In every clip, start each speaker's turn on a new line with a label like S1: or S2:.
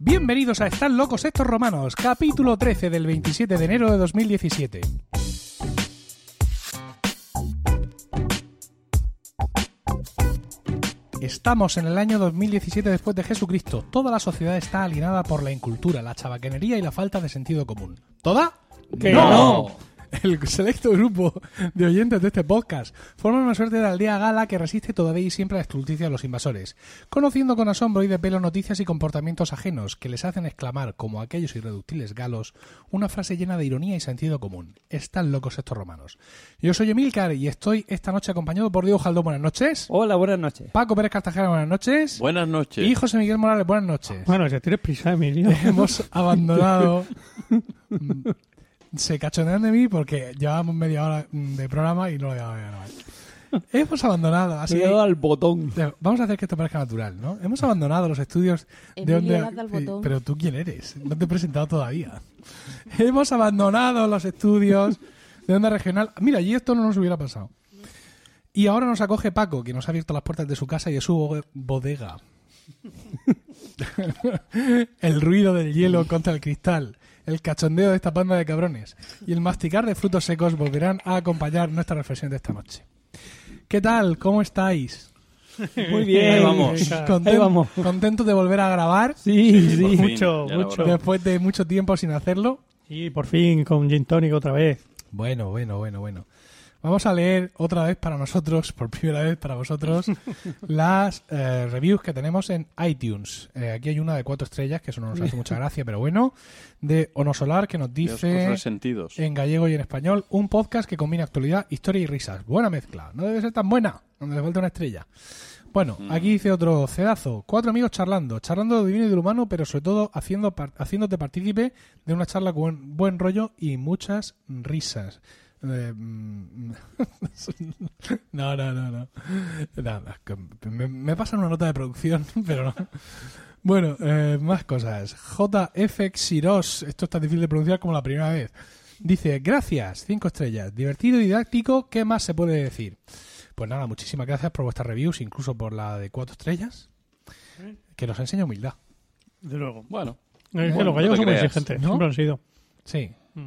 S1: Bienvenidos a Están locos estos romanos, capítulo 13 del 27 de enero de 2017. Estamos en el año 2017 después de Jesucristo. Toda la sociedad está alienada por la incultura, la chabacanería y la falta de sentido común. ¿Toda?
S2: ¡Que no!
S1: El selecto grupo de oyentes de este podcast forman una suerte de aldea gala que resiste todavía y siempre a la estulticia de los invasores, conociendo con asombro y de pelo noticias y comportamientos ajenos que les hacen exclamar, como aquellos irreductibles galos, una frase llena de ironía y sentido común. Están locos estos romanos. Yo soy Emilcar y estoy esta noche acompañado por Diego Jaldón. Buenas noches.
S2: Hola, buenas noches.
S1: Paco Pérez Cartagena, buenas noches.
S3: Buenas noches.
S1: Y José Miguel Morales, buenas noches.
S4: Bueno, ya tienes prisa, Emilio.
S1: Hemos abandonado. Mm, Se cachondean de mí porque llevábamos media hora mm, de programa y no lo llevábamos media hora. Hemos abandonado, así
S2: Se le ha dado al botón.
S1: de- Vamos a hacer que esto parezca natural, ¿no? Hemos abandonado los estudios de
S5: Emilio,
S1: donde.
S5: le has dado al
S1: Eh,
S5: botón.
S1: Pero tú quién eres? No te he presentado todavía. Hemos abandonado los estudios de onda regional. Mira, y esto no nos hubiera pasado. Y ahora nos acoge Paco, que nos ha abierto las puertas de su casa y de su bo- bodega. el ruido del hielo contra el cristal, el cachondeo de esta banda de cabrones y el masticar de frutos secos volverán a acompañar nuestra reflexión de esta noche. ¿Qué tal? ¿Cómo estáis?
S2: Muy bien.
S3: Ahí vamos.
S1: Conten-
S2: Ahí vamos.
S1: ¿Contentos de volver a grabar
S4: Sí,
S3: Sí, por
S4: sí,
S3: fin,
S4: mucho,
S3: ya era
S4: mucho.
S3: hora.
S1: después de mucho tiempo sin hacerlo?
S4: Y por fin con Gin Tonic otra vez.
S1: Bueno, bueno, bueno, bueno. Vamos a leer otra vez para nosotros, por primera vez para vosotros, las eh, reviews que tenemos en iTunes. Eh, aquí hay una de cuatro estrellas, que eso no nos hace mucha gracia, pero bueno, de Onosolar, que nos
S3: Dios, los
S1: dice eh,
S3: resentidos.
S1: en gallego y en español, un podcast que combina actualidad, historia y risas. Buena mezcla. No debe ser tan buena, donde le falta una estrella. Bueno, aquí dice otro cedazo. Cuatro amigos charlando, charlando de lo divino y de lo humano, pero sobre todo haciendo par- haciéndote partícipe de una charla con buen rollo y muchas risas. Eh, mm, no, no, no, no. No, no, que me, me pasan una nota de producción, pero no. Bueno, eh, más cosas. JF Xiros, esto está difícil de pronunciar como la primera vez. Dice, gracias, cinco estrellas, divertido y didáctico, ¿qué más se puede decir? Pues nada, muchísimas gracias por vuestras reviews, incluso por la de cuatro estrellas, que nos enseña humildad.
S4: De luego.
S3: Bueno,
S4: Es
S3: Bueno,
S4: que los gallegos son
S3: no te
S4: muy
S3: creas,
S4: exigentes,
S1: ¿no?
S4: siempre han sido.
S1: Sí.
S4: Mm.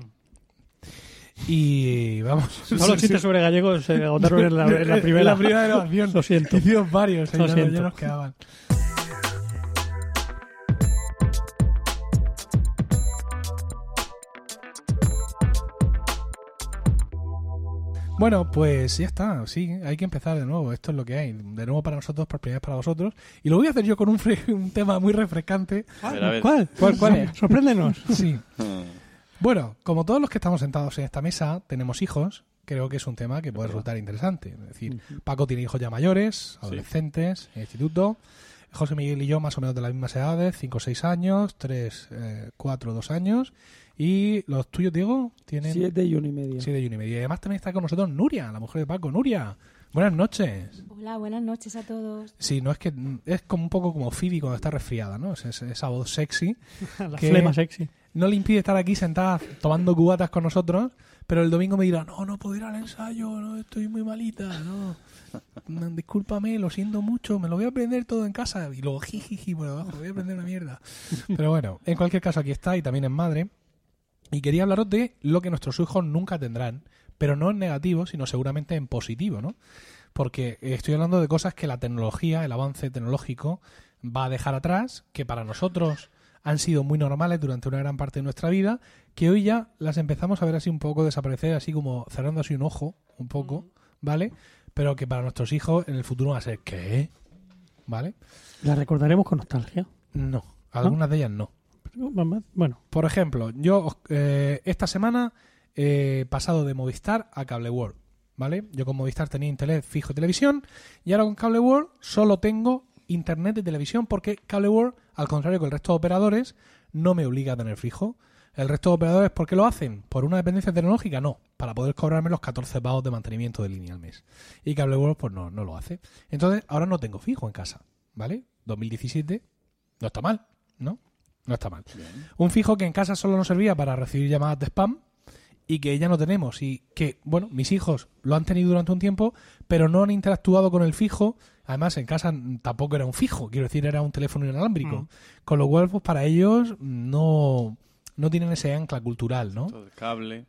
S1: Y vamos.
S4: Todos los chistes sobre gallegos se agotaron en la, en la primera.
S1: La primera grabación.
S4: Lo siento.
S1: Hicimos varios, ahí
S4: Lo
S1: ya no-
S4: siento.
S1: ya nos quedaban. Bueno, pues ya está, sí, hay que empezar de nuevo, esto es lo que hay, de nuevo para nosotros, por primera vez para vosotros, y lo voy a hacer yo con un, fre- un tema muy refrescante,
S3: a ver, a ver.
S4: ¿Cuál?
S2: ¿Cuál- cuál es?
S4: Sorpréndenos.
S1: sí.
S3: Mm,
S1: Bueno, como todos los que estamos sentados en esta mesa tenemos hijos, creo que es un tema que puede resultar interesante. Es decir, Paco tiene hijos ya mayores, adolescentes, en instituto. José Miguel y yo más o menos de las mismas edades, 5 o 6 años, 3, 4 o 2 años. Y los tuyos, Diego, tienen
S2: Siete y uno y medio.
S1: 7 y 1 y medio. Y además también está con nosotros Nuria, la mujer de Paco. Nuria, buenas noches.
S5: Hola, buenas noches a todos.
S1: Sí, no es que es como un poco como Phoebe cuando está resfriada, ¿no? Es- es- esa voz sexy
S4: La
S1: ¿Qué?
S4: flema sexy.
S1: no le impide estar aquí sentada tomando cubatas con nosotros, pero el domingo me dirá, no, no puedo ir al ensayo, no, estoy muy malita, no. Mm, Discúlpame, lo siento mucho, me lo voy a aprender todo en casa. Y luego jijiji por abajo, voy a aprender una mierda. Pero bueno, en cualquier caso aquí está y también es madre. Y quería hablaros de lo que nuestros hijos nunca tendrán, pero no en negativo, sino seguramente en positivo, ¿no? Porque eh, estoy hablando de cosas que la tecnología, el avance tecnológico va a dejar atrás, que para nosotros han sido muy normales durante una gran parte de nuestra vida, que hoy ya las empezamos a ver así un poco desaparecer, así como cerrando así un ojo, un poco, ¿vale? Pero que para nuestros hijos en el futuro va a ser ¿qué? ¿Vale?
S4: La recordaremos con nostalgia.
S1: No, algunas de ellas no.
S4: Pero, mamá, Bueno,
S1: Por ejemplo, yo os- eh, esta semana eh, he pasado de Movistar a Cable World, ¿vale? Yo con Movistar tenía internet fijo y televisión y ahora con Cable World solo tengo internet de televisión porque Cable World, al contrario que el resto de operadores, no me obliga a tener fijo. El resto de operadores, ¿por qué lo hacen? ¿Por una dependencia tecnológica? No, para poder cobrarme los 14 pavos de mantenimiento de línea al mes. Y Cable World, pues no, no lo hace. Entonces, ahora no tengo fijo en casa, ¿vale? 2017, no está mal, ¿no? No está mal. Un fijo que en casa solo nos servía para recibir llamadas de spam y que ya no tenemos y que, bueno, mis hijos lo han tenido durante un tiempo, pero no han interactuado con el fijo. Además, en casa mm, tampoco era un fijo, quiero decir, era un teléfono inalámbrico.
S4: Mm.
S1: Con lo cual, pues para ellos no, no tienen ese ancla cultural, ¿no?
S3: Todo el cable.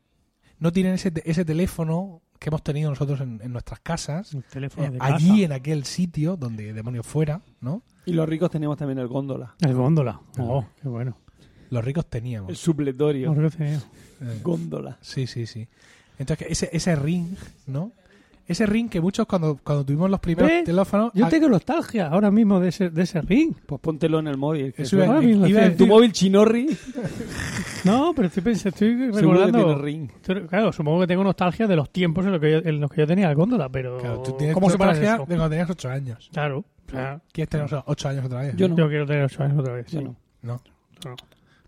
S1: No tienen ese, te- ese teléfono que hemos tenido nosotros en, en nuestras casas,
S4: El teléfono de
S1: eh, allí
S4: casa.
S1: en aquel sitio donde demonios fuera, ¿no?
S2: Y los ricos tenemos también el góndola.
S4: El góndola.
S2: Ah.
S4: Oh, qué bueno.
S1: Los ricos
S2: El
S1: teníamos.
S2: supletorio.
S4: Ahora lo he tenido.
S1: Eh,
S2: Góndola.
S1: Sí, sí, sí. Entonces, que ese, ese ring, ¿no? Ese ring que muchos cuando, cuando tuvimos los primeros
S4: ¿Ves?
S1: teléfonos... ah,
S4: Yo
S2: Ah.
S1: a-
S4: tengo nostalgia ahora mismo de ese, de ese ring.
S2: Pues póntelo en el móvil. que
S1: Eso iba a-
S2: suena.
S4: Ahora mismo,
S1: iba a
S4: sí.
S2: en tu
S1: decir-
S2: móvil chinorri.
S4: No, pero estoy, pens- estoy
S2: Seguro que tiene
S4: recordando.
S2: ring.
S4: Estoy- Claro, supongo que tengo nostalgia de los tiempos en los que yo, en los que yo tenía el góndola, pero.
S1: Claro, tú tienes
S4: ¿Cómo se para
S1: nostalgia
S4: eso?
S1: de cuando tenías 8 años.
S4: Claro. o sea,
S1: ¿Quieres tener 8 años otra vez?
S2: Yo no.
S4: Yo quiero tener ocho años otra vez.
S2: Yo
S4: sí.
S2: no.
S1: No. Pues,
S4: No.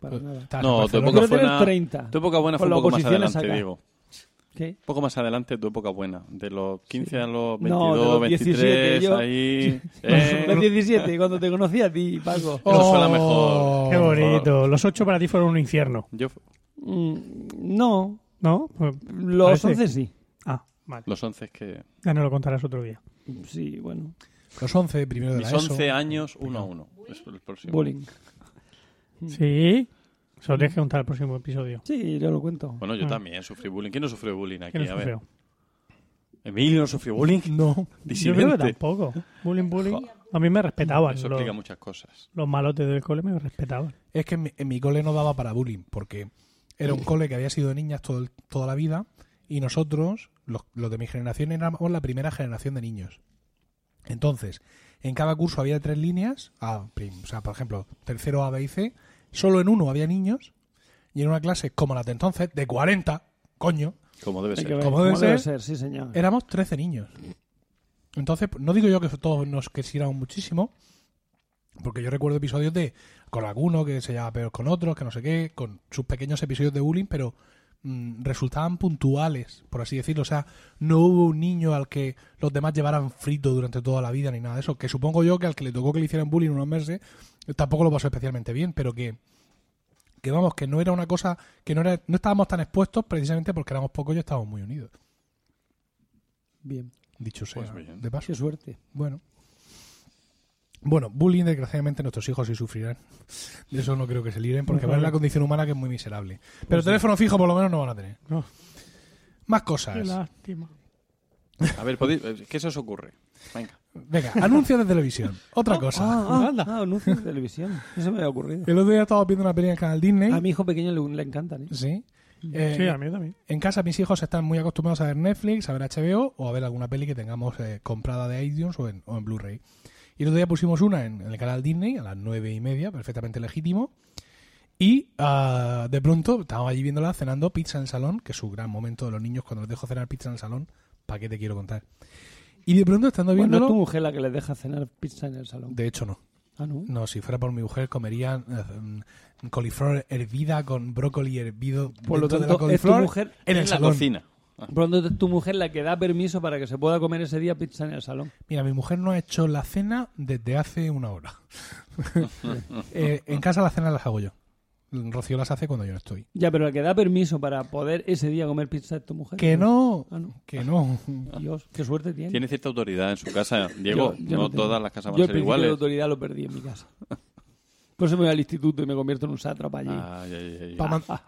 S2: Para nada.
S1: Estabas
S3: No,
S1: en Barcelona.
S3: tampoco
S2: Quiero
S3: fue
S2: tener
S3: una-
S2: 30.
S3: Tu época buena fue
S2: Con
S3: un
S2: la
S3: poco más
S2: oposición
S3: adelante,
S2: saca.
S3: Diego. Un
S2: ¿Qué?
S3: poco más adelante tu época buena. De los 15 a los 22,
S2: No, de los
S3: 23,
S2: 17 yo-
S3: ahí...
S2: Los
S3: eh,
S2: 17, cuando te conocí a ti, Paco.
S3: Eso suena mejor.
S4: Qué
S3: Por
S4: bonito. Los ocho para ti fueron un infierno,
S3: Yo,
S2: Mm, No,
S4: ¿no? Pues-
S2: los
S4: Parece.
S2: 11 sí.
S4: Ah, vale.
S3: los 11 es que...
S4: Ya no lo contarás otro día.
S2: Sí, bueno.
S1: Los 11, primero de la
S3: Mis
S1: ESO.
S3: 11 años, uno a uno. Es el próximo.
S2: Bowling.
S3: Mm.
S4: Sí. Se lo tienes que contar el próximo episodio.
S2: Sí, yo lo cuento.
S3: Bueno, yo
S4: Ah.
S3: también sufrí bullying. ¿Quién no sufrió bullying aquí?
S4: ¿Quién es
S3: a
S4: tu
S3: ver.
S4: feo?
S3: Emilio no sufrió bullying.
S1: No.
S4: Yo creo que
S3: Disidente.
S4: tampoco. Bullying, bullying. A mí me respetaban.
S3: Eso
S4: los,
S3: explica muchas cosas.
S4: los malotes del cole me respetaban.
S1: Es que en mi, en mi cole no daba para bullying, porque era un cole que había sido de niñas todo el- toda la vida y nosotros, los, los de mi generación, éramos la primera generación de niños. Entonces, en cada curso había tres líneas, a prim- o sea, por ejemplo, tercero A, B y C, solo en uno había niños y en una clase como la de entonces, de 40, coño,
S3: Como debe
S2: Hay que
S3: ser.
S2: ver
S1: como
S2: cómo
S1: debe
S2: debe
S1: ser. Eh,
S2: ser, sí, señor.
S1: éramos 13 niños. Entonces, no digo yo que todos nos quisiéramos muchísimo, porque yo recuerdo episodios de con alguno que se llevaba peor con otros, que no sé qué, con sus pequeños episodios de bullying, pero mm, resultaban puntuales, por así decirlo. O sea, no hubo un niño al que los demás llevaran frito durante toda la vida ni nada de eso. Que supongo yo que al que le tocó que le hicieran bullying unos meses, eh, tampoco lo pasó especialmente bien, pero que que vamos, que no era una cosa, que no era, no estábamos tan expuestos precisamente porque éramos pocos y estábamos muy unidos.
S2: Bien,
S1: Dicho sea,
S3: Pues bien.
S1: de paso.
S2: qué suerte.
S1: Bueno. Bueno, bullying desgraciadamente nuestros hijos sí sufrirán. De eso no creo que se libren porque
S4: Ujú.
S1: van en la condición humana que es muy miserable. Pero teléfono fijo por lo menos no van a tener.
S4: Pues No.
S1: Más
S4: Qué
S1: cosas.
S4: lástima.
S3: A ver, podéis- eh, ¿qué se os ocurre? Venga.
S1: Venga, anuncios de televisión. Otra cosa.
S2: Ah, ah,
S4: Anda.
S2: ah, anuncios de televisión. Eso me había ocurrido.
S1: El otro día estaba viendo una peli en el canal Disney.
S2: A mi hijo pequeño le, le encantan, ¿eh?
S1: Sí. Eh,
S4: sí, a mí también.
S1: En casa mis hijos están muy acostumbrados a ver Netflix, a ver HBO o a ver alguna peli que tengamos eh, comprada de iTunes o en, o en Blu-ray. Y el otro día pusimos una en, en el canal Disney a las nueve y media, perfectamente legítimo. Y ah, de pronto estábamos allí viéndola cenando pizza en el salón, que es su gran momento de los niños cuando les dejo cenar pizza en el salón. ¿Para qué te quiero contar? Y de pronto estando
S2: Bueno,
S1: viéndolo...
S2: es tu mujer la que les deja cenar pizza en el salón.
S1: De hecho no.
S2: Ah, no.
S1: No, si fuera por mi mujer comería eh, mm, coliflor hervida con brócoli hervido
S2: Por lo
S1: dentro de la
S2: tanto, es tu
S1: coliflor
S2: mujer.
S1: en el
S3: la
S1: salón.
S3: cocina.
S2: Pronto es tu mujer la que da permiso para que se pueda comer ese día pizza en el salón.
S1: Mira, mi mujer no ha hecho la cena desde hace una hora. Eh, en casa las cenas las hago yo. Rocío las hace cuando yo no estoy.
S2: Ya, pero la que da permiso para poder ese día comer pizza es tu mujer.
S1: Que no,
S2: Ah, no.
S1: que no.
S2: Dios, qué suerte tiene.
S3: Tiene cierta autoridad en su casa. Diego,
S2: Yo- yo
S3: no,
S2: no tengo.
S3: todas las casas van a
S2: Yo el
S3: ser
S2: principio de
S3: iguales.
S2: autoridad lo perdí en mi casa. Por eso me voy al instituto y me convierto en un sátrapa allí.
S3: Ay, ay, ay, ay.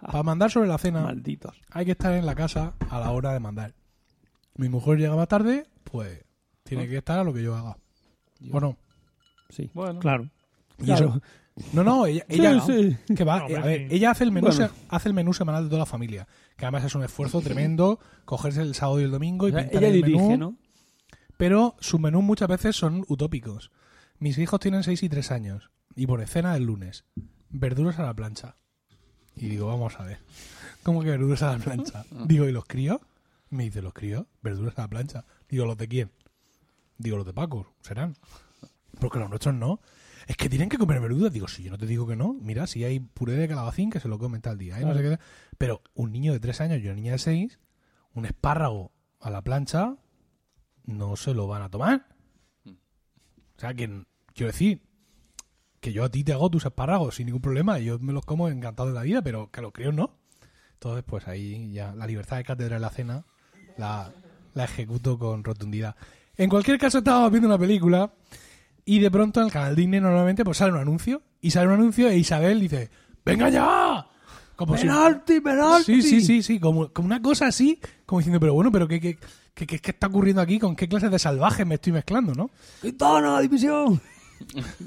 S1: Para mandar sobre la cena
S2: Malditos.
S1: hay que estar en la casa a la hora de mandar. Mi mujer llega más tarde, pues
S2: Ah.
S1: tiene que estar a lo que yo haga. ¿O no?
S2: Sí.
S3: Bueno,
S4: Claro.
S1: Y
S2: Claro.
S1: eso- no, no, ella, ella-
S2: sí, sí.
S1: que va,
S4: Hombre,
S1: a ver,
S4: sí.
S1: ella hace el menú,
S2: Bueno.
S1: se- hace el menú semanal de toda la familia, que además es un esfuerzo tremendo cogerse el sábado y el domingo y
S2: O sea,
S1: pintar
S2: ella
S1: el
S2: dirige,
S1: menú.
S2: ¿no?
S1: pero sus menús muchas veces son utópicos. Mis hijos tienen 6 y 3 años y por cena del lunes, verduras a la plancha. Y digo, vamos a ver, ¿cómo que verduras a la plancha? Digo, ¿y los críos? Me dice, ¿los críos? ¿Verduras a la plancha? Digo, ¿los de quién? Digo, los de Paco, serán. Porque los nuestros no. Es que tienen que comer verduras. Digo, si yo no te digo que no, mira, si hay puré de calabacín que se lo comen tal día. ¿eh? No sé qué. Pero un niño de 3 años y una niña de 6, un espárrago a la plancha, no se lo van a tomar. O sea, que n- quiero decir que yo a ti te hago tus espárragos sin ningún problema y yo me los como encantado de la vida, pero que a los críos no. Entonces, pues ahí ya la libertad de cátedra en la cena la, la ejecuto con rotundidad. En cualquier caso, estaba viendo una película y de pronto en el canal Disney normalmente pues sale un anuncio y sale un anuncio e Isabel dice ¡Venga ya! Como si-
S2: ¡Penalti, penalti!
S1: Sí, sí, sí, sí, como, como una cosa así, como diciendo, pero bueno, pero ¿qué, qué, qué, qué- qué está ocurriendo aquí? ¿Con qué clases de salvajes me estoy mezclando, no?
S2: ¡Quintana, división!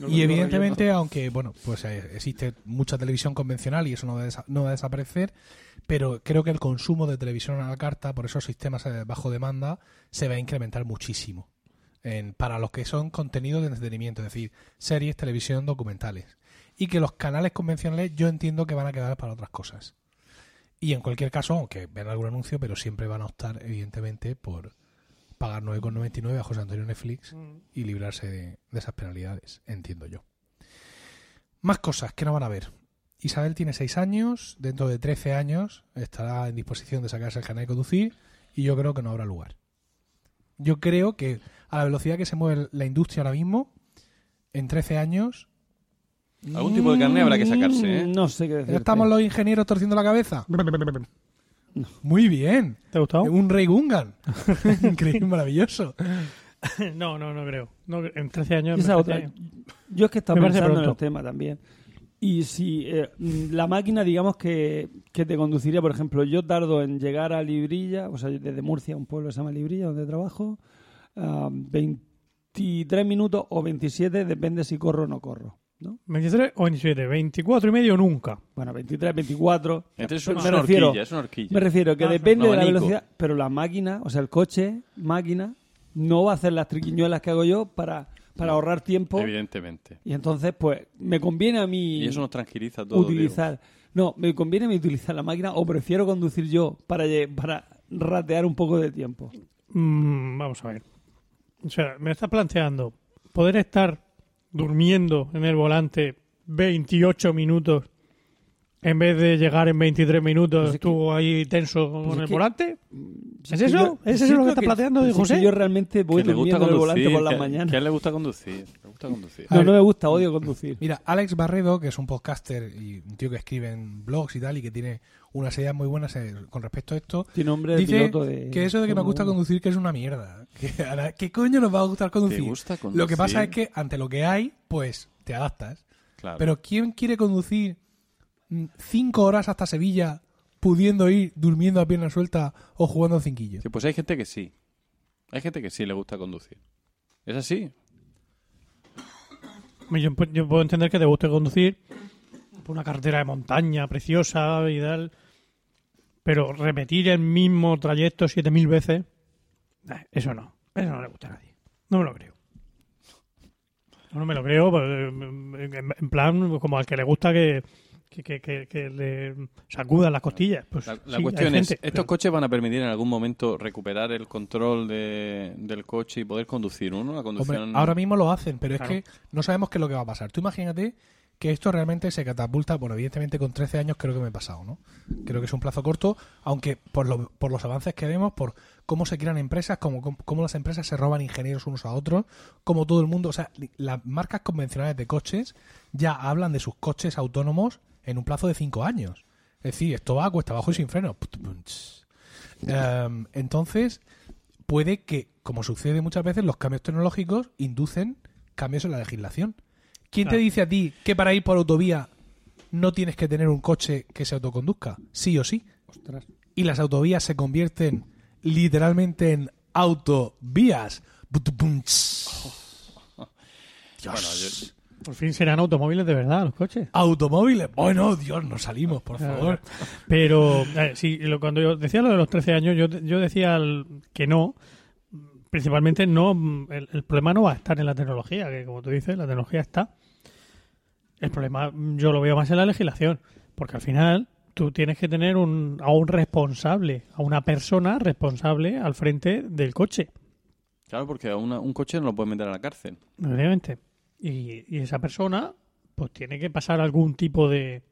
S1: y evidentemente, aunque, bueno, pues eh, existe mucha televisión convencional y eso no va, a desa- no va a desaparecer, pero creo que el consumo de televisión a la carta por esos sistemas eh, bajo demanda se va a incrementar muchísimo en- para los que son contenidos de entretenimiento, es decir, series, televisión, documentales. Y que los canales convencionales yo entiendo que van a quedar para otras cosas. Y en cualquier caso, aunque vean algún anuncio, pero siempre van a optar, evidentemente, por pagar 9,99 a José Antonio Netflix y librarse de, de esas penalidades, entiendo yo. Más cosas que no van a ver. Isabel tiene 6 años, dentro de 13 años estará en disposición de sacarse el canal de conducir y yo creo que no habrá lugar. Yo creo que a la velocidad que se mueve la industria ahora mismo, en 13 años,
S3: Algún tipo de carne habrá que sacarse, ¿eh?
S2: No sé qué decir.
S1: ¿ya estamos los ingenieros torciendo la cabeza? Muy bien,
S4: ¿Te ha gustado?
S1: un Rey Gungan. Increíble, maravilloso.
S4: no, no, no creo. No, cre- en 13 años.
S2: Esa
S4: en
S2: otra.
S4: 13 años.
S2: Yo es que estaba
S4: Me parece
S2: pensando en el
S4: pronto.
S2: tema también. Y si eh, mm, la máquina, digamos que, que te conduciría, por ejemplo, yo tardo en llegar a Librilla, o sea, desde Murcia, un pueblo que se llama Librilla, donde trabajo, ah, 23 minutos o 27, depende si corro o no corro. ¿no?
S4: 23 o 27. 24 y medio nunca.
S2: Bueno, 23, 24.
S3: Entonces es una,
S2: Me
S3: es una
S2: refiero-
S3: horquilla, es una horquilla.
S2: Me refiero que
S4: Ah,
S2: depende
S3: un
S2: de la
S3: abanico.
S2: velocidad, pero la máquina, o sea, el coche, máquina, no va a hacer las triquiñuelas que hago yo para, para ahorrar tiempo.
S3: Evidentemente.
S2: Y entonces, pues, me conviene a mí
S3: Y eso nos tranquiliza todo.
S2: utilizar. No, me conviene a mí utilizar la máquina o prefiero conducir yo para, lle- para ratear un poco de tiempo.
S4: Mm, vamos a ver. O sea, me estás planteando poder estar durmiendo en el volante 28 minutos en vez de llegar en 23 minutos
S2: Pues es pues
S4: tú ahí tenso
S2: es
S4: con el
S2: que-
S4: volante.
S2: Si
S4: ¿Es
S2: que
S4: eso? ¿Es eso
S2: si
S4: lo que estás planteando de
S2: si es
S4: José?
S2: yo realmente
S3: Diego.
S2: voy
S3: Que le gusta
S2: durmiendo en el
S3: conducir.
S2: volante por
S3: que-
S2: la mañana.
S3: que a él le gusta conducir. Le gusta conducir.
S1: A
S2: No,
S1: ver.
S2: no me gusta, odio conducir.
S1: Mira, Alex Barredo, que es un podcaster y un tío que escribe en blogs y tal, y que tiene unas ideas muy buenas eh, con respecto a esto,
S2: Tiene nombre de
S1: dice
S2: piloto de.
S1: que eso de que nos gusta
S2: Fórmula
S1: conducir que es una mierda. Que ahora, ¿Qué coño nos va a gustar
S3: ¿Te
S1: conducir?
S3: gusta conducir?
S1: Lo que pasa es que ante lo que hay, pues te adaptas.
S3: Claro.
S1: Pero ¿quién quiere conducir mm, cinco horas hasta Sevilla pudiendo ir durmiendo a pierna suelta o jugando a cinquillo?
S3: Sí, pues hay gente que sí. Hay gente que sí le gusta conducir. ¿Es así?
S4: Yo, pues, yo puedo entender que te guste conducir por una carretera de montaña preciosa y tal, pero repetir el mismo trayecto 7.000 veces, eh, eso no, eso no le gusta a nadie. No me lo creo. No no me lo creo, pues, eh, en en plan, como al que le gusta que, que, que- que- que le sacudan las costillas. Pues,
S3: La, la
S4: sí, hay
S3: cuestión es,
S4: gente,
S3: ¿estos
S4: pero-
S3: coches van a permitir en algún momento recuperar el control de- del coche y poder conducir uno? La
S1: Hombre,
S3: conducción...
S1: ahora mismo lo hacen, pero
S4: Claro.
S1: es que no sabemos qué es lo que va a pasar. Tú imagínate que esto realmente se catapulta, bueno, evidentemente con 13 años creo que me he pasado, ¿no? Creo que es un plazo corto, aunque por, lo- por los avances que vemos, por cómo se crean empresas, cómo, cómo- cómo las empresas se roban ingenieros unos a otros, como todo el mundo, o sea, li- las marcas convencionales de coches ya hablan de sus coches autónomos en un plazo de 5 años. Es decir, esto va a cuesta abajo y sin freno. Em, entonces, puede que, como sucede muchas veces, los cambios tecnológicos inducen cambios en la legislación. ¿Quién
S4: Claro.
S1: te dice a ti que para ir por autovía no tienes que tener un coche que se autoconduzca? Sí o sí.
S2: Ostras.
S1: Y las autovías se convierten literalmente en autovías. Butupum, tss.
S3: Bueno,
S1: Dios.
S3: yo-
S4: Por fin serán automóviles de verdad los coches.
S1: Automóviles. Bueno, Dios, nos salimos, por favor.
S4: Pero eh, sí, lo- cuando yo decía lo de los 13 años, yo, yo decía el- que no. Principalmente no, mm, el, el problema no va a estar en la tecnología, que como tú dices, la tecnología está. El problema mm, yo lo veo más en la legislación, porque al final tú tienes que tener un, a un responsable, a una persona responsable al frente del coche,
S3: claro, porque a una- un coche no lo puedes meter a la cárcel.
S4: obviamente. Y, y esa persona pues tiene que pasar algún tipo de...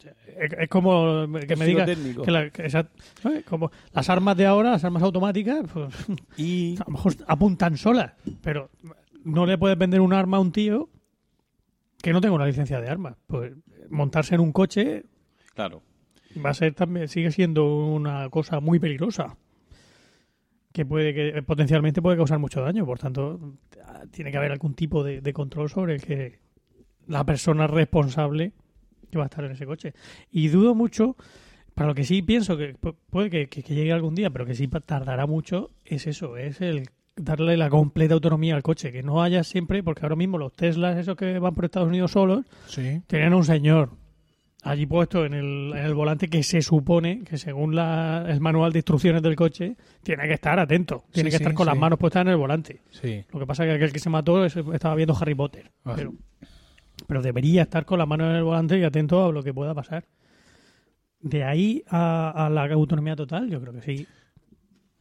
S4: Es, es como que me
S2: Giro
S4: digas,
S2: técnico.
S4: que la- que esa- ¿sabes? como las armas de ahora, las armas automáticas, pues,
S3: Y
S4: a lo mejor apuntan solas, pero no le puedes vender un arma a un tío que no tenga una licencia de armas. Pues montarse en un coche,
S3: Claro.
S4: va a ser también, sigue siendo una cosa muy peligrosa. Que puede que potencialmente puede causar mucho daño. Por tanto, tiene que haber algún tipo de, de control sobre el que la persona responsable que va a estar en ese coche. Y dudo mucho, para lo que sí pienso que pu- puede que, que- que llegue algún día, pero que sí pa- tardará mucho, es eso, es el darle la completa autonomía al coche, que no haya siempre, porque ahora mismo los Teslas, esos que van por Estados Unidos solos,
S1: Sí.
S4: tenían un señor allí puesto en el, en el volante que se supone que según la- el manual de instrucciones del coche tiene que estar atento, tiene
S1: Sí,
S4: que
S1: sí,
S4: estar con las
S1: sí.
S4: manos puestas en el volante.
S1: Sí.
S4: Lo que pasa es que aquel que se mató es- estaba viendo Harry Potter.
S1: Ah.
S4: Pero, pero debería estar con las manos en el volante y atento a lo que pueda pasar. De ahí a, a la autonomía total, yo creo que sí.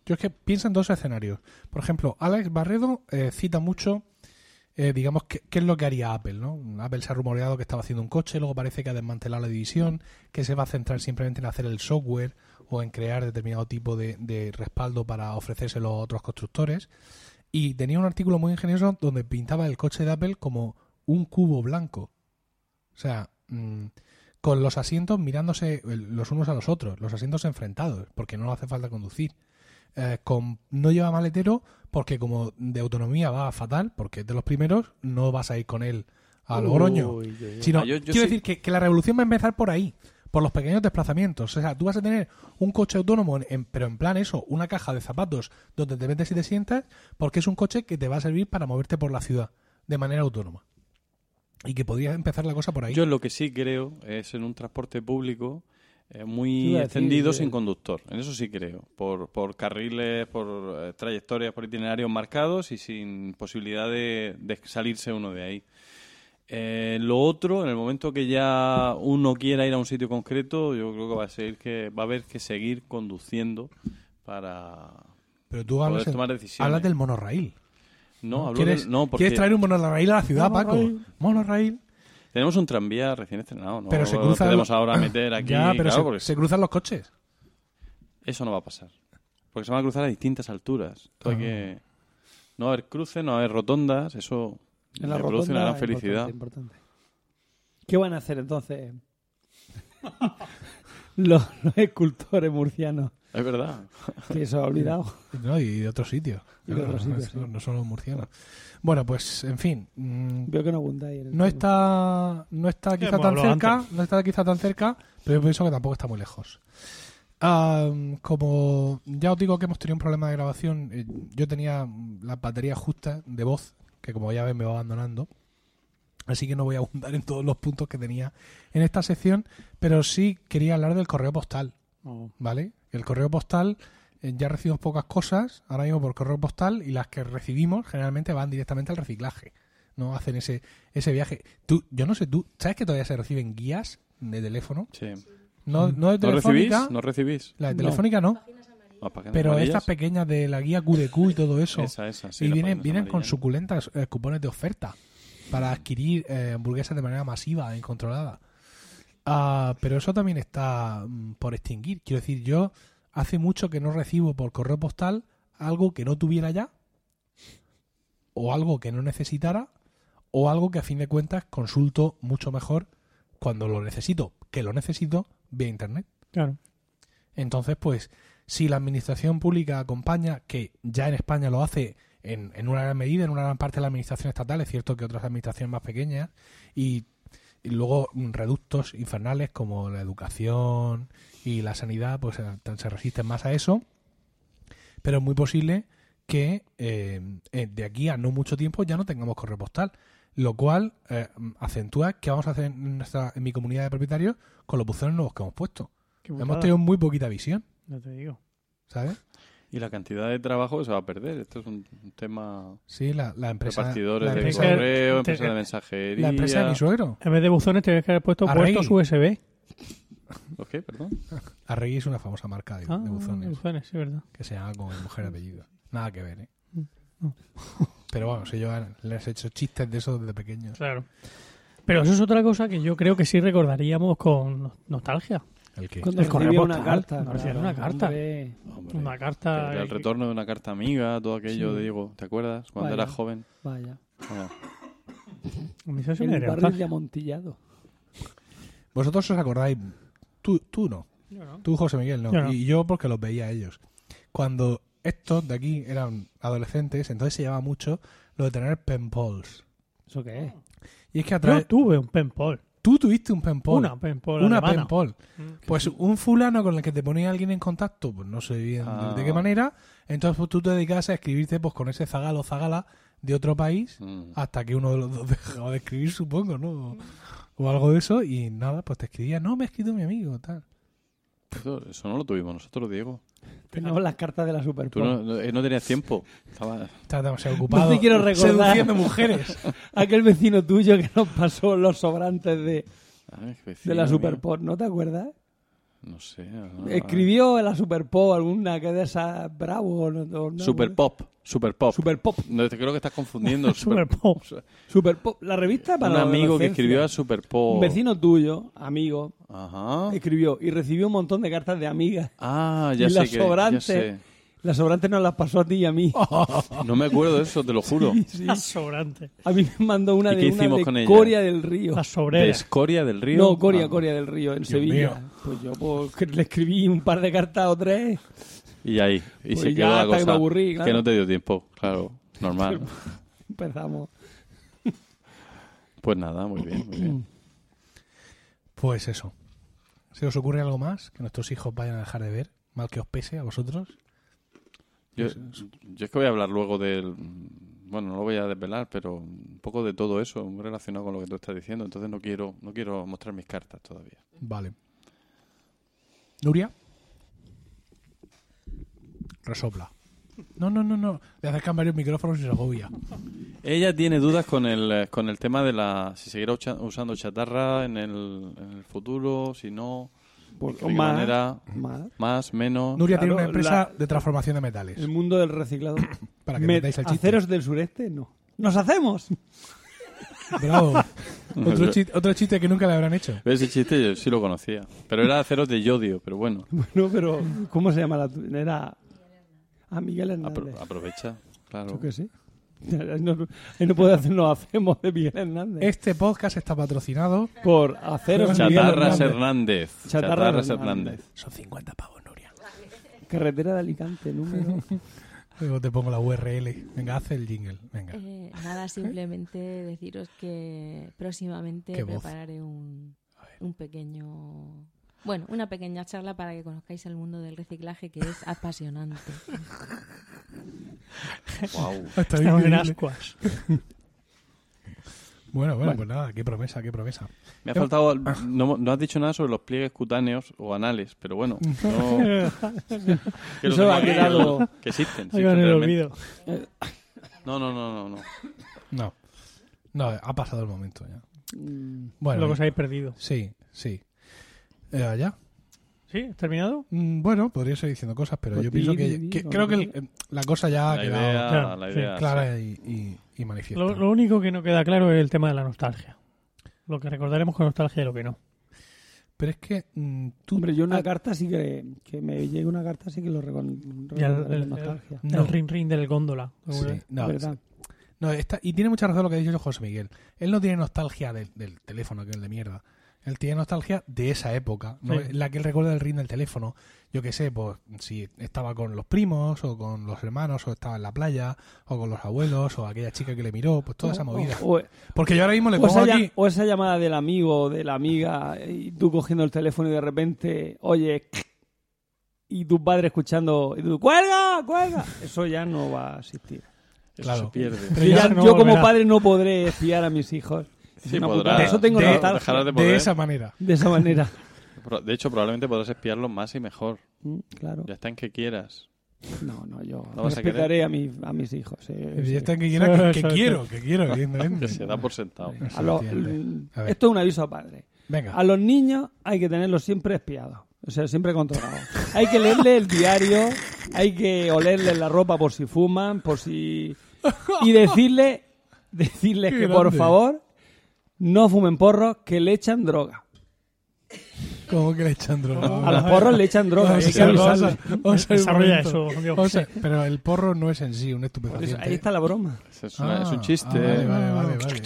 S1: Yo es que pienso en dos escenarios. Por ejemplo, Alex Barredo eh, cita mucho, eh, digamos, qué, qué es lo que haría Apple, ¿no? Apple se ha rumoreado que estaba haciendo un coche, luego parece que ha desmantelado la división, que se va a centrar simplemente en hacer el software o en crear determinado tipo de, de respaldo para ofrecérselo a otros constructores. Y tenía un artículo muy ingenioso donde pintaba el coche de Apple como un cubo blanco. O sea, mm, con los asientos mirándose el- los unos a los otros, los asientos enfrentados, porque no hace falta conducir. Eh, con, no lleva maletero porque como de autonomía va fatal, porque es de los primeros, no vas a ir con él a Logroño.
S2: Uy, uy, uy.
S1: Sino,
S3: Ah, yo- yo
S1: quiero
S3: soy-
S1: decir que, que la revolución va a empezar por ahí, por los pequeños desplazamientos. O sea, tú vas a tener un coche autónomo, en- en- pero en plan eso, una caja de zapatos donde te metes y te sientas, porque es un coche que te va a servir para moverte por la ciudad de manera autónoma. Y que podría empezar la cosa por ahí.
S3: Yo lo que sí creo es en un transporte público eh,
S2: Te
S3: muy
S2: iba a decir
S3: extendido
S2: que-
S3: sin conductor. En eso sí creo. Por, por carriles, por eh, trayectorias, por itinerarios marcados y sin posibilidad de, de salirse uno de ahí. Eh, lo otro, en el momento que ya uno quiera ir a un sitio concreto, yo creo que va a, seguir que, va a haber que seguir conduciendo para...
S1: pero tú
S3: poder
S1: hablas, en-
S3: tomar decisiones.
S1: hablas del monorraíl.
S3: No, hablo
S1: ¿Quieres,
S3: del- no, porque
S1: quieres traer un monorraíl a la ciudad,
S4: Monorraíl.
S1: Paco? Monorraíl.
S3: tenemos un tranvía recién estrenado. No,
S1: Pero se
S3: No
S1: cruza-
S3: podemos ahora meter aquí...
S1: ya, pero
S3: claro,
S1: se-
S3: porque-
S1: se, cruzan los coches.
S3: Eso no va a pasar. Porque se van a cruzar a distintas alturas. Entonces hay
S1: Ah.
S3: que- No va a haber cruces, no va a haber rotondas. Eso
S2: En la
S3: me produce
S2: rotonda,
S3: una gran
S2: importante,
S3: felicidad.
S2: importante. ¿Qué van a hacer entonces los, los escultores murcianos?
S3: Es verdad.
S2: Que se ha olvidado.
S1: No, y de otros sitios.
S2: Y de otros
S1: no,
S2: sitios, sí.
S1: no- no solo murcianos. Bueno, pues, en fin. mm,
S2: Veo que no abundáis. en el
S1: No
S2: tema.
S1: está, no está quizá
S4: hemos
S1: tan
S4: hablado
S1: cerca,
S4: antes.
S1: no está quizá tan cerca, pero yo pienso que tampoco está muy lejos. Ah, como ya os digo que hemos tenido un problema de grabación, eh, yo tenía la batería justa de voz, que como ya ven me va abandonando. Así que no voy a abundar en todos los puntos que tenía en esta sección, pero sí quería hablar del correo postal.
S2: No.
S1: ¿vale? El correo postal, eh, ya recibimos pocas cosas ahora mismo por correo postal y las que recibimos generalmente van directamente al reciclaje, no hacen ese, ese viaje. Tú, yo no sé, tú, ¿sabes que todavía se reciben guías de teléfono?
S3: Sí.
S1: No, no de
S3: Mm. ¿No
S1: telefónica.
S3: recibís? ¿No recibís? Ah,
S1: La de
S2: No.
S1: telefónica no,
S3: Las páginas
S1: pero
S3: amarillas.
S1: estas pequeñas de la guía QDQ y todo eso.
S3: Esa, esa, sí,
S1: y
S3: las
S1: vienen,
S3: páginas
S1: vienen con
S3: amarillas.
S1: suculentas eh, cupones de oferta para adquirir eh, hamburguesas de manera masiva e incontrolada. Ah, pero eso también está mm, por extinguir. Quiero decir, yo hace mucho que no recibo por correo postal algo que no tuviera ya, o algo que no necesitara, o algo que a fin de cuentas consulto mucho mejor cuando lo necesito, que lo necesito vía internet.
S4: Claro.
S1: Entonces, pues, si la administración pública acompaña, que ya en España lo hace en, en una gran medida, en una gran parte de la administración estatal, es cierto que otras administraciones más pequeñas, y, y luego mm, reductos infernales como la educación y la sanidad, pues eh, tan- se resisten más a eso, pero es muy posible que eh, eh, de aquí a no mucho tiempo ya no tengamos correo postal, lo cual eh, acentúa que vamos a hacer en, nuestra, en mi comunidad de propietarios con los buzones nuevos que hemos puesto.
S4: Qué
S1: Hemos
S4: putada,
S1: tenido muy poquita visión,
S4: ya te digo.
S1: ¿sabes?
S3: Y la cantidad de trabajo que se va a perder. Esto es un, un tema...
S1: Sí, la, la empresa.
S3: Repartidores
S1: la
S3: de
S1: empresa,
S4: correo.
S3: correo, empresa
S4: te-
S3: de mensajería...
S1: la empresa de mi suegro.
S4: En vez de buzones tenías que haber puesto
S1: Arregui.
S4: puertos USB.
S3: ¿Los qué? Perdón.
S1: Arregui es una famosa marca de,
S4: Ah,
S1: de buzones.
S4: buzones, sí, verdad.
S1: Que se llama como mi mujer apellido. Nada que ver, ¿eh?
S4: Mm, No.
S1: Pero bueno, si yo les he hecho chistes de eso desde pequeño.
S4: Claro. Pero eso es otra cosa que yo creo que sí recordaríamos con no- nostalgia.
S1: El que.
S2: Cuando
S4: El correo
S2: recibía una
S4: postal,
S2: carta.
S4: me recibía una carta.
S2: hombre.
S3: Hombre,
S4: Una
S3: el-
S4: carta.
S3: el retorno de una carta amiga, todo aquello,
S2: Sí.
S3: digo. ¿Te acuerdas? Cuando
S2: Vaya.
S3: eras joven.
S2: Vaya.
S3: Ah,
S4: A mí eso sí me
S2: El
S4: daría
S2: barril de amontillado.
S1: Vosotros os acordáis. Tú, tú no.
S4: Yo no.
S1: Tú, José Miguel, no.
S4: Yo no.
S1: Y yo porque los veía a ellos. Cuando estos de aquí eran adolescentes, entonces se llevaba mucho lo de tener pen pals.
S2: ¿Eso qué es?
S1: Y es que a
S4: Yo
S1: través...
S4: tuve un penpol.
S1: Tú tuviste un pen pal.
S4: Una penpol.
S1: Una
S4: alemana.
S1: pen pal.
S2: Mm,
S1: Pues un fulano con el que te ponía alguien en contacto, pues no sé bien
S3: Ah.
S1: de qué manera, entonces pues, tú te dedicabas a escribirte pues con ese zagalo o zagala de otro país
S3: Mm.
S1: hasta que uno de los dos dejaba de escribir, supongo, ¿no? O algo de eso y nada, pues te escribía, no, me ha escrito mi amigo, tal.
S3: Eso, eso no lo tuvimos nosotros, Diego.
S2: Teníamos las cartas de la
S3: Tú
S2: Superpop.
S3: no, no- eh, no tenías tiempo. Estaba-
S1: Estaba demasiado ocupado.
S2: te quiero recordar.
S1: Seduciendo mujeres.
S2: Aquel vecino tuyo que nos pasó los sobrantes de,
S3: Ay, vecino
S2: de la
S3: mío.
S2: Superpop, ¿no te acuerdas?
S3: No sé. ah,
S2: Escribió en la Superpop alguna que de esas Bravo. No, no- no-
S3: Super Pop. Super Pop.
S2: Superpop.
S3: No, te creo que estás confundiendo. Super
S4: Superpop.
S2: Superpop. La revista para
S3: Un
S2: la
S3: amigo que
S2: adolescencia.
S3: escribió a Super Pop.
S2: Un vecino tuyo, amigo,
S3: Ajá.
S2: escribió y recibió un montón de cartas de amigas.
S3: Ah, ya
S2: y
S3: sé
S2: las
S3: que- ya
S2: sobrantes.
S3: sé. Oh.
S2: Las sobrantes nos las pasó a ti y a mí.
S3: No me acuerdo de eso, te lo juro.
S2: Sí.
S4: Las sobrantes.
S2: A mí me mandó una
S3: ¿Y qué
S2: de, una
S3: hicimos
S2: de
S3: con ella?
S2: Coria del Río.
S4: Las
S3: ¿De
S4: sobreras.
S3: Escoria del Río?
S2: No, Coria,
S3: Ah.
S2: Coria del Río, en Sevilla.
S1: mío.
S2: Pues yo pues, que le escribí un par de cartas o tres.
S3: Y ahí. Y
S2: Pues
S3: se
S2: ya
S3: quedó la
S2: hasta que
S3: cosa.
S2: me aburrí, claro.
S3: Que no te dio tiempo, claro. Normal.
S2: Empezamos.
S3: Pues nada, muy bien, muy bien.
S1: Pues eso. ¿Se os ocurre algo más que nuestros hijos vayan a dejar de ver? Mal que os pese a vosotros.
S3: Yo, yo es que voy a hablar luego del... Bueno, no lo voy a desvelar, pero un poco de todo eso muy relacionado con lo que tú estás diciendo. Entonces no quiero, no quiero mostrar mis cartas todavía.
S1: Vale. Nuria. Resopla. No, no, no, no. Le acercan varios micrófonos y se agobia.
S3: Ella tiene dudas con el, eh, con el tema de la si seguirá ucha- usando chatarra en el, en el futuro, si no,
S2: Porque
S3: de qué
S2: más,
S3: manera,
S2: más.
S3: Pues, más, menos.
S1: Nuria tiene
S2: Claro,
S1: una empresa
S2: la-
S1: de transformación de metales.
S2: El mundo del reciclado.
S1: Para que
S2: Me-
S1: metáis el chiste.
S2: Aceros del sureste, no. ¡Nos hacemos!
S1: Bravo. otro, chiste, otro chiste que nunca le habrán hecho.
S3: ¿Ves ese chiste? Yo sí lo conocía. Pero era aceros de yodio, pero bueno,
S2: Bueno, pero ¿cómo se llama la tu- Era a Miguel
S3: apro-
S2: Hernández.
S3: aprovecha, claro.
S2: Yo qué sé. Ahí no, ahí no puede hacer nos hacemos de Miguel Hernández.
S1: Este podcast está patrocinado.
S2: Por aceros Miguel
S3: Chatarras
S2: Hernández.
S3: Hernández.
S2: Chatarras
S3: Chatarras
S2: Hernández.
S3: Hernández.
S1: Son 50 pavos, Nuria.
S2: Carretera de Alicante, número.
S1: Luego te pongo la URL. Venga, haz el jingle. Venga.
S5: Eh, nada, simplemente deciros que
S1: Qué
S5: próximamente
S1: voz.
S5: prepararé un, un pequeño... Bueno, una pequeña charla para que conozcáis el mundo del reciclaje que es apasionante.
S3: Wow.
S1: Está
S4: Estaban en
S1: increíble.
S4: ascuas.
S1: Bueno, bueno, pues nada, qué promesa, qué promesa.
S3: Me ha faltado. No, no has dicho nada sobre los pliegues cutáneos o anales, pero bueno. No, que lo
S2: Eso
S3: tengo
S2: ha
S3: aquí,
S2: quedado-
S3: Que existen.
S4: Ahí va en el
S3: existen
S4: olvido.
S3: realmente. No, no, no, no. no.
S1: No, no, ha pasado el momento ya.
S2: Mm,
S1: Bueno, eh.
S4: Lo que os habéis perdido.
S1: sí, sí. Eh, ¿Ya?
S4: ¿Sí? ¿Has terminado?
S1: Mm, Bueno, podría seguir diciendo cosas, pero
S2: Pues
S1: yo pienso
S2: di,
S1: que,
S2: di, di,
S1: que-
S2: no,
S1: creo que
S2: no.
S1: el- eh, la cosa ya ha
S3: la
S1: quedado
S3: idea,
S4: claro,
S3: la
S4: sí,
S3: idea. sí.
S1: clara y, y- y manifiesta.
S4: Lo, lo único que no queda claro es el tema de la nostalgia. Lo que recordaremos con nostalgia y lo que no.
S1: Pero es que mm, tú...
S2: Hombre, yo una
S1: ah,
S2: carta sí que. Que me llegue una carta sí que lo recon.
S4: Y el,
S2: recordaré con
S4: el-
S2: nostalgia.
S1: No.
S4: el ring ring del góndola.
S1: sí, no,
S2: ¿Verdad?
S1: no, está- y tiene mucha razón lo que ha dicho José Miguel. Él no tiene nostalgia del, del teléfono, que es el de mierda. Él tiene nostalgia de esa época, ¿no?
S4: Sí.
S1: la que él recuerda del ring del teléfono. Yo que sé, pues si estaba con los primos, o con los hermanos, o estaba en la playa, o con los abuelos, o aquella chica que le miró, pues toda esa movida.
S2: O- o-
S1: Porque yo ahora mismo le
S2: O
S1: pongo
S2: esa, lla-
S1: aquí.
S2: o esa llamada del amigo o de la amiga y tú cogiendo el teléfono y de repente, oye, y tu padre escuchando, y tú, cuelga, cuelga. Eso ya no va a existir.
S3: Eso
S1: Claro.
S3: se pierde.
S1: Pero
S2: Yo
S1: ya
S2: ya-
S4: no
S2: yo como
S4: volverá.
S2: padre no podré espiar a mis hijos.
S3: Sí,
S2: Una
S3: podrá.
S2: putada. Eso tengo
S1: De-
S2: nostalgia.
S3: dejarás de
S1: de,
S3: poder.
S1: esa manera.
S2: De esa manera.
S3: Pro- De hecho, probablemente podrás espiarlos más y mejor.
S2: Mm, claro.
S3: Ya está en que quieras.
S2: No, no, yo
S3: ¿No vas a
S2: respetaré a, mis- a mis hijos. eh, sí, sí.
S1: Ya está que quiera, que- que,
S4: Eso, eso.
S1: quiero, que quiero, evidentemente.
S3: Que se da por sentado.
S2: A los-
S1: Efectivamente. A ver.
S2: esto es un aviso a padres.
S1: Venga,
S2: A los niños hay que tenerlos siempre espiados, o sea, siempre controlados. Hay que leerle el diario, hay que olerle la ropa por si fuman, por si... Y decirle, decirles
S1: Qué
S2: que por
S1: grande.
S2: favor no fumen porros, que le echan droga.
S1: ¿cómo que le echan droga?
S2: A los porros le echan droga,
S1: Vamos
S2: hay
S1: a-
S2: que
S1: vamos a-
S2: avisarle.
S1: vamos a-
S4: Desarrolla
S1: un
S4: eso,
S1: momento.
S4: Diego.
S1: Vamos a- Pero el porro no es en sí un
S2: Por eso,
S1: estupefaciente.
S2: ahí está la broma.
S3: Es, una-
S1: Ah,
S3: es un
S1: ah,
S3: chiste.
S1: vale, vale, vale, vale.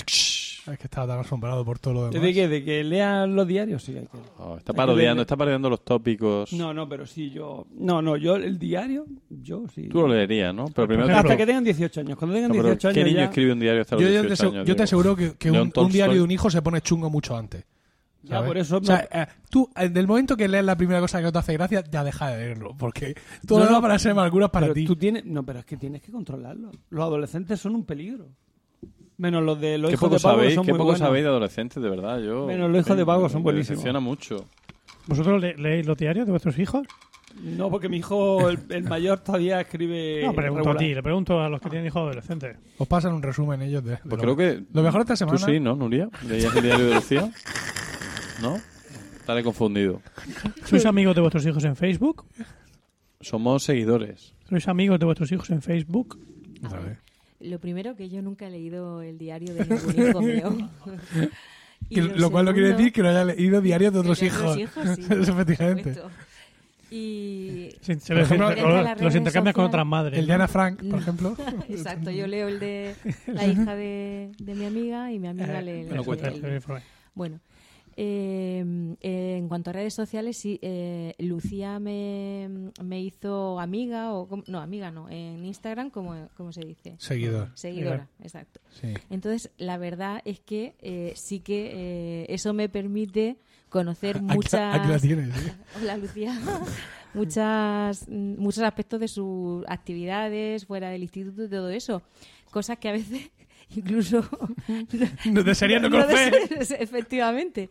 S1: Es que estaba tan asombrado por todo lo demás.
S2: ¿De qué? ¿De que lean los diarios? Sí, hay que...
S3: Oh, está parodiando, está parodiando los tópicos.
S2: No, no, pero sí, yo... No, no, yo el diario, yo sí.
S3: Tú lo leerías, ¿no? Pero primero
S2: Hasta
S1: Claro.
S2: que tengan 18 años. Cuando tengan
S3: No, pero
S2: 18
S3: ¿Qué
S2: años
S3: niño
S2: ya...
S3: escribe un diario hasta los
S1: Yo, yo
S3: 18
S1: te, asegu-
S3: años?
S1: yo te
S3: Diego?
S1: aseguro que, que
S3: León
S1: un, un
S3: Tolstoy.
S1: diario de un hijo se pone chungo mucho antes.
S2: Ya,
S1: ¿sabes?
S2: por eso...
S1: O sea, eh, tú, eh, del momento que lees la primera cosa que te hace gracia, ya deja de leerlo. Porque todo
S2: No,
S1: lo
S2: no,
S1: va para ser amarguras para
S2: pero
S1: ti.
S2: tú tienes... No, pero es que tienes que controlarlo. Los adolescentes son un peligro. Menos los de los
S3: ¿Qué
S2: hijos
S3: poco
S2: de Pablo,
S3: sabéis,
S2: son
S3: qué
S2: muy
S3: poco
S2: buenos.
S3: sabéis de adolescentes, de verdad? Yo,
S2: Bueno, los hijos de Pago son
S3: me
S2: buenísimos.
S3: decepciona mucho.
S4: ¿Vosotros le- leéis los diarios de vuestros hijos?
S2: No, porque mi hijo, el, el mayor, todavía escribe...
S4: no, pregunto
S2: regular.
S4: a ti, le pregunto a los que tienen hijos adolescentes.
S1: Os pasan un resumen ellos de. de
S3: Pues
S1: lo,
S3: creo que
S1: lo mejor esta semana.
S3: tú sí, ¿no, Nuria? ¿Leías el diario de Lucía? ¿No? Estaré confundido.
S4: ¿Sois amigos de vuestros hijos en Facebook?
S3: Somos seguidores.
S4: ¿Sois amigos de vuestros hijos en Facebook?
S5: A
S1: Otra
S5: ver,
S1: vez.
S5: Lo primero que yo nunca he leído el diario de ningún hijo mío. Y
S1: Que- lo cual no quiere
S5: segundo-
S1: decir que no haya leído diarios de otros
S5: de otros
S1: hijos.
S5: hijos, sí,
S1: Eso,
S5: por
S1: efectivamente.
S5: supuesto. Y
S4: Sí, se
S1: Por
S4: ve-
S1: ejemplo,
S4: los-
S1: dentro
S5: de las
S4: los
S5: redes
S4: intercambias con
S5: sociales.
S4: otras madres.
S1: El de Ana Frank, por
S5: Mm.
S1: ejemplo.
S5: exacto, yo leo el de la hija de, de mi amiga y mi
S1: Eh,
S4: Eh,
S5: amiga lee el,
S3: me lo cuesta.
S5: el- Bueno, eh, eh, en cuanto a redes sociales, sí, eh, Lucía me, me hizo amiga, o com- no, amiga no, en Instagram, como, como se dice,
S1: Seguidor.
S5: seguidora, exacto.
S1: Sí.
S5: Entonces, la verdad es que eh, sí que eh, eso me permite conocer
S1: Aquí, aquí la
S5: muchas...
S1: tienes. ¿eh?
S5: Hola, Lucía. muchas, mm, muchos aspectos de sus actividades fuera del instituto y todo eso. Cosas que a veces incluso
S1: No desearía no
S5: no
S1: conocer.
S5: des- efectivamente.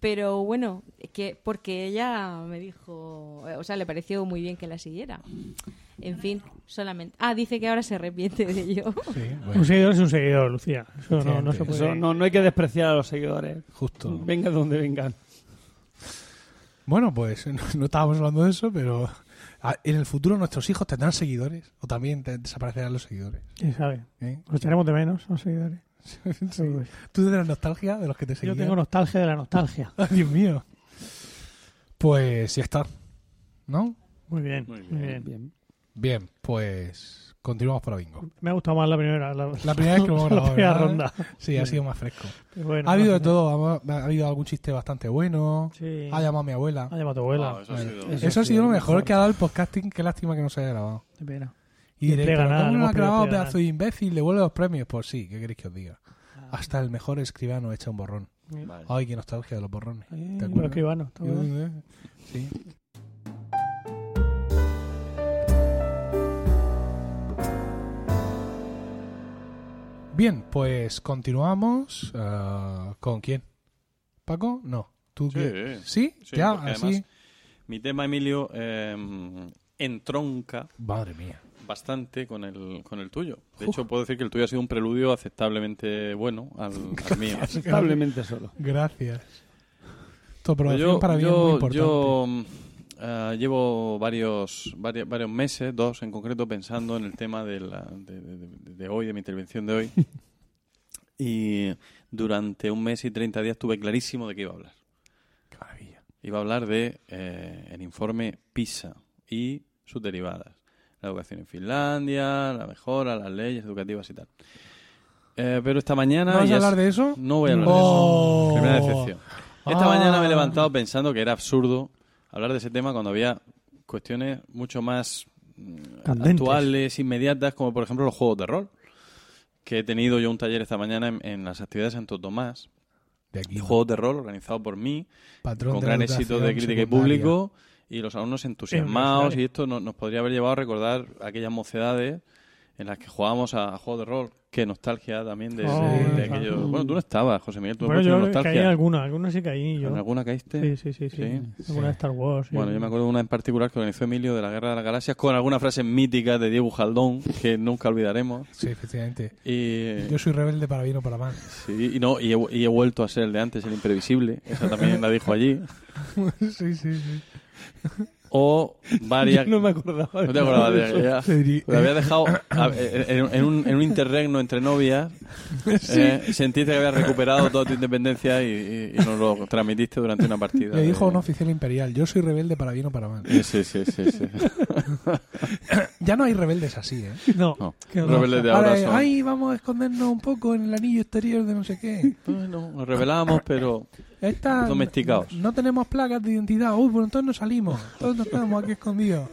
S5: Pero bueno, es que porque ella me dijo, eh, o sea, le pareció muy bien que la siguiera. En fin, solamente. Ah, dice que ahora se arrepiente de ello.
S1: Sí,
S4: Un
S1: bueno,
S4: seguidor es un seguidor, Lucía. Eso no, no Pues- se
S1: Efectivamente.
S4: puede.
S2: Eso, no, no hay que despreciar a los seguidores.
S1: justo.
S2: Vengan donde vengan.
S1: Bueno, pues no, no estábamos hablando de eso, pero ah, en el futuro nuestros hijos tendrán seguidores o también te- desaparecerán los seguidores.
S4: ¿Quién sabe?
S1: ¿eh?
S4: Los echaremos de menos, los seguidores. Seguidores.
S1: ¿Tú tendrás nostalgia de los que te
S4: Yo
S1: seguían?
S4: tengo nostalgia de la nostalgia.
S1: ¡Ay, Dios mío. Pues ya está. ¿No?
S4: Muy bien,
S3: Muy
S4: muy
S3: bien.
S4: bien.
S2: Bien.
S1: Bien, pues continuamos para bingo.
S4: Me ha gustado más la primera. La,
S1: La primera vez que lo hemos
S4: la
S1: grabado,
S4: primera
S1: ¿verdad?
S4: ronda.
S1: Sí, ha sido más fresco.
S4: Pero bueno,
S1: Ha habido de
S4: no-
S1: todo. Ha, ha habido algún chiste bastante bueno.
S4: Sí.
S1: Ha llamado a mi abuela.
S4: Ha llamado a tu abuela.
S3: Ah, eso ha sido-
S4: Eso
S1: Eso ha
S4: sí,
S1: sido lo
S4: lo
S1: mejor
S4: mejor.
S1: que ha dado el podcasting. Qué lástima que no se haya grabado.
S4: Qué pena.
S1: Y
S4: Y
S1: diré,
S4: plega
S1: ¿pero
S4: nada,
S1: ¿cómo no
S4: hemos
S1: has
S4: pedido
S1: grabado,
S4: plega
S1: pedazo de imbécil? Devuelve los premios. Pues sí, ¿qué queréis que os diga?
S4: Ah.
S1: Hasta el mejor escribano echa un borrón.
S3: Vale.
S1: Ay, qué nostalgia de los borrones.
S4: Eh,
S1: ¿Te
S4: los
S1: acuerdas?
S4: escribanos. ¿te acuerdas?
S1: ¿eh? Sí. Bien, pues continuamos. ah, ¿Con quién? ¿Paco? No. ¿Tú
S3: Sí,
S1: qué?
S3: Sí,
S1: ¿Ya?
S3: porque
S1: ¿Así?
S3: además mi tema, Emilio, eh, entronca
S1: Madre mía.
S3: bastante con el, con el tuyo. De
S1: Uf.
S3: hecho, puedo decir que el tuyo ha sido un preludio aceptablemente bueno al, al mío.
S2: Establemente solo.
S1: Gracias. Tu
S3: Pero
S1: aprobación para mí
S3: yo,
S1: es muy importante.
S3: yo, mm, ah, llevo varios, vari- varios meses, dos en concreto, pensando en el tema de, la- de- de- de- de hoy, de mi intervención de hoy. y durante un mes y 30 días tuve clarísimo de qué iba a hablar.
S1: Qué maravilla.
S3: Iba a hablar de eh, el informe PISA y sus derivadas. La educación en Finlandia, la mejora, las leyes educativas y tal. Eh, pero esta mañana...
S1: ¿No vas
S3: ya
S1: a hablar
S3: es-
S1: de eso?
S3: No voy a hablar
S1: Oh.
S3: de eso. Primera decepción. Esta
S1: Ah.
S3: mañana me he levantado pensando que era absurdo hablar de ese tema cuando había cuestiones mucho más mm,
S4: Candentes.
S3: actuales, inmediatas, como por ejemplo los juegos de rol. Que he tenido yo un taller esta mañana en, en las actividades de Santo Tomás.
S1: De aquí,
S3: de Juegos de rol organizado por mí
S1: patrón
S3: con
S1: de la
S3: gran éxito de
S1: educación
S3: crítica y
S1: secundaria.
S3: público y los alumnos entusiasmados
S4: Universitario.
S3: y esto no- nos podría haber llevado a recordar aquellas mocedades en las que jugábamos a, a juegos de rol qué nostalgia también de,
S4: Oh,
S3: de- de
S4: esa.
S3: aquellos bueno tú no estabas José Miguel tú
S4: Bueno,
S3: mucho
S4: yo caí en
S3: nostalgia
S4: alguna. Alguna sí caí yo.
S3: ¿En alguna caíste
S4: Sí, sí, sí. sí.
S3: Sí.
S4: Alguna de Star Wars. sí.
S3: bueno yo me acuerdo de una en particular que organizó Emilio de la Guerra de las Galaxias con alguna frase mítica de Diego Jaldón que nunca olvidaremos
S1: Sí, efectivamente.
S3: y
S1: Yo soy rebelde para bien o para mal.
S3: sí, y no y he, y he vuelto a ser el de antes el imprevisible esa también la dijo allí
S1: sí, sí, sí.
S3: o varias...
S2: No me acordaba.
S3: No te acordabas de ella.
S1: Federico.
S3: Lo había dejado a- en, en un, en un interregno entre novias. eh, sentiste que habías recuperado toda tu independencia y, y- y nos lo transmitiste durante una partida.
S1: Le
S3: de-
S1: dijo a un oficial imperial, yo soy rebelde para bien o para mal.
S3: Sí, sí, sí. sí, sí.
S1: Ya no hay rebeldes así, ¿eh?
S4: No.
S3: No.
S4: que no.
S3: Rebeldes de
S1: Ahora
S3: ahora
S1: es,
S3: son-
S1: ay, vamos a escondernos un poco en el anillo exterior de no sé qué.
S3: Bueno, nos revelamos, pero
S1: Ahí está,
S3: Domesticados.
S1: No, tenemos placas de identidad. Uy, pues entonces no salimos. Todos nos quedamos aquí escondidos.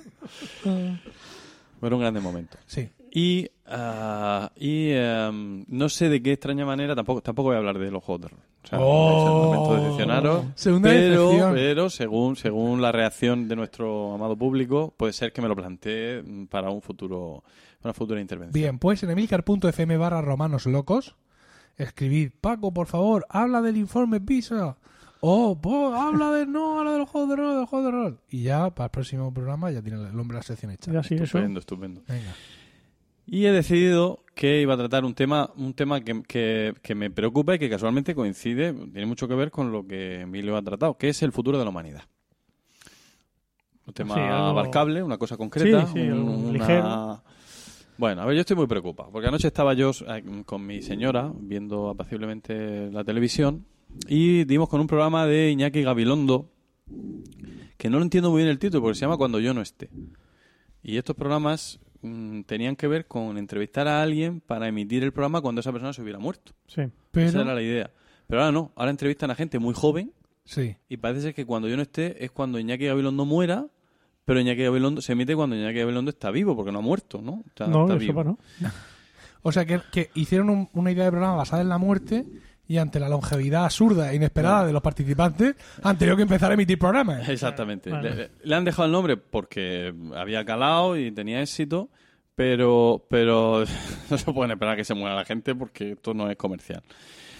S3: fueron grandes momentos.
S1: Sí.
S3: Y, ah, y em, no sé de qué extraña manera, tampoco, tampoco voy a hablar de los juegos de rol. O sea,
S1: Oh.
S3: lamento decepcionaros.
S1: Segunda
S3: pero,
S1: decepción.
S3: pero según, según la reacción de nuestro amado público, puede ser que me lo plantee mm, para un futuro, una futura intervención.
S1: Bien, pues en emilcar.fm barra romanos locos, escribid, Paco, por favor, habla del informe PISA. O, po, habla de no, habla del juego de rol, del juego de rol. Y ya, para el próximo programa, ya tiene el hombre la sección hecha.
S4: Ya sí, eso.
S3: Estupendo, estupendo.
S1: Venga.
S3: Y he decidido que iba a tratar un tema, un tema que, que- que me preocupa y que casualmente coincide, tiene mucho que ver con lo que Emilio ha tratado, que es el futuro de la humanidad. Un tema
S4: Sí, algo-
S3: abarcable, una cosa concreta,
S4: Sí, sí,
S3: un-
S4: algo
S3: una-
S4: ligero.
S3: Bueno, a ver, yo estoy muy preocupado, porque anoche estaba yo eh, con mi señora viendo apaciblemente la televisión y dimos con un programa de Iñaki Gabilondo, que no lo entiendo muy bien el título, porque se llama Cuando yo no esté. Y estos programas mm, tenían que ver con entrevistar a alguien para emitir el programa cuando esa persona se hubiera muerto.
S4: Sí.
S3: Esa era
S1: Pero,
S3: la idea. Pero ahora no, ahora entrevistan a gente muy joven
S1: sí.
S3: y parece ser que cuando yo no esté es cuando Iñaki Gabilondo muera, pero Iñaki Gabilondo se emite cuando Iñaki Gabilondo está vivo, porque no ha muerto, ¿no? Está,
S4: No,
S3: está
S4: eso
S3: vivo.
S4: para no.
S1: O sea, que, que hicieron un- una idea de programa basada en la muerte y ante la longevidad absurda e inesperada de los participantes, han tenido que empezar a emitir programas.
S3: Exactamente.
S4: Vale.
S3: Le, le han dejado el nombre porque había calado y tenía éxito, pero, pero no se pueden esperar a que se muera la gente porque esto no es comercial.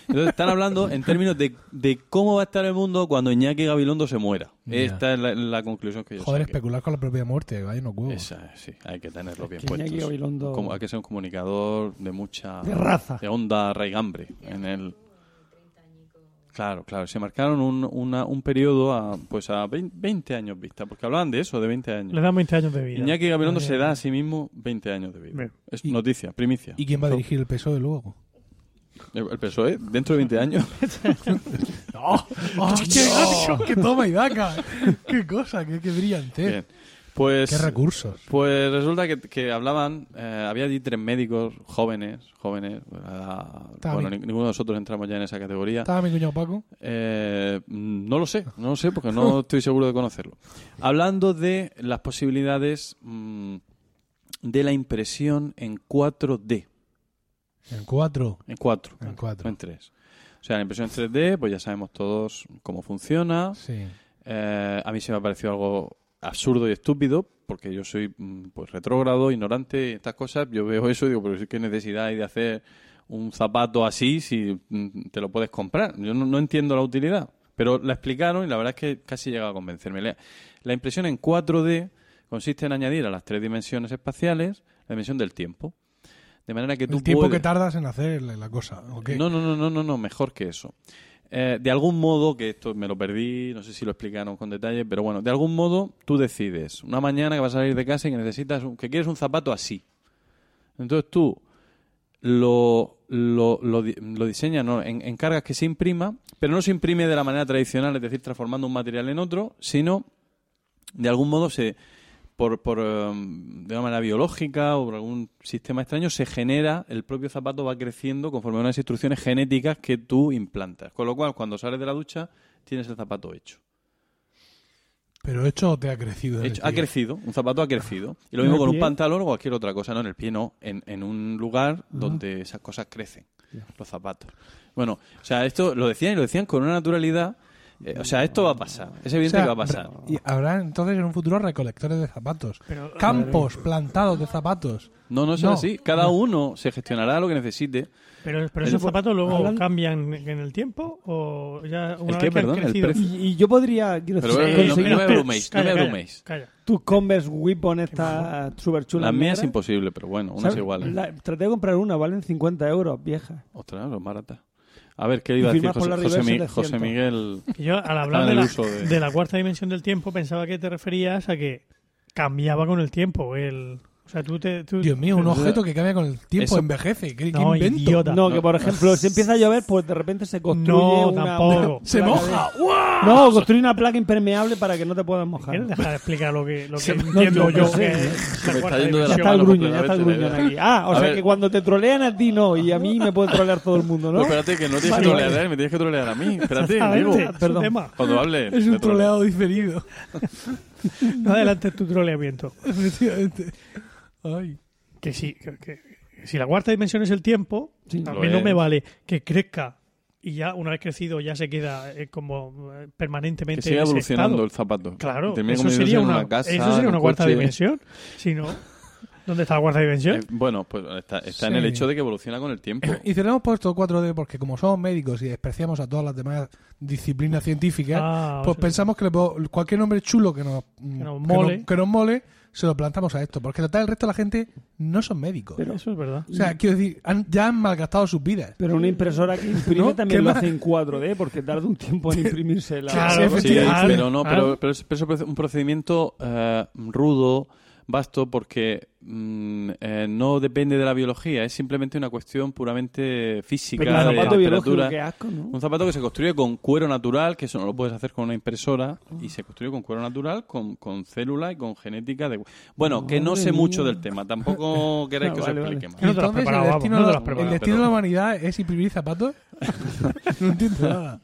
S3: Entonces están hablando en términos de, de cómo va a estar el mundo cuando Iñaki Gabilondo se muera.
S1: Ya.
S3: Esta es la, la conclusión que yo
S1: Joder,
S3: saqué.
S1: especular con la propia muerte, vaya unos huevos.
S3: Esa, sí, hay que tenerlo bien
S2: Que Iñaki
S3: puesto.
S2: Gabilondo-
S3: Como- Hay que ser un comunicador de mucha...
S2: De raza.
S3: De onda raigambre en el... Claro, claro. Se marcaron un, una- un periodo a, pues a 20, 20 años vista, porque hablaban de eso, de 20
S4: Le
S3: años.
S4: dan 20 años de vida.
S3: Iñaki Gabilondo
S4: Ay,
S3: se da a sí mismo 20 años de vida.
S4: Bien.
S3: Es
S1: Y-
S3: noticia, primicia.
S1: ¿Y quién va a dirigir el PSOE luego?
S3: El el PSOE, E, dentro de 20 años,
S1: ¡Oh, qué, ¡Qué toma y daca! ¡Qué cosa! ¡Qué, qué brillante!
S3: bien. Pues...
S1: ¡Qué recursos!
S3: Pues resulta que, que hablaban, eh, había allí tres médicos jóvenes, jóvenes, bueno, la-
S1: Está
S3: bueno,
S1: bien.
S3: ni- ninguno de nosotros entramos ya en esa categoría.
S1: Estaba mi cuñado Paco.
S3: Eh, mm, no lo sé, no lo sé porque no estoy seguro de conocerlo. Hablando de las posibilidades mm, de la impresión en 4D,
S1: En cuatro.
S3: en 4,
S1: En cuatro.
S3: no en 3. O sea, la impresión en 3D, pues ya sabemos todos cómo funciona.
S1: Sí.
S3: Eh, a mí se me ha parecido algo absurdo y estúpido, porque yo soy mm, pues retrógrado, ignorante, y estas cosas. Yo veo eso y digo, pero ¿qué necesidad hay de hacer un zapato así si mm, te lo puedes comprar? Yo no, no entiendo la utilidad. Pero la explicaron y la verdad es que casi llega a convencerme. La, la impresión en 4D consiste en añadir a las tres dimensiones espaciales la dimensión del tiempo. De manera que tú
S1: El tiempo
S3: puedes...
S1: que tardas en hacer la la cosa. ¿o qué?
S3: No, no, no, no, no, no, mejor que eso. Eh, de algún modo, que esto me lo perdí, no sé si lo explicaron con detalle, pero bueno, de algún modo tú decides una mañana que vas a salir de casa y que necesitas, un- que quieres un zapato así. Entonces tú lo, lo, lo, di- lo diseñas, ¿no? En- encargas que se imprima, pero no se imprime de la manera tradicional, es decir, transformando un material en otro, sino de algún modo se por, por, eh, de una manera biológica o por algún sistema extraño se genera el propio zapato va creciendo conforme a unas instrucciones genéticas que tú implantas con lo cual cuando sales de la ducha tienes el zapato hecho,
S1: Pero hecho te ha crecido. en Ah, el Ah.
S3: Hecho- ha
S1: tío.
S3: crecido un zapato ha crecido y lo
S2: ¿En
S3: mismo
S2: el
S3: con un
S2: pie?
S3: pantalón o cualquier otra cosa no en el pie no en, en un
S1: Ah.
S3: lugar donde esas cosas crecen los zapatos bueno o sea esto lo decían y lo decían con una naturalidad eh, o sea esto va a pasar es
S1: O
S3: evidente
S1: sea,
S3: que va a pasar
S1: re- Y habrá entonces en un futuro recolectores de zapatos. Campos plantados de zapatos.
S3: no no es
S1: No.
S3: así cada uno se gestionará lo que necesite
S4: Pero, pero
S3: El
S4: esos
S3: fa-
S4: zapatos luego
S2: Hablando-
S4: cambian en el tiempo o ya una
S3: ¿El
S4: vez
S3: qué?
S4: que han
S3: Perdón, ¿el
S4: crecido.
S3: precio?
S2: Y, y yo podría quiero
S3: Pero
S2: decir,
S4: Sí,
S3: bueno, no-
S4: sí,
S3: no
S2: conseguir
S3: me
S4: pero-
S3: abruméis, no
S4: calla,
S3: me
S4: calla,
S3: abruméis.
S4: calla.
S2: tus Converse Weapon estas super chulas.
S3: La mía es ¿eh? imposible, pero bueno, unas iguales.
S2: traté de comprar una, valen 50 euros, vieja.
S3: Ostras, son baratas. A ver, ¿qué iba a decir
S2: Firmas por
S3: José,
S2: la
S3: José,
S2: reversa
S3: Mi-
S2: del
S3: José
S2: ciento.
S3: Miguel? Pues
S4: Que Yo, al
S3: en
S4: hablar de
S3: el
S4: la,
S3: uso de-
S4: de la cuarta dimensión del tiempo, pensaba que te referías a que cambiaba con el tiempo. El, o sea, tú te. tú-
S1: Dios mío, un objeto que cambia con el tiempo
S3: Eso-
S1: envejece. ¿Qué, qué
S4: No,
S1: invento?
S4: idiota.
S2: No, que por ejemplo, si empieza a llover, pues de repente se construye
S4: No,
S2: una-
S4: tampoco.
S1: Se
S2: placa
S1: moja. ¡Guau!
S2: de- No, construye una placa impermeable para que no te puedas mojar.
S4: ¿Quieres dejar de explicar lo que, lo que
S2: me-
S4: entiendo
S2: no, yo
S4: yo?
S2: sé.
S4: que
S2: Se
S4: es la
S3: me está
S4: cuarta
S3: yendo de la
S2: Ya
S4: dimensión?
S2: está el
S3: mano
S2: gruñón, ya está el
S3: completamente,
S2: gruñón
S3: la
S2: aquí.
S3: idea.
S2: Ah, o
S3: A
S2: sea
S3: ver.
S2: que cuando te trolean a ti no, y a mí me puede trolear todo el mundo,
S3: No,
S2: ¿no?
S3: espérate, que no tienes que
S2: Vale,
S3: trolear
S2: vale.
S3: a él, me tienes que trolear a mí. Espérate,
S4: Exactamente,
S3: amigo.
S4: es un
S2: perdón.
S4: tema.
S3: Cuando hable.
S1: Es
S3: te
S1: un
S3: troleo.
S1: troleado diferido.
S4: No adelantes tu troleamiento.
S1: Efectivamente. Ay.
S4: Que sí, que, que- que si la cuarta dimensión es el tiempo,
S2: Sí.
S4: a
S3: Lo
S4: mí no
S3: es.
S4: me vale que crezca y ya una vez crecido ya se queda eh, como eh,
S3: Que
S4: permanentemente
S3: siga
S4: en ese
S3: evolucionando
S4: estado.
S3: el zapato.
S4: Claro,
S3: Y termina
S4: eso
S3: convirtiéndose
S4: sería
S3: en
S4: una,
S3: casa,
S4: eso sería
S3: en
S4: una
S3: un
S4: cuarta
S3: coche.
S4: dimensión. Si no, ¿dónde está la cuarta dimensión?
S3: Eh, bueno, pues está, está en el
S1: Sí.
S3: hecho de que evoluciona con el tiempo.
S1: Y tenemos puesto 4D porque como somos médicos y despreciamos a todas las demás disciplinas científicas,
S4: Ah,
S1: pues
S4: o sea,
S1: pensamos que le po- cualquier nombre chulo que nos, mm,
S4: nos
S1: que
S4: mole.
S1: nos- que nos mole, se lo plantamos a esto. Porque total, el resto de la gente no son médicos.
S4: eso es verdad.
S1: o sea, quiero decir, han- ya han malgastado sus vidas.
S2: Pero una impresora que imprime
S1: No,
S2: también
S1: ¿qué
S2: lo
S1: más?
S2: hace en 4D porque tarda un tiempo en imprimirse la...
S4: Claro,
S1: Sí,
S3: Sí,
S1: efectivamente.
S3: pero no, pero,
S4: claro.
S3: pero es pero es un procedimiento eh, rudo, vasto, porque mm, eh, no depende de la biología, es simplemente una cuestión puramente física,
S2: Pero el
S3: de
S2: zapato biológico,
S3: temperatura.
S2: qué asco, ¿no?
S3: Un zapato que se construye con cuero natural, que eso no lo puedes hacer con una impresora, y se construye con cuero natural, con, con célula y con genética de... Bueno, que no
S2: Madre
S3: sé
S2: mía. Ah,
S3: mucho del tema, tampoco queréis que os
S2: Vale, vale.
S3: explique más.
S4: Que no te lo has
S1: Entonces,
S4: preparado,
S1: el
S4: vamos,
S1: destino,
S4: no te
S1: de
S4: lo
S1: la-
S4: has preparado.
S1: el destino de
S3: Pero-
S1: la humanidad es imprimir zapatos. no entiendo nada.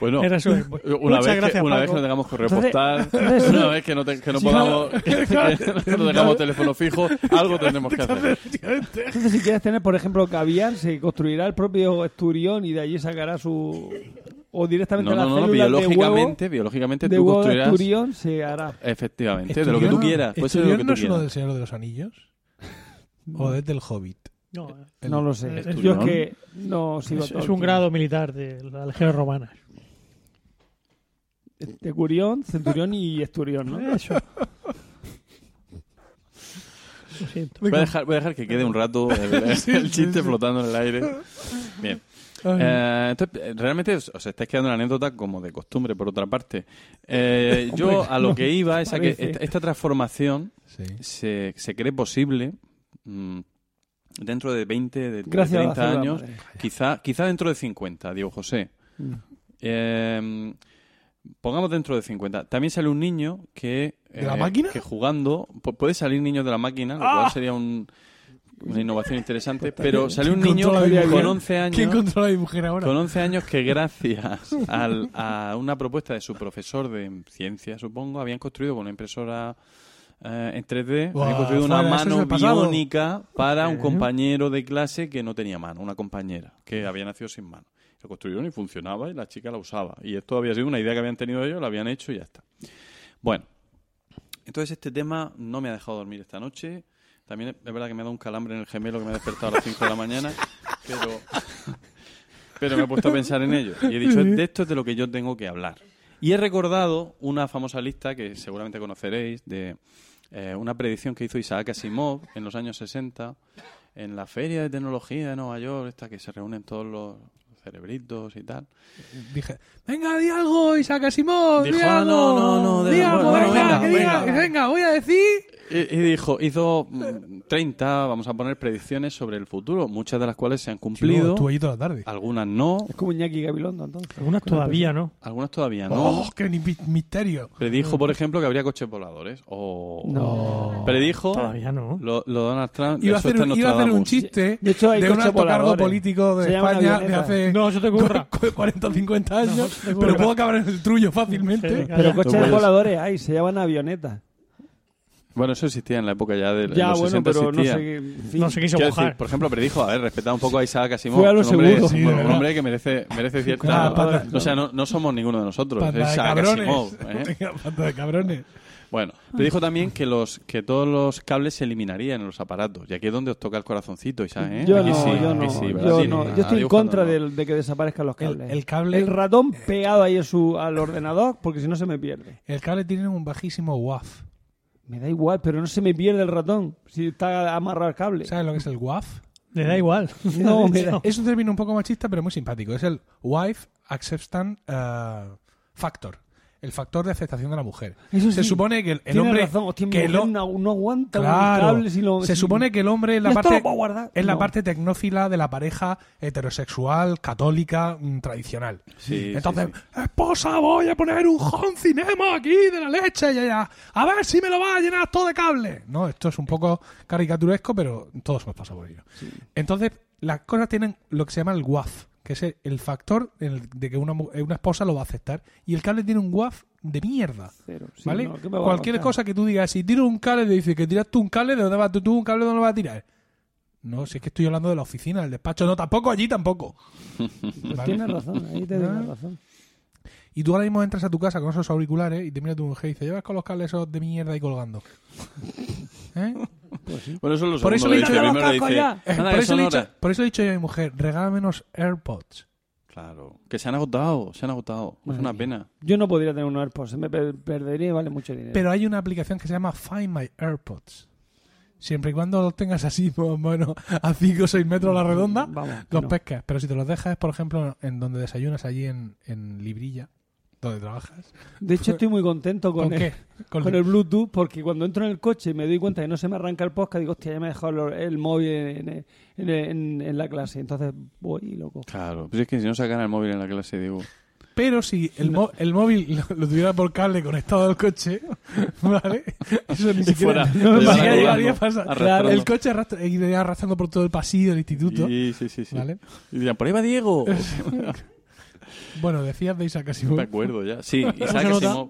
S3: Bueno,
S4: Era eso.
S3: una
S4: Muchas
S3: vez, que,
S4: gracias,
S3: una vez que
S4: Paco.
S3: no tengamos correo
S2: Entonces-
S3: postal,
S2: entonces-
S3: una vez que no, te- que no
S2: Sí,
S3: podamos, que no tengamos teléfono fijo, algo tendremos que hacer.
S2: Entonces, si quieres tener, por ejemplo, caviar, se construirá el propio esturión y de allí sacará su... O directamente
S3: No,
S2: la
S3: no, no,
S2: célula
S3: biológicamente, biológicamente
S2: de huevo, de
S3: tú
S2: huevo de
S3: construirás...
S2: esturión se hará.
S3: Efectivamente, de lo que tú
S1: Estudiar-
S3: quieras. Puede ser de lo
S1: estudiar
S3: que
S1: no
S3: tú
S1: es uno
S3: quieras.
S1: del Señor de los Anillos? ¿O es del Hobbit?
S4: No,
S1: El-
S2: No lo sé.
S4: el
S2: Yo es
S3: esturión.
S2: que no sigo
S4: es,
S2: todo
S4: es
S2: el
S4: un
S2: tiempo.
S4: grado militar de la legión romana.
S2: De curión, centurión y esturión, ¿no?
S4: Eso. Lo siento.
S3: Voy a, dejar, voy a dejar que quede un rato el, el chiste flotando en el aire. Bien. Eh, entonces, eh, realmente os, os estáis quedando en la anécdota como de costumbre, por otra parte. Eh, yo a lo que iba es a que
S2: parece.
S3: esta- esta transformación
S1: Sí.
S3: se, se cree posible mm, dentro de 20, de, de
S2: Gracias a la
S3: 30
S2: célula
S3: años,
S2: madre.
S3: quizá, quizá dentro de 50, Diego José.
S2: Mm.
S3: Eh, pongamos dentro de 50. También sale un niño que...
S1: ¿De la
S3: eh,
S1: máquina? ¡Ah!
S3: Que jugando... pu- Puede salir niños de la máquina, lo cual sería un- una innovación interesante, pero sale un
S1: Pues, ¿Quién
S3: niño
S1: controla
S2: la
S3: con
S2: mujer?
S3: 11
S1: ¿Quién
S3: años...
S1: controla a mi mujer ahora?
S3: Con 11 años que gracias al- a una propuesta de su profesor de ciencia, supongo, habían construido con una impresora eh, en 3D,
S1: Buah,
S3: habían construido una
S1: fuera, eso es
S3: mano
S1: el pasado.
S3: biónica para un compañero de clase que no tenía mano, una compañera que había nacido sin mano. Lo construyeron y funcionaba y la chica la usaba. Y esto había sido una idea que habían tenido ellos, la habían hecho y ya está. Bueno, entonces este tema no me ha dejado dormir esta noche. También es verdad que me ha dado un calambre en el gemelo que me ha despertado a las 5 de la mañana, pero, pero me he puesto a pensar en ello. Y he dicho, de esto es de lo que yo tengo que hablar. Y he recordado una famosa lista que seguramente conoceréis de eh, una predicción que hizo Isaac Asimov en los años 60 en la Feria de Tecnología de Nueva York, esta que se reúnen todos los cerebritos y tal.
S1: Dije, venga, di algo, Isaac Asimov, di
S3: Dijo, ah,
S1: algo.
S3: no, no, no, de-
S1: Di algo,
S3: bueno,
S1: venga,
S3: venga,
S1: que diga,
S3: venga.
S1: venga, voy a decir...
S3: Y, y dijo, hizo mm, 30, vamos a poner predicciones sobre el futuro, muchas de las cuales se han cumplido,
S1: Estuve allí toda la tarde.
S3: algunas no,
S2: Es como Iñaki Gabilondo, entonces.
S4: Algunas todavía, ¿no?
S3: algunas todavía no.
S1: ¡Oh, qué ni- misterio!
S3: Predijo, por ejemplo, que habría coches voladores. O
S2: No.
S3: predijo
S4: Todavía no.
S3: lo, lo Donald Trump.
S1: Iba a,
S3: eso
S1: hacer,
S3: está en
S1: iba a hacer un
S3: Nostradamus.
S1: chiste
S2: De hecho, hay
S1: de un
S2: coches
S1: alto cargo
S2: voladores.
S1: político de
S2: Se llaman
S1: España de
S2: avionetas.
S1: hace
S4: No, se te ocurra.
S1: 40 o 50
S4: No,
S1: años,
S4: se te ocurra.
S1: pero puedo acabar en el trullo fácilmente.
S4: Sí.
S2: Pero
S3: Lo
S2: coches
S3: puedes-
S2: voladores hay, se llaman avionetas.
S3: Bueno, eso existía en la época ya de
S2: Ya,
S3: los
S2: bueno,
S3: 60
S2: pero no
S3: existía.
S2: sé qué- en fin.
S4: No se quiso
S3: Quiero decir,
S4: mojar.
S3: por ejemplo, predijo, a ver, respetad un poco a Isaac Asimov,
S2: Fue a lo
S3: un hombre,
S2: seguro.
S3: un
S1: Sí, de verdad.
S3: hombre que merece, merece cierta...
S1: Ah, pata-
S3: o sea, no, no somos ninguno de nosotros,
S1: Panda
S3: es
S1: de
S3: Isaac Asimov.
S1: cabrones.
S3: ¿eh?
S1: Venga, Panda de cabrones.
S3: Bueno, te dijo también que los que todos los cables se eliminarían en los aparatos. Y aquí es donde os toca el corazoncito, Isaac, ¿eh?
S2: Yo
S3: Aquí
S2: no,
S3: sí,
S2: yo
S3: aquí
S2: no,
S3: sí, ¿verdad?
S2: yo
S3: Sí,
S2: no.
S3: ah,
S2: Yo estoy en
S3: dibujando,
S2: contra
S3: no.
S2: del- de que desaparezcan los cables.
S1: el cable-
S2: El ratón pegado ahí a su, al ordenador, porque si no se me pierde.
S1: El cable tiene un bajísimo WAF.
S2: Me da igual, pero no se me pierde el ratón si está amarrado al cable.
S1: ¿Sabes lo que es el WAF?
S4: Le da igual.
S2: No, me da-
S1: Es un término un poco machista, pero muy simpático. Es el wife acceptance eh, factor. El factor de aceptación de la mujer.
S2: Eso
S1: Se
S2: sí.
S1: supone que el, el
S2: Tienes
S1: hombre.
S2: razón, hostia, mi
S1: que el
S2: mujer
S1: hom-
S2: no, no aguanta
S1: Claro.
S2: un cable si lo-
S1: se
S2: si-
S1: supone que el hombre es
S2: Y
S1: la
S2: esto
S1: parte
S2: lo puedo guardar.
S1: es la
S2: No.
S1: parte tecnófila de la pareja heterosexual católica mm, tradicional.
S3: Sí,
S1: Entonces,
S3: sí,
S1: esposa, voy a poner un home cinema aquí de la leche y allá. A ver si me lo va a llenar todo de cable. No, esto es un poco caricaturesco, pero todos hemos pasado por ello. Entonces, las cosas tienen lo que se llama el WAF, que es el factor en el- de que una, mu- una esposa lo va a aceptar. Y el cable tiene un WAF de mierda.
S2: Cero, sí,
S1: ¿Vale?
S2: no, ¿qué me va a
S1: Cualquier
S2: contar?
S1: cosa que tú digas, si tiro un cable, te dice que tiras tú un cable, ¿de dónde vas tú, tú un cable, de dónde lo vas a tirar? No, si es que estoy hablando de la oficina, del despacho, no, tampoco allí tampoco.
S2: Pues
S1: Vale. Ah.
S2: tienes razón, ahí te doy la razón.
S1: Y tú ahora mismo entras a tu casa con esos auriculares y te mira tu mujer y dice, llevas con los cables esos de mierda ahí colgando. ¿Eh?
S2: Pues
S3: Bueno, eso es lo
S1: Por eso le
S3: segundo que
S1: he dicho-
S3: dice. Primero
S2: ¡Los cascos
S3: dice,
S2: ya!
S1: Eh,
S3: "Anda,
S1: por,
S3: que
S1: eso le he
S3: sonora".
S1: dicho, por eso le he dicho yo a mi mujer, regálame unos AirPods.
S3: Claro. Que se han agotado, se han agotado. Es una pena.
S2: Yo no podría tener un AirPods, se me per- perdería y vale mucho dinero.
S1: Pero hay una aplicación que se llama Find My AirPods. Siempre y cuando los tengas así, más o menos, a 5 o 6 metros a la redonda,
S2: Vamos, que
S1: los
S2: no.
S1: pescas. Pero si te los dejas, por ejemplo, en donde desayunas, allí en, en Librilla, donde trabajas.
S2: De hecho, estoy muy contento con,
S1: ¿Con,
S2: el,
S1: qué? Con
S2: con
S1: li-
S2: el Bluetooth porque cuando entro en el coche y me doy cuenta que no se me arranca el podcast, digo, hostia, ya me he dejado lo- el móvil en, en- en- en la clase. Entonces voy y lo cojo.
S3: Claro. Pues es que si no sacan el móvil en la clase, digo.
S1: Pero si el, mo- el móvil lo, lo tuviera por cable conectado al coche, ¿vale? Eso ni siquiera,
S3: fuera,
S1: ni
S3: lo
S1: siquiera
S3: llevaran
S1: llegaría a
S3: colgando,
S1: pasar.
S3: arrastrando.
S1: el coche arrastra- iría arrastrando por todo el pasillo del instituto,
S3: Sí, sí, sí. Oh. sí.
S1: ¿vale?
S3: Y dirán, por ahí va Diego.
S1: Bueno, decías de Isaac
S3: No
S1: Asimov.
S3: me acuerdo ya. Sí,
S4: se
S3: Isaac
S4: nota?
S3: Asimov.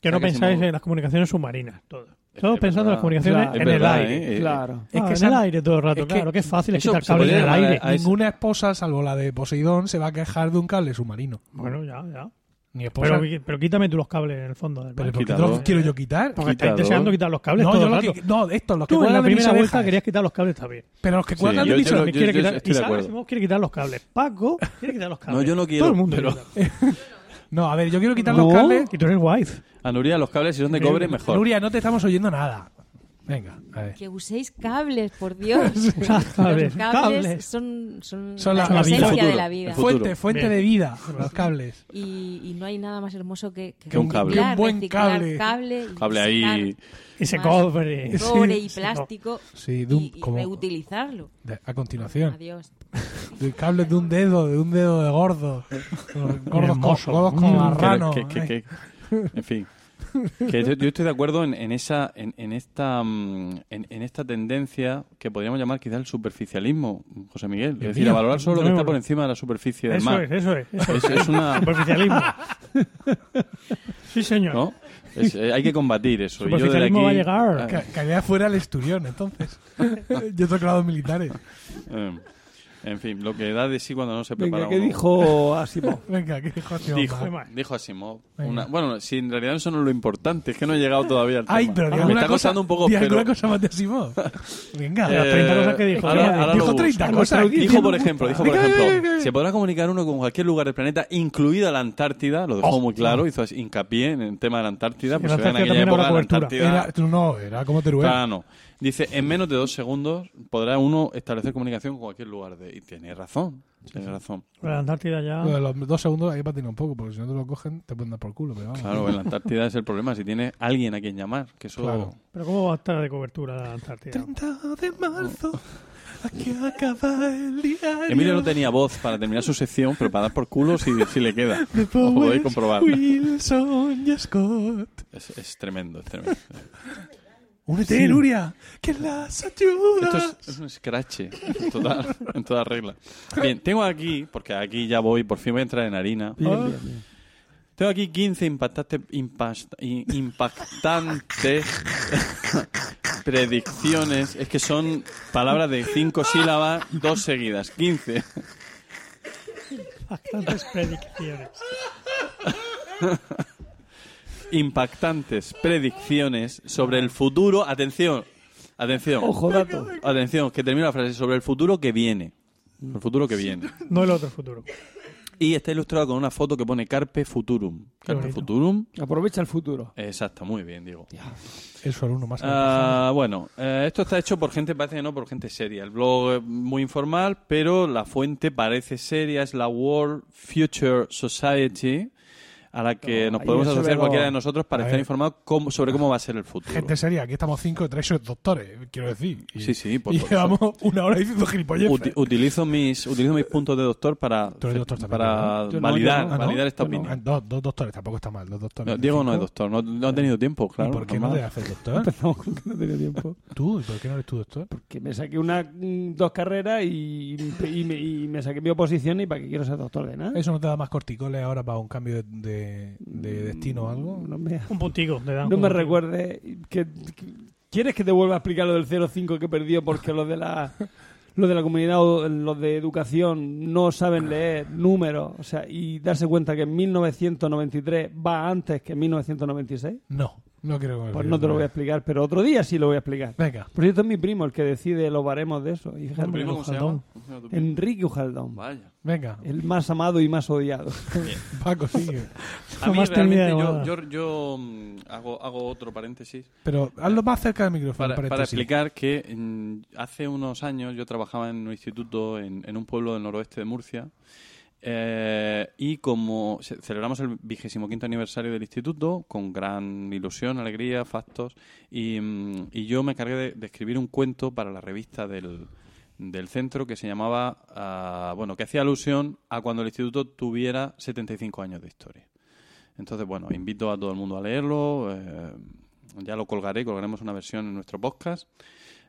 S4: Que no
S3: Saca ese
S4: pensáis
S3: modo.
S4: en las comunicaciones submarinas, todo.
S3: Es
S4: Todos
S3: que
S4: pensando en
S3: verdad.
S4: las comunicaciones
S2: Claro.
S4: en
S3: Es
S4: el
S3: verdad,
S4: aire.
S3: ¿eh? Eh,
S2: Claro.
S1: Es
S4: Ah,
S1: que
S4: en
S1: esa-
S4: el aire todo el rato,
S1: es que-
S4: claro. Qué fácil es
S3: eso
S4: quitar
S3: se
S4: cables
S3: podría
S4: en el
S3: llamar
S4: aire.
S3: a- a ese-
S1: Ninguna esposa, salvo la de Poseidón, se va a quejar de un cable submarino.
S4: Bueno, ya, ya.
S1: Ni esposa.
S4: Pero, pero quítame tú los cables en el fondo del
S1: Pero
S4: barco.
S1: ¿por qué te
S3: Quítalo.
S1: los quiero yo quitar?
S4: Porque estáis
S3: Quitador.
S4: deseando quitar los cables
S1: No,
S4: todo
S1: yo
S4: el
S1: lo
S4: rato.
S1: que, no, esto, los que
S4: Tú en
S1: cuelgan
S4: la
S1: de mis
S4: primera vuelta
S1: orejas.
S4: querías quitar los cables, está bien.
S1: Pero los que cuelgan
S3: Sí,
S1: de
S3: yo-
S1: mis
S3: yo lo-
S1: orejas.
S4: Quiere
S3: yo
S4: quitar,
S3: estoy de
S4: Isaac
S3: acuerdo.
S4: Asimov quiere quitar los cables. Paco quiere quitar los cables.
S3: No, yo no quiero,
S4: Todo el mundo
S3: pero-
S4: quiere quitar.
S1: No, a ver, yo quiero quitar los
S4: No,
S1: cables.
S4: Y tú eres wife.
S3: A Nuria, los cables, si son de cobre, mejor.
S1: Nuria, no te estamos oyendo nada. Venga, a ver.
S5: Que uséis cables, por Dios.
S4: Cables,
S5: Los cables
S4: cables.
S5: son, son,
S1: Son la-
S5: la,
S1: la vida.
S5: esencia
S1: El
S3: futuro,
S5: de la
S3: el
S5: vida.
S3: futuro.
S1: Fuente, fuente
S4: Bien.
S1: de vida, los cables.
S5: Y, y no hay nada más hermoso que,
S3: Que un
S5: reciclar,
S3: cable. Que
S1: un buen
S5: reciclar
S1: cable. Eh,
S5: cable y
S3: Cable
S5: sacar
S3: ahí.
S4: Ese
S5: Más-
S4: cobre.
S5: cobre
S4: Sí,
S5: y
S4: sí, no.
S5: plástico
S1: Sí, de un-
S5: y, y
S1: como-
S5: reutilizarlo.
S1: De- a continuación,
S5: Adiós.
S1: el cable de un dedo, de un dedo de gordo. Gordos, co-
S4: Hermoso.
S1: gordos como
S4: Mm.
S1: marrano.
S3: Que- que- que- que- en fin. Que yo, yo estoy de acuerdo en, en esa en, en esta mm, en, en esta tendencia que podríamos llamar quizás el superficialismo, José Miguel. Es decir,
S1: mío.
S3: a valorar solo lo que
S4: No,
S3: está
S4: no.
S3: por encima de la superficie del
S4: Eso
S3: mar.
S4: es, eso es. eso
S3: Es, es una.
S4: es. Superficialismo. Sí, señor.
S3: ¿no? Es- eh, hay que combatir eso. Y yo desde
S4: Superficialismo
S3: aquí- eh,
S4: va a llegar.
S1: Ca- que allá fuera el esturión, entonces. Yo toco lados militares.
S3: Eh, en fin, lo que da de sí cuando no se prepara
S2: Venga, ¿qué
S3: uno.
S2: dijo Asimov?
S1: Venga, que dijo Asimov?
S3: Dijo,
S4: Omar.
S3: dijo Asimov.
S1: Venga.
S3: Una- bueno, si en realidad eso no es lo importante, es que no he llegado todavía al
S1: Ay,
S3: tema.
S1: pero di
S3: Me
S1: alguna
S3: está
S1: cosa,
S3: costando un poco,
S1: di
S3: pero... eh,
S1: alguna cosa más de Asimov. Venga,
S4: las 30 cosas que dijo.
S3: Ahora, ahora lo
S1: dijo
S3: busco.
S1: 30
S4: A
S1: cosas.
S4: nuestra audiencia
S3: Dijo,
S4: no
S3: por
S4: gusta.
S3: ejemplo, dijo, por
S1: Venga, venga,
S3: ejemplo,
S1: venga.
S3: se podrá comunicar uno con cualquier lugar del planeta, incluida la Antártida, lo dejó
S1: Oh,
S3: muy claro, hizo así hincapié en el tema de la Antártida,
S4: Sí,
S3: pues
S4: la
S3: se ve en
S4: Antártida
S3: aquella
S4: también habrá
S3: época la
S4: cobertura.
S3: Antártida
S1: Era- no, era como Teruel.
S3: plano. Dice, en menos de dos segundos podrá uno establecer comunicación con cualquier lugar de... Y tiene razón, tiene razón.
S4: La Antártida ya.
S1: Lo de los dos segundos ahí patina un poco, porque si no te lo cogen, te pueden dar por culo. Pero vamos.
S3: Claro, en la Antártida es el problema, si tiene alguien a quien llamar, que eso...
S1: Claro.
S4: Pero ¿cómo va a estar de cobertura la Antártida?
S1: 30 de marzo, aquí acaba el diario.
S3: Emilio no tenía voz para terminar su sección, pero para dar por culo si, si le queda.
S1: de
S3: Os podéis
S1: Powers,
S3: comprobar.
S1: Wilson y Scott.
S3: Es, es tremendo, es tremendo.
S1: Únete, Nuria, que las ayudas.
S3: Esto es, es un scratch en toda, en toda regla. Bien, tengo aquí, porque aquí ya voy, por fin voy a entrar en harina.
S2: Bien, bien, bien.
S3: Tengo aquí 15 impactante- impast- i- impactantes predicciones. Es que son palabras de cinco sílabas, dos seguidas. 15.
S4: Bastantes predicciones. imp
S3: impactantes predicciones sobre el futuro. Atención, atención.
S2: Ojo, dato.
S3: Atención, que termina la frase sobre el futuro que viene. El futuro que viene.
S4: No el otro futuro.
S3: Y está ilustrado con una foto que pone Carpe Futurum. Carpe
S4: bonito.
S3: Futurum.
S2: Aprovecha el futuro.
S3: Exacto, muy bien, Diego.
S1: Es su alumno más.
S3: Ah, bueno, eh, esto está hecho por gente, parece que no, por gente seria. El blog es muy informal, pero la fuente parece seria, es la World Future Society, a la que nos
S2: ahí
S3: podemos
S2: eso
S3: asociar
S2: luego-
S3: cualquiera de nosotros para
S1: A
S3: estar
S1: ver.
S3: informados cómo- sobre cómo va a ser el futuro.
S1: Gente seria, aquí estamos cinco, tres sois doctores, quiero decir. Y,
S3: Sí, sí, por
S1: y
S3: favor.
S1: llevamos una hora diciendo gilipolleces.
S3: Uti- utilizo, mis, utilizo mis puntos de doctor para,
S1: Tú eres doctor también,
S3: para
S2: ¿no? Yo no,
S3: validar,
S2: yo no. Ah, ¿no?
S3: validar esta
S2: Yo no.
S1: Ah,
S3: opinión.
S1: dos, dos doctores, tampoco está mal. Dos doctores.
S3: No, Diego no es
S1: Cinco.
S3: doctor, no, no ha tenido tiempo, claro.
S1: ¿Y por qué no
S3: normal.
S1: te haces doctor?
S2: Empezamos con que no tenía tiempo.
S1: ¿Tú? ¿Y por qué no eres tú doctor?
S2: Que me saqué una, mm, dos carreras y, y me, y me saqué mi oposición y para qué quiero ser doctor de nada.
S1: ¿Eso no te da más corticoles ahora para un cambio de, de-
S2: Mm.
S1: de destino o algo?
S2: No me,
S4: Un puntico, de
S2: no me recuerde que, que- ¿Quieres que te vuelva a explicar lo del 0,5 que perdió porque los de la los de la comunidad o los de educación no saben leer números, o sea, y darse cuenta que en 1993 va antes que en 1996?
S1: No, no quiero que me
S2: Pues no te lo voy a explicar, pero otro día sí lo voy a explicar.
S1: Venga.
S2: Por cierto, es mi primo el que decide los baremos de eso. Y fíjate,
S3: ¿Tu primo cómo se llama?
S4: Ujaldón.
S3: ¿Cómo se llama tu primo?
S2: Enrique Ujaldón.
S3: Vaya.
S1: Venga,
S2: El más amado y más odiado.
S1: Paco, sigue.
S3: A mí
S4: Jamás te olvides
S3: realmente
S4: de
S3: yo,
S4: nada.
S3: yo, yo, mm, hago, hago otro paréntesis
S1: Pero hazlo más cerca del micrófono.
S3: para,
S1: para
S3: para
S1: este sí.
S3: explicar que mm, hace unos años yo trabajaba en un instituto en, en un pueblo del noroeste de Murcia eh, y como ce- celebramos el vigésimo quinto aniversario del instituto con gran ilusión, alegría, factos y, mm, y yo me encargué de, de escribir un cuento para la revista del, del centro que se llamaba, ah, bueno, que hacía alusión a cuando el instituto tuviera 75 años de historia. Entonces, bueno, invito a todo el mundo a leerlo. eh, ya lo colgaré, colgaremos una versión en nuestro podcast.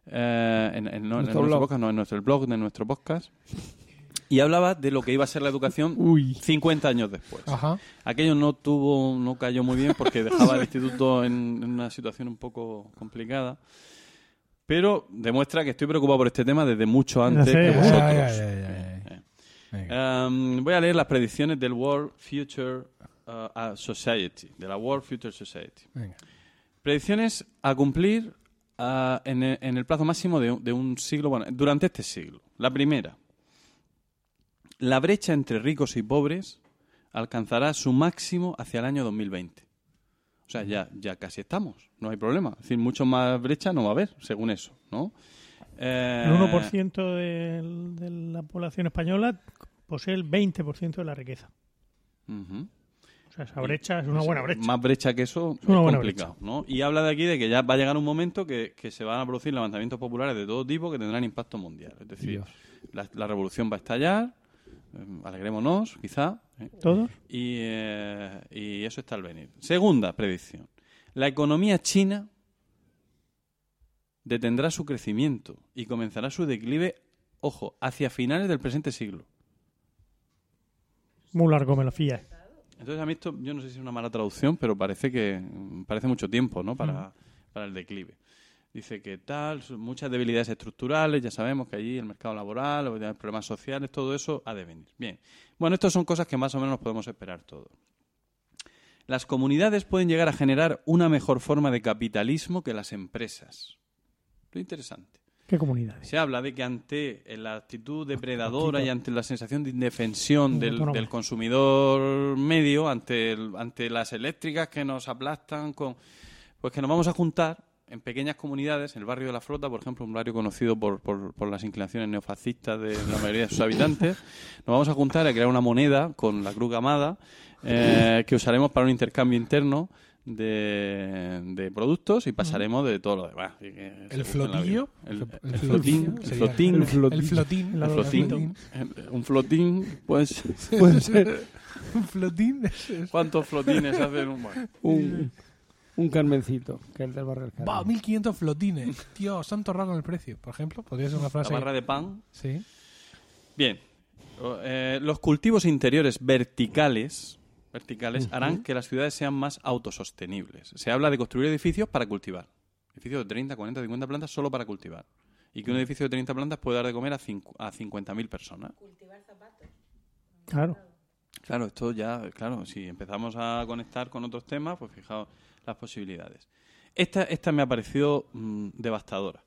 S3: Eh, en, en- no, en
S2: Nuestro
S3: nuestro
S2: blog.
S3: podcast, no, en nuestro blog de nuestro podcast. Y hablaba de lo que iba a ser la educación
S2: Uy.
S3: 50 años después.
S1: Ajá.
S3: Aquello no tuvo, no cayó muy bien porque dejaba el instituto en, en una situación un poco complicada. Pero demuestra que estoy preocupado por este tema desde mucho antes
S4: Sí,
S2: Eh,
S3: que
S4: ya,
S3: vosotros.
S1: ya, ya, ya, ya.
S3: Eh,
S1: Venga.
S3: Um, voy a leer las predicciones del World Future uh, uh, Society, de la World Future Society.
S1: Venga.
S3: Predicciones a cumplir uh, en, e- en el plazo máximo de, un- de un siglo, bueno, durante este siglo. La primera, la brecha entre ricos y pobres alcanzará su máximo hacia el año 2020. O sea, ya, ya casi estamos, no hay problema. Es decir, mucho más brecha no va a haber, según eso, ¿no? Eh,
S4: El 1% del- de, la población española posee el 20% de la riqueza.
S3: ujú.
S4: O sea, esa brecha es una buena brecha.
S3: Más brecha que eso es,
S4: una buena
S3: complicado, ¿no? Y habla de aquí de que ya va a llegar un momento que, que se van a producir levantamientos populares de todo tipo que tendrán impacto mundial. Es decir, la, la revolución va a estallar, eh, alegrémonos, quizá, ¿eh?
S4: ¿Todos?
S3: y, eh, y eso está al venir. Segunda predicción. La economía china detendrá su crecimiento y comenzará su declive, ojo, hacia finales del presente siglo.
S4: Muy largo me lo fías.
S3: Entonces, a mí esto, yo no sé si es una mala traducción, pero parece que mm, parece mucho tiempo, ¿no? Para, para el declive. Dice que tal, su- muchas debilidades estructurales, ya sabemos que allí el mercado laboral, los problemas sociales, todo eso ha de venir. Bien. Bueno, estas son cosas que más o menos nos podemos esperar todos. Las comunidades pueden llegar a generar una mejor forma de capitalismo que las empresas. Lo interesante.
S4: ¿Qué comunidades?
S3: Se habla de que ante la actitud depredadora y ante la sensación de indefensión del,
S4: Autónoma.
S3: del consumidor medio, ante, el- ante las eléctricas que nos aplastan, con, pues que nos vamos a juntar en pequeñas comunidades, en el barrio de la Flota, por ejemplo, un barrio conocido por, por- por las inclinaciones neofascistas de la mayoría de sus habitantes, nos vamos a juntar a crear una moneda con la cruz gamada eh, que usaremos para un intercambio interno. De, de productos y pasaremos de todo lo demás. Y que se
S1: El
S3: gusten la vida.
S1: flotillo.
S3: El,
S1: flotillo
S3: el flotín. El
S1: sería-
S3: flotín.
S1: El flotín. El flotín.
S3: El flotín. Eh, Un flotín, pues.
S2: Puede ser
S1: Un flotín. es- es-
S3: ¿Cuántos flotines hacen un.? Bueno,
S2: un, un Carmencito, que es el del barrio del Carmen.
S1: Va, 1500 flotines. Tío, se han torrado con el precio, por ejemplo. Podría ser una
S3: la
S1: frase.
S3: barra de pan.
S1: Sí.
S3: Bien. O- eh, los cultivos interiores verticales verticales harán que las ciudades sean más autosostenibles. Se habla de construir edificios para cultivar. Edificios de 30, 40, 50 plantas solo para cultivar. Y que un edificio de 30 plantas puede dar de comer a, cincu- a 50.000 personas.
S4: Claro.
S3: Claro, esto ya, claro, si empezamos a conectar con otros temas, pues fijaos las posibilidades. Esta, esta me ha parecido mm, devastadora.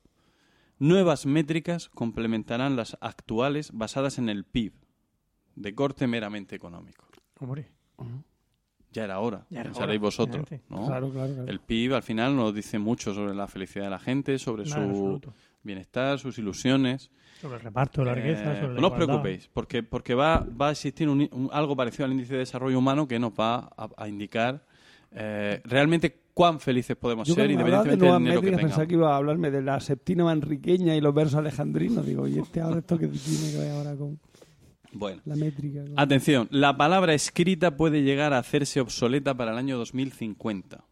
S3: Nuevas métricas complementarán las actuales basadas en el PIB. de corte meramente económico.
S4: Hombre,
S3: Ya era hora,
S4: Ya era
S3: pensaréis
S4: hora,
S3: vosotros.
S4: evidente.
S3: ¿no?
S2: Claro, claro, claro.
S3: El PIB al final nos dice mucho sobre la felicidad de la gente, sobre
S4: nada en
S3: su
S4: absoluto.
S3: bienestar, sus ilusiones.
S4: Sobre el reparto de la riqueza,
S3: Eh,
S4: sobre la
S3: no os
S4: igualdad.
S3: preocupéis, porque, porque va, va a existir un- un- algo parecido al índice de desarrollo humano que nos va a, a indicar eh, realmente cuán felices podemos
S2: Yo
S3: ser
S2: cuando me hablabas de
S3: independientemente del
S2: nuevas
S3: dinero que tengamos.
S2: métricas pensaba que iba a hablarme de la septina manriqueña y los versos alejandrinos. Digo, ¿y este ahora esto que tiene que ver ahora con
S3: Bueno,
S2: la métrica? con-
S3: atención, la palabra escrita puede llegar a hacerse obsoleta para el año 2050.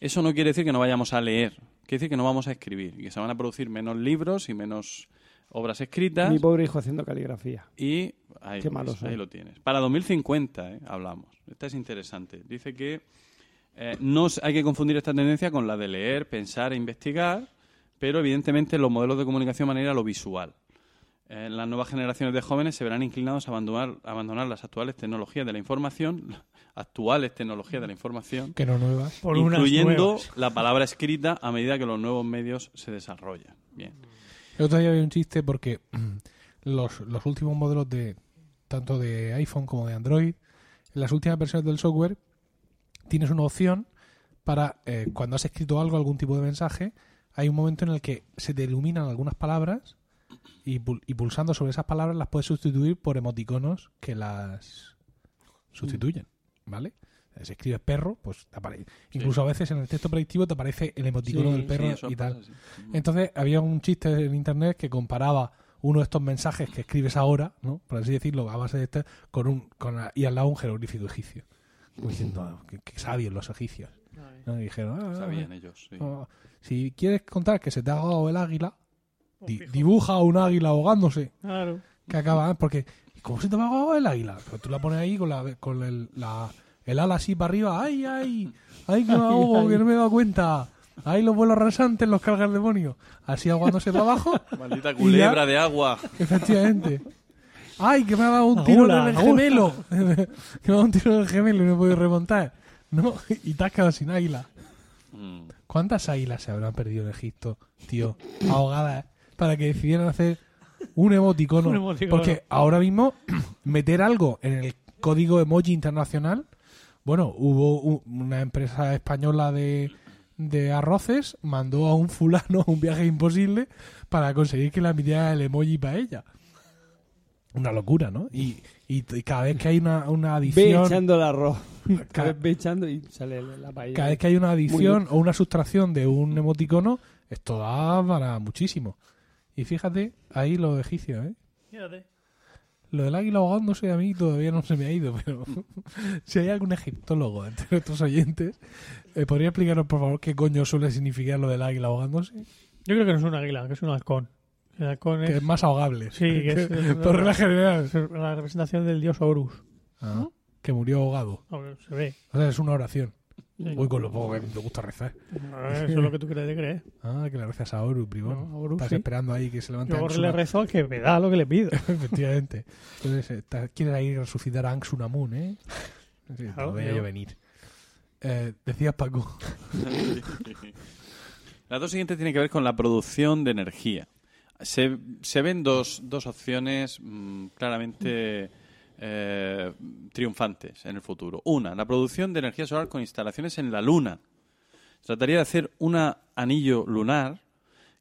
S3: Eso no quiere decir que no vayamos a leer, quiere decir que no vamos a escribir y que se van a producir menos libros y menos obras escritas.
S2: Mi pobre hijo haciendo caligrafía.
S3: Y ahí,
S2: Qué
S3: lo
S2: malos
S3: ves, ahí
S2: son.
S3: lo tienes. Para 2050 ¿eh? hablamos. Esta es interesante. Dice que eh, no s- hay que confundir esta tendencia con la de leer, pensar e investigar, pero evidentemente los modelos de comunicación van a ir a lo visual. Eh, las nuevas generaciones de jóvenes se verán inclinados a abandonar, abandonar las actuales tecnologías de la información, actuales tecnologías de la información,
S1: Que no nuevas.
S4: Por unas
S3: incluyendo
S4: nuevas.
S3: la palabra escrita a medida que los nuevos medios se desarrollan. Bien.
S1: El otro día había un chiste porque mm, los, los últimos modelos de tanto de iPhone como de Android, en las últimas versiones del software, tienes una opción para eh, cuando has escrito algo, algún tipo de mensaje, hay un momento en el que se te iluminan algunas palabras y, pul- y pulsando sobre esas palabras las puedes sustituir por emoticonos que las sustituyen, ¿vale? Si escribes perro, pues te aparece. Incluso a veces en el texto predictivo te aparece el emoticono
S2: Sí,
S1: del perro
S3: Sí, eso
S1: y
S3: pasa,
S1: tal.
S3: sí.
S1: Entonces había un chiste en internet que comparaba uno de estos mensajes que escribes ahora, ¿no? por así decirlo, a base de este, con un, con la- y al lado un jeroglífico egipcio. Como Diciendo, "Ah, "Qué- qué sabios los egipcios. ¿no? Y dijeron, "Ah,
S3: Sabían ellos. sí.
S1: ah, si quieres contar que se te ha ahogado el águila, di- dibuja a un águila ahogándose.
S4: Claro.
S1: Que acaba, ¿eh? porque ¿cómo se te ha ahogado el águila? Pero tú la pones ahí con, la, con el, la- el ala así para arriba, ¡ay, ay! ¡Ay, que me ahogo, que no me he dado cuenta! ¡Ay, los vuelos rasantes los carga el demonio! Así ahogándose para abajo,
S3: Maldita culebra
S1: ya-
S3: de agua.
S1: efectivamente. ¡Ay, que me ha dado un tiro
S4: Hola,
S1: en el
S4: hola.
S1: gemelo! que me ha dado un tiro en el gemelo y no he podido remontar. No, y te has quedado sin águila.
S3: Mm.
S1: ¿Cuántas águilas se habrán perdido en Egipto, tío? Ahogadas, para que decidieran hacer un emoticono.
S4: Un emoticono.
S1: Porque ahora mismo, meter algo en el código emoji internacional. Bueno, hubo u- una empresa española de, de arroces, mandó a un fulano a un viaje imposible para conseguir que le midiera el emoji para ella. Una locura, ¿no? Y, y t- cada vez que hay una, una
S2: Ve
S1: adición.
S2: echando el arroz.
S1: Ca-
S2: Cada vez ve echando y sale la paella.
S1: cada vez que hay una adición o una sustracción de un emoticono, esto da para muchísimo. Y fíjate, ahí los egipcios, ¿eh?
S4: Fíjate.
S1: Lo del águila ahogándose a mí todavía no se me ha ido, pero si hay algún egiptólogo entre nuestros oyentes, eh, ¿podría explicarnos por favor qué coño suele significar lo del águila ahogándose?
S4: Yo creo que no es un águila, que es un halcón. El halcón
S1: Que
S4: es,
S1: es más ahogable.
S4: Sí, que es-
S1: por regla general.
S4: es la representación del dios Horus.
S1: Ah, que murió ahogado.
S4: Hombre, Se ve.
S1: O sea, es una oración.
S4: Sí.
S1: Uy, con lo poco que te gusta rezar.
S4: No, Eso es lo que tú crees de creer.
S1: Ah, que le rezas a Horus, primero.
S4: No, Horus,
S1: Estás
S4: sí.
S1: esperando ahí que se levante
S4: Yo
S1: Anxu
S4: le rezo al que me da lo que le pido.
S1: Efectivamente. Entonces, eh, ta- quieres ahí resucitar a Anxunamun, ¿eh? Sí, te lo
S4: Claro,
S1: veía
S4: yo-
S1: yo venir. Eh, decías, Paco.
S3: Las dos siguientes tienen que ver con la producción de energía. Se, se ven dos, dos opciones mm, claramente eh, triunfantes en el futuro. Una, la producción de energía solar con instalaciones en la Luna. Se Trataría de hacer un anillo lunar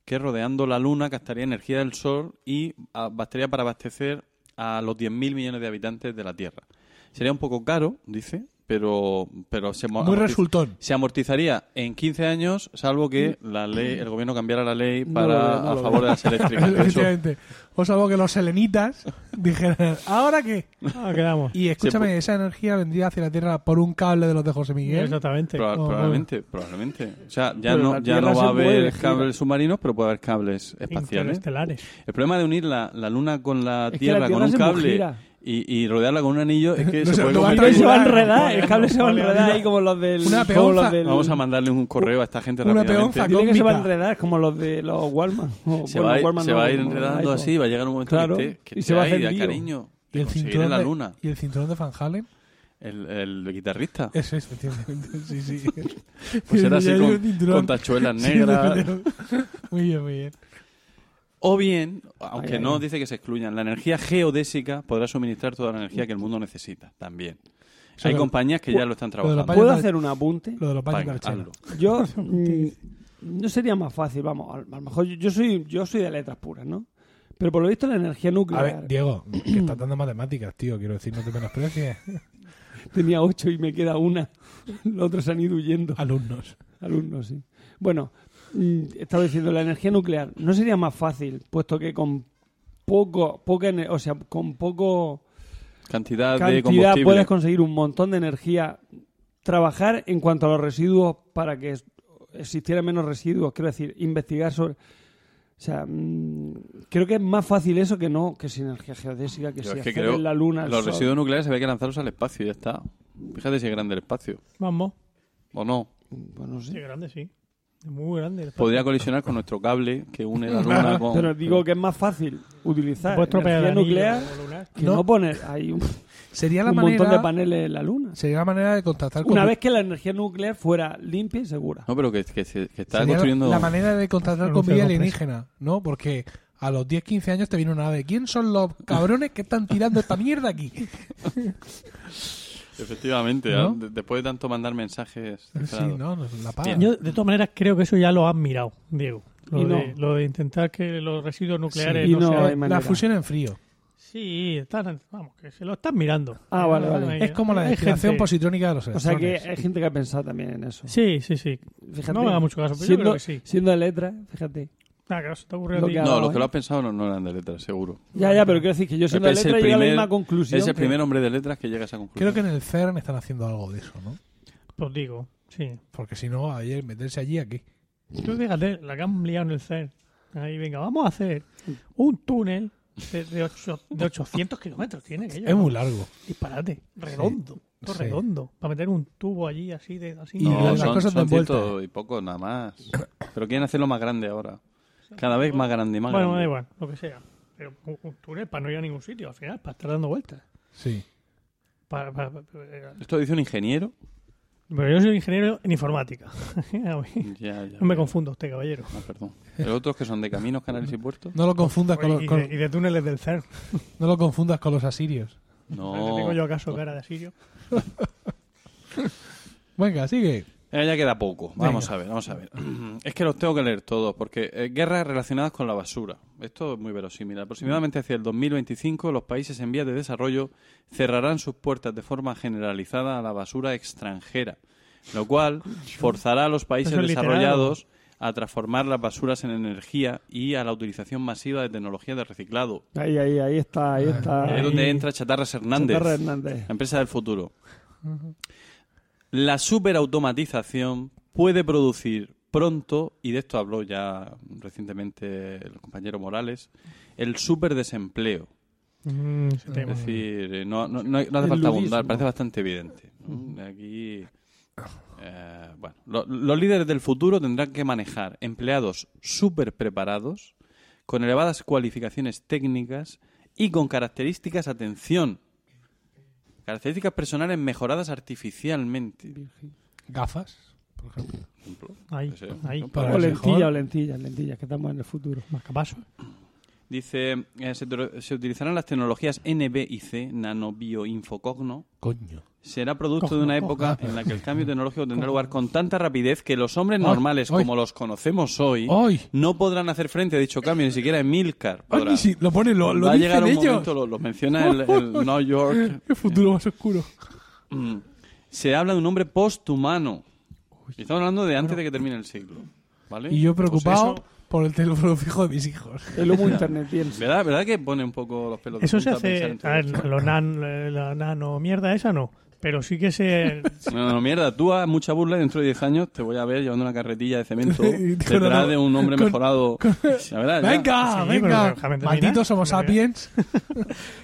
S3: que rodeando la Luna gastaría energía del Sol y ah, bastaría para abastecer a los 10.000 millones de habitantes de la Tierra. Sería un poco caro, dice, pero, pero se mo-
S1: Muy
S3: amortiza-
S1: resultón.
S3: se amortizaría en 15 años, salvo que la ley, el gobierno cambiara la ley
S2: Mm. No
S3: para
S2: lo veo, no
S3: a
S2: lo
S3: favor de las eléctricas. que eso-
S1: Efectivamente. O salvo que los selenitas dijeran, ¿ahora qué?
S4: Ah, quedamos.
S1: Y escúchame,
S3: pues.
S1: esa energía vendría hacia la Tierra por un cable de los de José Miguel.
S4: Exactamente.
S3: proba-
S1: Oh,
S3: probablemente, probablemente. O sea, ya
S2: Pero
S3: no,
S2: la
S3: ya
S2: Tierra
S3: no va a
S2: se mueve,
S3: haber
S2: gira.
S3: cables submarinos, pero puede haber cables espaciales.
S4: Interestelares.
S3: El problema de unir la, la Luna con la
S2: Es que
S3: Tierra,
S2: la
S3: con
S2: Tierra
S3: un
S2: se
S3: cable
S2: mugira.
S3: y, y rodearla con un anillo es que
S1: No
S3: se
S1: sé,
S3: puede
S1: no va a
S2: El cable
S3: convertir-
S2: se va a
S1: Vale,
S2: enredar,
S1: vale,
S2: el cable se va a
S4: vale,
S2: enredar
S4: vale.
S2: ahí como los del...
S1: Una
S2: como los
S1: peonza.
S2: del-
S3: Vamos a mandarle un correo a esta gente
S1: Una
S3: rápidamente.
S1: peonza.
S2: Dile que se va a
S1: cósmica.
S2: enredar como los de los Wallman. O,
S3: Se
S2: bueno,
S3: va, a ir-
S2: Wallman
S3: se
S2: no,
S3: va a ir
S2: como los
S3: enredando
S2: iPhone.
S3: así, va a llegar un momento
S2: Claro,
S3: que esté, que
S2: y
S3: esté
S2: se va a
S3: ahí,
S2: hacer
S3: de
S2: lío.
S3: cariño.
S1: Y el,
S3: Conseguir en
S1: cinturón
S3: Pues la
S1: de,
S3: Luna.
S1: y el cinturón de Van Halen.
S3: El, el guitarrista.
S1: Eso es, efectivamente. Sí, sí.
S3: Pues era así
S1: Ya hay un
S3: con,
S1: cinturón.
S3: con tachuelas
S1: Sí,
S3: negras.
S1: de- muy bien, muy bien.
S3: O bien, aunque
S2: ay,
S3: no
S2: ay.
S3: dice que se excluyan, la energía geodésica podrá suministrar toda la energía que el mundo necesita también.
S1: sea,
S3: Hay
S1: lo-
S3: compañías que ya lo están
S1: lo de la
S3: trabajando.
S2: ¿Puedo
S1: Vaya-
S2: hacer un apunte?
S1: Lo de los baños
S3: Venga,
S1: de Archena.
S3: hazlo.
S2: Yo mm, no sería más fácil, vamos, a a lo mejor yo, yo soy yo soy de letras puras, ¿no? Pero por lo visto la energía
S1: A ver,
S2: nuclear
S1: Diego, que estás dando matemáticas, tío. Quiero decir, no te menosprecies.
S2: tenía ocho y me queda una. Los otros se han ido huyendo,
S1: Alumnos.
S2: alumnos, sí. Bueno, mm, estaba diciendo la energía nuclear no sería más fácil, puesto que con poco poca, ener- o sea, con poco
S3: Cantidad, de
S2: cantidad
S3: combustible.
S2: puedes conseguir un montón de energía. Trabajar en cuanto a los residuos para que es- existieran menos residuos, quiero decir, investigar sobre. O sea, mm, creo que es más fácil eso que no, que sin energía geodésica, que
S3: Yo
S2: si
S3: es que
S2: hacer
S3: creo
S2: en la luna. el
S3: Los
S2: sol.
S3: residuos nucleares se ve que lanzarlos al espacio y ya está. Fíjate si es grande el espacio.
S4: Vamos.
S3: ¿O no?
S2: Bueno, Pues no sé.
S4: Sí, grande, sí. Es muy grande. el espacio.
S3: Podría colisionar con nuestro cable que une la luna con...
S2: Pero digo que es más fácil utilizar
S4: Puedes tropear
S2: energía
S4: el anillo
S2: nuclear
S4: lunar.
S2: que
S1: No.
S2: no, poner ahí un,
S1: Sería la
S2: un
S1: manera.
S2: montón de paneles en la luna.
S1: Sería la manera de contactar con.
S2: Una vez que la energía nuclear fuera limpia y segura.
S3: No, pero que, que, se- que está
S1: sería
S3: construyendo...
S1: La manera de contactar con
S4: Anuncio
S1: vida
S4: de compresa.
S1: alienígena, ¿no? Porque a los 10, 15 años te viene una ave. ¿Quién son los cabrones que están tirando esta mierda aquí?
S3: Efectivamente,
S1: ¿No?
S3: ah, de- después de tanto mandar mensajes...
S1: Sí,
S3: claro.
S1: no, no, la paga.
S4: Yo, de todas maneras, creo que eso ya lo has mirado, Diego. Lo,
S2: Y
S4: de,
S2: no.
S4: lo de intentar que los residuos nucleares
S2: Sí, y
S4: no,
S2: no eh. hay
S4: sean...
S2: manera.
S1: La fusión en frío.
S4: Sí, están, vamos, que se lo están mirando.
S2: Ah, vale, vale.
S4: Hay-
S1: Es como la
S4: hay
S1: destilación
S4: gente-
S1: positrónica de los
S2: O sea que
S1: electrones.
S2: hay gente que ha pensado también en eso.
S4: Sí, sí, sí.
S2: Fíjate.
S4: No me haga mucho caso, pero yo
S2: siendo,
S4: creo que sí.
S2: siendo de letras, fíjate.
S4: Ah, que se te ocurrió a
S2: Lo
S4: ti.
S2: que hago.
S3: No,
S1: ¿eh?
S3: los que lo han pensado no, no eran de letras, seguro.
S2: Ya, ya, pero quiero decir que yo siendo de
S3: Es el
S2: letras llegué a la
S3: primer-
S2: misma conclusión.
S3: Es el
S2: que-
S3: primer hombre de letras que llega a esa conclusión.
S1: Creo que en el CERN están haciendo algo de eso, ¿no?
S4: Pues digo, sí.
S1: Porque si no, ayer meterse allí, aquí.
S4: Tú fíjate, la que han liado en el CERN. Ahí, venga, vamos a hacer un túnel de, de, ocho- de 800 kilómetros. Tiene aquello.
S1: Es muy largo.
S4: Disparate. Redondo. Todo
S1: Sí.
S4: redondo. Para meter un tubo allí, así de... Así
S1: Y lo
S4: de-
S1: de
S3: No,
S1: las
S3: son,
S1: cosas de
S3: son
S1: envuelta.
S3: ciento y poco nada más. Pero quieren hacerlo más grande ahora. Cada vez más grande y más
S4: Bueno, da
S3: grande.
S4: igual, lo que sea. Pero un, un túnel para no ir a ningún sitio, al final, para estar dando vueltas.
S1: Sí.
S4: Para- para- para- eh,
S3: Esto dice un ingeniero.
S4: Pero yo soy ingeniero en informática. A mí-
S3: Ya, ya,
S4: no me
S3: ya.
S4: confundo usted, caballero.
S3: Ah, perdón. Los otros que son de caminos, canales y puertos.
S1: No lo confundas con, los-
S4: y,
S1: con-
S4: de, y de túneles del CERN.
S1: no lo confundas con los asirios.
S4: ¿Tengo yo
S3: No.
S4: acaso cara de asirio?
S1: Venga, sigue.
S3: Eh, ya queda poco. Vamos a ver, vamos a ver. Es que los tengo que leer todos, porque eh, guerras relacionadas con la basura. Esto es muy verosímil. Aproximadamente hacia el 2025, los países en vías de desarrollo cerrarán sus puertas de forma generalizada a la basura extranjera, lo cual forzará a los países
S4: Eso es literal,
S3: desarrollados a transformar las basuras en energía y a la utilización masiva de tecnologías de reciclado.
S2: Ahí, ahí, ahí está, ahí está.
S3: Ahí es donde entra Chatarras Hernández.
S2: Chatarra Hernández.
S3: La empresa del futuro. La superautomatización puede producir pronto, y de esto habló ya recientemente el compañero Morales, el superdesempleo.
S4: Mm, ese
S3: Es
S4: tema.
S3: decir, eh, no, no- no hay- no hace falta
S2: El ludismo.
S3: abundar, parece bastante evidente. ¿no? Aquí. eh, bueno, lo- los líderes del futuro tendrán que manejar empleados súper preparados, con elevadas cualificaciones técnicas y con características, atención, características personales mejoradas artificialmente.
S1: Gafas, por ejemplo.
S3: Por ejemplo,
S4: Ahí,
S3: puede ser.
S4: ahí.
S1: Para
S2: O
S1: el mejor.
S2: lentillas, o lentillas, lentillas, que estamos en el futuro.
S4: Marcapasos.
S3: Dice, eh, se, tro- se utilizarán las tecnologías NBIC, nanobioinfocogno,
S1: Coño.
S3: será producto
S4: Cojo,
S3: de una
S4: cojo.
S3: época en la que el cambio tecnológico tendrá lugar con tanta rapidez que los hombres
S1: Ay,
S3: normales,
S1: ay.
S3: como los conocemos hoy,
S1: ¡Ay!
S3: no podrán hacer frente a dicho cambio, ni siquiera Emilcar. podrá.
S1: Ay, sí, lo pone, lo, lo
S3: Va a
S1: dicen
S3: llegar un
S1: ellos.
S3: momento, lo, lo menciona el, el New York.
S1: Qué futuro más oscuro.
S3: Mm. Se habla de un hombre posthumano. Y Estamos hablando de antes de que termine el siglo. ¿Vale?
S1: Y yo preocupado
S3: Pues eso-
S1: por el teléfono fijo de mis hijos.
S2: El humo internetiense.
S3: ¿verdad, ¿Verdad que pone un poco los pelos de
S4: Eso se
S3: punta pensar
S4: hace...
S3: en todo
S4: A ver,
S3: esto?
S4: lo nan- eh, la nano mierda esa no. Pero sí que se...
S3: No, no, mierda, tú haz mucha burla y dentro de 10 años te voy a ver llevando una carretilla de cemento
S1: Y con
S3: detrás
S1: una-
S3: de un hombre
S1: con-
S3: mejorado. La verdad, ya.
S1: ¡Venga,
S4: Sí, pero
S1: venga!
S4: déjame terminar.
S1: Malditos homo
S4: Venga.
S1: sapiens.
S4: que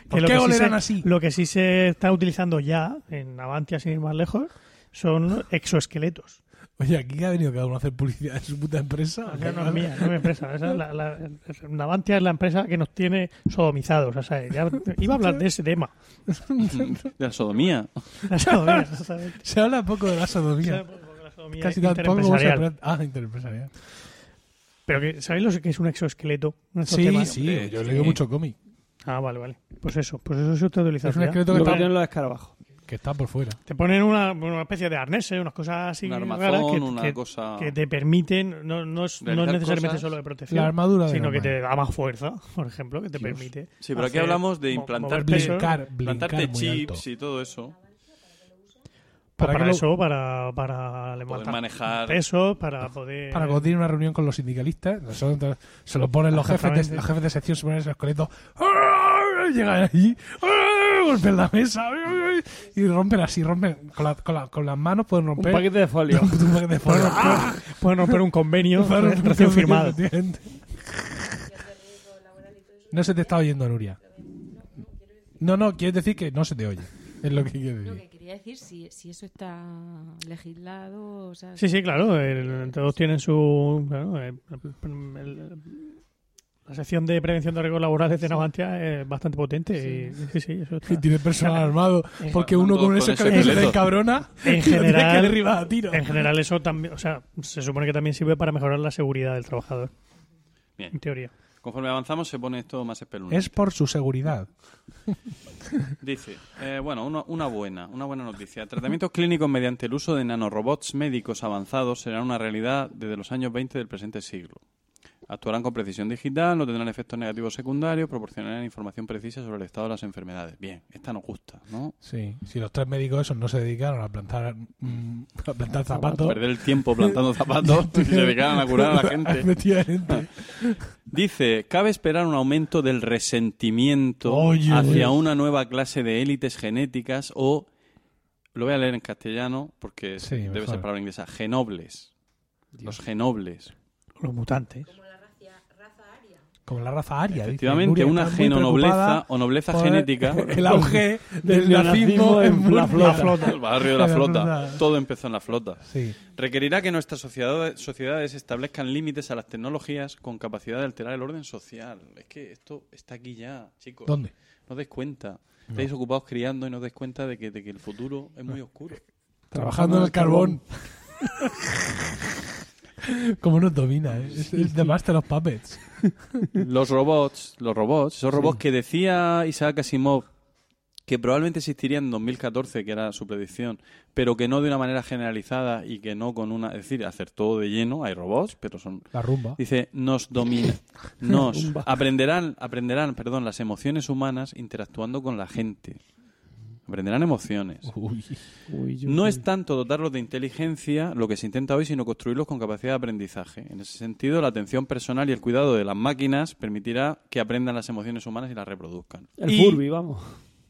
S1: ¿Por
S4: lo
S1: qué
S4: que sí
S1: goleran
S4: se-
S1: así?
S4: Lo que sí se está utilizando ya, en Avantia sin ir más lejos, son exoesqueletos.
S1: Oye, aquí ha venido cada uno a hacer publicidad de su puta empresa.
S4: No, no es mía, no es mi empresa. Esa es la, la- es- Navantia es la empresa que nos tiene sodomizados. O sea, ya iba a hablar de ese tema.
S3: De la sodomía.
S4: La sodomía, exactamente.
S1: Se habla poco de la
S4: O sea,
S1: sodomía.
S4: pues, porque la sodomía
S1: Casi
S4: es
S1: tampoco
S4: interempresarial.
S1: Ah, interempresarial.
S4: Pero que, ¿sabéis lo que es un exoesqueleto? Un exoesquema.
S1: Sí, sí, Eh, yo
S3: sí.
S1: leo mucho cómic.
S4: Ah, vale, vale. Pues eso, pues eso se utiliza.
S1: Es un esqueleto que
S2: Lo que
S1: está,
S2: tienen los escarabajos.
S1: que está por fuera.
S4: Te ponen una, una especie de arneses, unas cosas así
S3: Un armazón,
S4: raras que,
S3: una
S4: que-
S3: cosa-
S4: que te permiten, no, no es, no es
S3: Ah. Realizar
S4: necesariamente
S3: cosas.
S4: solo de protección,
S1: La armadura de
S4: sino que
S1: Iron Man.
S4: te da más fuerza, por ejemplo, que te permite.
S3: Sí, pero aquí
S4: hacer-
S3: hablamos de
S4: mo-
S3: implantarte-
S4: mover peso.
S1: Blincar, blincar
S3: Plantarte
S1: muy
S3: chips
S1: alto.
S3: y todo eso.
S4: Pues para,
S1: que lo-
S4: eso, para, para levantar
S3: manejar-
S4: pesos, para poder...
S1: Para cuando tiene una reunión con los sindicalistas, nosotros- se lo ponen los jefes, de,
S4: Exactamente.
S1: los jefes de sección, se ponen esos esqueletos, ¡ah! llegan allí, ¡ah! golpean la mesa ¡ah! y rompen así, rompen con, la- con la- con las manos, pueden
S2: Un
S1: romper
S2: paquete de folio.
S1: un paquete de forros, ¡ah!
S4: pueden romper un convenio
S1: Pueden romper
S4: recién
S1: un-
S4: firmado.
S1: efectivamente. No se te está oyendo, Nuria. No, no, quieres decir que no se te oye. Es lo que quiero
S5: Lo
S1: decir.
S5: que quería decir, si, si eso está legislado, o sea,
S4: Sí, sí, claro. el- todos tienen su. claro, el- el- el- la sección de prevención de riesgos laborales de Navantia es bastante potente. y- sí, sí, eso está.
S1: Y tiene personal armado. Porque uno
S3: Con
S1: con ese
S3: ese
S1: esqueleto se
S3: esqueleto.
S1: descabrona
S4: En
S1: y lo tienes que
S4: general-
S1: derribar a tiro.
S4: En general, eso también. O sea, se supone que también sirve para mejorar la seguridad del trabajador.
S3: Bien.
S4: En teoría.
S3: Conforme avanzamos se pone esto más espeluznante.
S1: Es por su seguridad.
S3: Dice, eh, bueno, una, una buena, una buena noticia. Tratamientos clínicos mediante el uso de nanorobots médicos avanzados serán una realidad desde los años 20 del presente siglo. Actuarán con precisión digital, no tendrán efectos negativos secundarios, proporcionarán información precisa sobre el estado de las enfermedades. Bien, esta nos gusta, ¿no?
S1: Sí, si los tres médicos esos no se dedicaron a plantar, mm, a plantar zapatos.
S3: Perder el tiempo plantando zapatos y se dedicaran a curar a la gente.
S1: Efectivamente.
S3: Dice, cabe esperar un aumento del resentimiento
S1: Oye.
S3: hacia una nueva clase de élites genéticas o, lo voy a leer en castellano porque
S1: Sí,
S3: debe
S1: mejor.
S3: ser palabra inglesa, genobles. Los genobles.
S4: Los mutantes.
S1: Como la raza aria. dice
S3: Efectivamente,
S1: Nuria,
S3: una
S1: está muy
S3: genonobleza
S1: preocupada
S3: o nobleza
S1: por
S3: genética.
S1: El auge del
S2: Del
S1: nazismo
S2: neonazismo
S1: en
S2: en la
S1: Murcia.
S2: flota.
S3: El barrio de la
S1: Es
S3: flota.
S1: verdad.
S3: Todo empezó en la flota.
S1: Sí.
S3: Requerirá que nuestras sociedades, sociedades establezcan límites a las tecnologías con capacidad de alterar el orden social. Es que esto está aquí ya, chicos.
S1: ¿Dónde?
S3: No os dais cuenta. Estáis ocupados criando y no os dais cuenta de que, de que el futuro es muy oscuro.
S1: Trabajando en el carbón. Como nos domina, ¿eh? es, es The Master of Puppets.
S3: Los robots, los robots, esos robots que decía Isaac Asimov que probablemente existirían en 2014, que era su predicción, pero que no de una manera generalizada y que no con una, es decir, acertó de lleno, hay robots, pero son
S1: La rumba.
S3: Dice, nos domina, nos aprenderán, aprenderán, perdón, las emociones humanas interactuando con la gente. Aprenderán emociones.
S1: Uy.
S3: No es tanto dotarlos de inteligencia lo que se intenta hoy, sino construirlos con capacidad de aprendizaje. En ese sentido, la atención personal y el cuidado de las máquinas permitirá que aprendan las emociones humanas y las reproduzcan.
S2: El
S3: Y-
S2: Furby, vamos.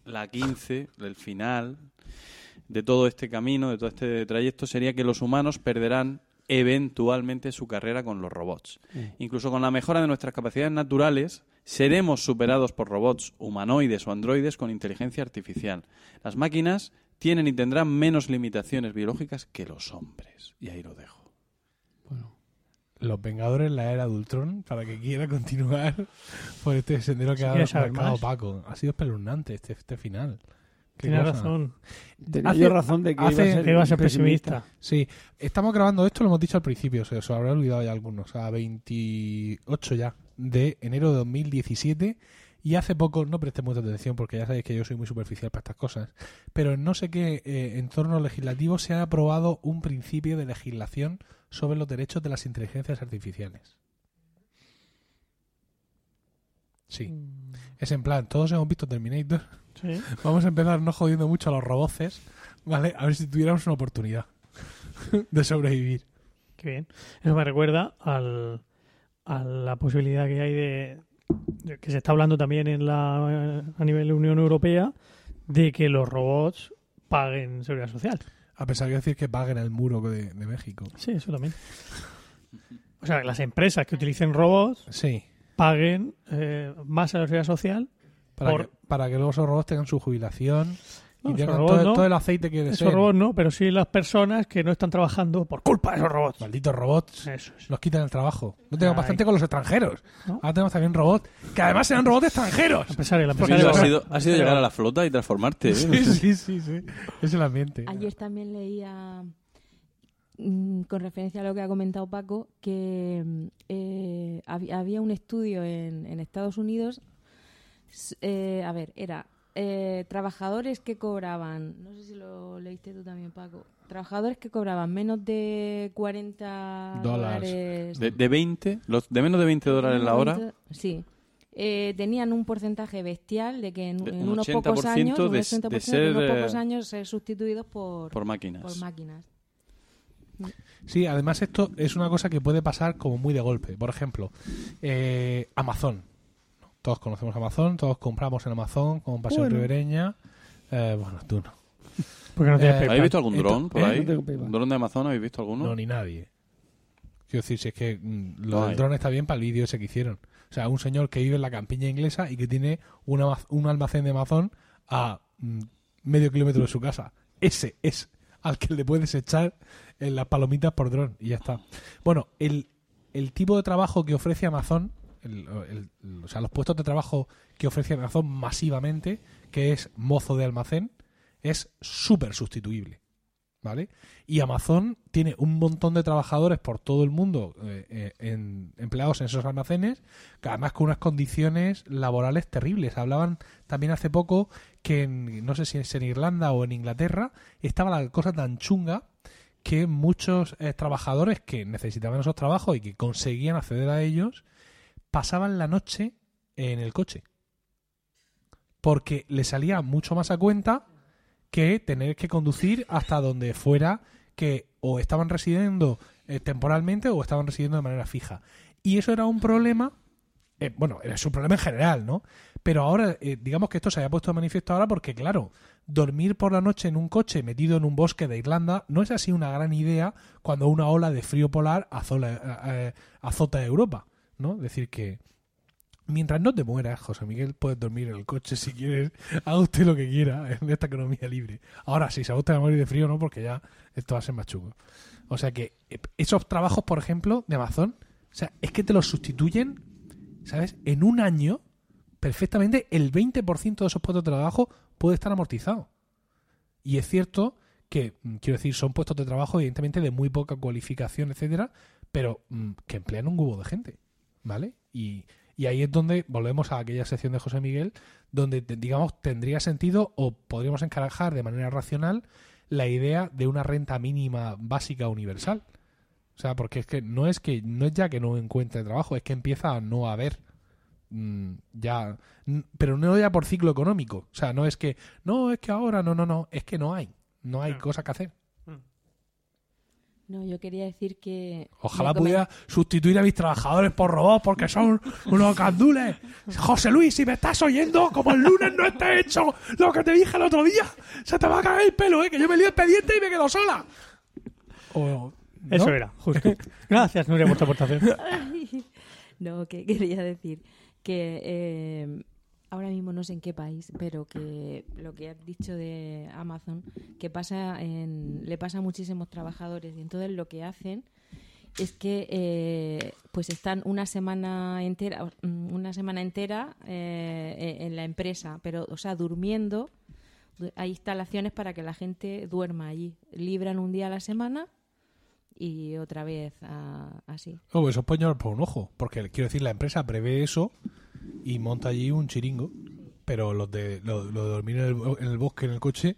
S3: la 15, el final de todo este camino, de todo este trayecto, sería que los humanos perderán eventualmente su carrera con los robots. Incluso con la mejora de nuestras capacidades naturales, seremos superados por robots humanoides o androides con inteligencia artificial. Las máquinas tienen y tendrán menos limitaciones biológicas que los hombres. Y ahí lo dejo.
S1: Los Vengadores, la era de Ultron, para que quiera continuar por este sendero que
S4: Si
S1: ha
S4: quieres saber
S1: marcado
S4: más.
S1: Paco. Ha sido espeluznante este, este final. Qué
S4: Tienes
S1: cosa.
S4: razón.
S2: Tenía
S1: Hace-
S2: yo razón de que
S1: hace-
S2: iba a ser,
S4: Que iba a ser pesimista.
S1: Sí, estamos grabando esto, lo hemos dicho al principio, se os habrá olvidado ya algunos, a 28 ya de enero de 2017 y hace poco, no presté mucha atención porque ya sabéis que yo soy muy superficial para estas cosas, pero en no sé qué eh, entorno legislativo se ha aprobado un principio de legislación sobre los derechos de las inteligencias artificiales.
S4: Mm.
S1: Sí, es en plan, todos hemos visto Terminator,
S4: Sí.
S1: Vamos a empezar no jodiendo mucho a los roboces, ¿vale? A ver si tuviéramos una oportunidad de sobrevivir.
S4: Qué bien. Eso me recuerda al, a la posibilidad que hay de, de- que se está hablando también en la a nivel de Unión Europea de que los robots paguen seguridad social.
S1: A pesar de decir que paguen al muro de, de México.
S4: Sí, eso también. O sea, que las empresas que utilicen robots
S1: Sí,
S4: paguen eh, más a la seguridad social.
S1: para,
S4: Por-
S1: que, para que luego esos robots tengan su jubilación y
S4: No, esos
S1: tengan
S4: robots
S1: todo,
S4: no.
S1: todo el aceite que deseen.
S4: Esos robots no, pero sí las personas que no están trabajando por culpa de esos robots.
S1: Malditos robots.
S4: Eso es.
S1: Nos quitan el trabajo. No tenemos
S4: Ay.
S1: bastante con los extranjeros.
S4: ¿No?
S1: Ahora tenemos también robots. Que además serán robots extranjeros.
S4: Empresario, la
S1: Porque
S4: empresaria-
S3: Emilio, ha
S1: yo-
S3: sido, ha sido llegar a la flota y transformarte. ¿eh?
S1: Sí, sí, sí, sí. Es el ambiente.
S5: ayer también leía mm, con referencia a lo que ha comentado Paco, que mm, eh, hab- había un estudio en, en Estados Unidos, s- eh, a ver, era eh, trabajadores que cobraban, no sé si lo leíste tú también, Paco, trabajadores que cobraban menos de 40
S1: Dólares.
S5: dólares
S3: De, de 20, los de menos de 20 dólares la hora,
S5: Sí. Eh, tenían un porcentaje bestial de que en,
S3: De
S5: en
S3: un
S5: unos
S3: 80%
S5: pocos años, un
S3: de- de
S5: 80% en
S3: ser,
S5: unos
S3: eh,
S5: pocos años ser sustituidos por,
S3: por
S5: por
S3: máquinas.
S5: máquinas.
S1: Sí, además esto es una cosa que puede pasar como muy de golpe. Por ejemplo, eh, Amazon. Todos conocemos Amazon, todos compramos en Amazon con Pasión
S2: Bueno.
S1: Ribereña. Eh, bueno, tú no.
S4: Porque no tienes
S1: Eh,
S4: PayPal.
S3: ¿Habéis visto algún
S1: Esto-
S3: dron por
S1: ¿Eh?
S3: ahí?
S2: No tengo PayPal.
S3: ¿Un dron de Amazon habéis visto alguno?
S1: No, ni nadie. Quiero decir, si es que mm, lo
S3: No hay.
S1: del dron está bien para el vídeo ese que hicieron. O sea, un señor que vive en la campiña inglesa y que tiene un, ama- un almacén de Amazon a mm, medio kilómetro de su casa. Ese es al que le puedes echar eh, las palomitas por dron y ya está. Bueno, el, el tipo de trabajo que ofrece Amazon, el- el- o sea, los puestos de trabajo que ofrece Amazon masivamente, que es mozo de almacén, es súper sustituible. ¿Vale? Y Amazon tiene un montón de trabajadores por todo el mundo eh, eh, en- empleados en esos almacenes, que además con unas condiciones laborales terribles. Hablaban también hace poco que en- no sé si es en Irlanda o en Inglaterra estaba la cosa tan chunga que muchos eh, trabajadores que necesitaban esos trabajos y que conseguían acceder a ellos pasaban la noche en el coche. Porque le salía mucho más a cuenta que tener que conducir hasta donde fuera que o estaban residiendo eh, temporalmente o estaban residiendo de manera fija. Y eso era un problema, eh, bueno, es un problema en general, ¿no? Pero ahora, eh, digamos que esto se haya puesto de manifiesto ahora porque, claro, dormir por la noche en un coche metido en un bosque de Irlanda no es así una gran idea cuando una ola de frío polar azola- eh, azota Europa, ¿no? Es decir, que mientras no te mueras, José Miguel, puedes dormir en el coche si quieres, haga usted lo que quiera en esta economía libre. Ahora, si se gusta de morir de frío, no, porque ya esto va a ser más chungo. O sea que eh, esos trabajos, por ejemplo, de Amazon, o sea, es que te los sustituyen, ¿sabes? En un año, perfectamente, el 20% de esos puestos de trabajo puede estar amortizado. Y es cierto que, mm, quiero decir, son puestos de trabajo, evidentemente, de muy poca cualificación, etcétera, pero mm, que emplean un cubo de gente, ¿vale? Y, y ahí es donde volvemos a aquella sección de José Miguel, donde, te- digamos, tendría sentido o podríamos encarajar de manera racional la idea de una renta mínima básica universal. O sea, porque es que no es que no es ya que no encuentre trabajo, es que empieza a no haber mm, ya, n- pero no ya por ciclo económico. O sea, no es que no es que ahora no no no es que no hay, no hay
S4: Claro.
S1: cosa que hacer.
S5: No, yo quería decir que...
S1: Ojalá
S5: me comen-
S1: pudiera sustituir a mis trabajadores por robots porque son unos candules. José Luis, si me estás oyendo, como el lunes no esté hecho lo que te dije el otro día, se te va a caer el pelo, ¿eh? que yo me lío expediente y me quedo sola. O- Eh, ¿no?
S4: Eso era, justo. Gracias, Nuria, por tu aportación.
S5: No, que quería decir que eh, ahora mismo no sé en qué país, pero que lo que has dicho de Amazon, que pasa en, le pasa a muchísimos trabajadores y entonces lo que hacen es que eh, pues están una semana entera o- mm, una semana entera eh, en en la empresa, pero o sea durmiendo Du- hay instalaciones para que la gente duerma allí, libran un día a la semana y otra vez a- así.
S1: No, pues eso es pañal por un ojo, porque quiero decir, la empresa prevé eso y monta allí un chiringo, pero los de, lo, lo de dormir en el, bo- en el bosque, en el coche,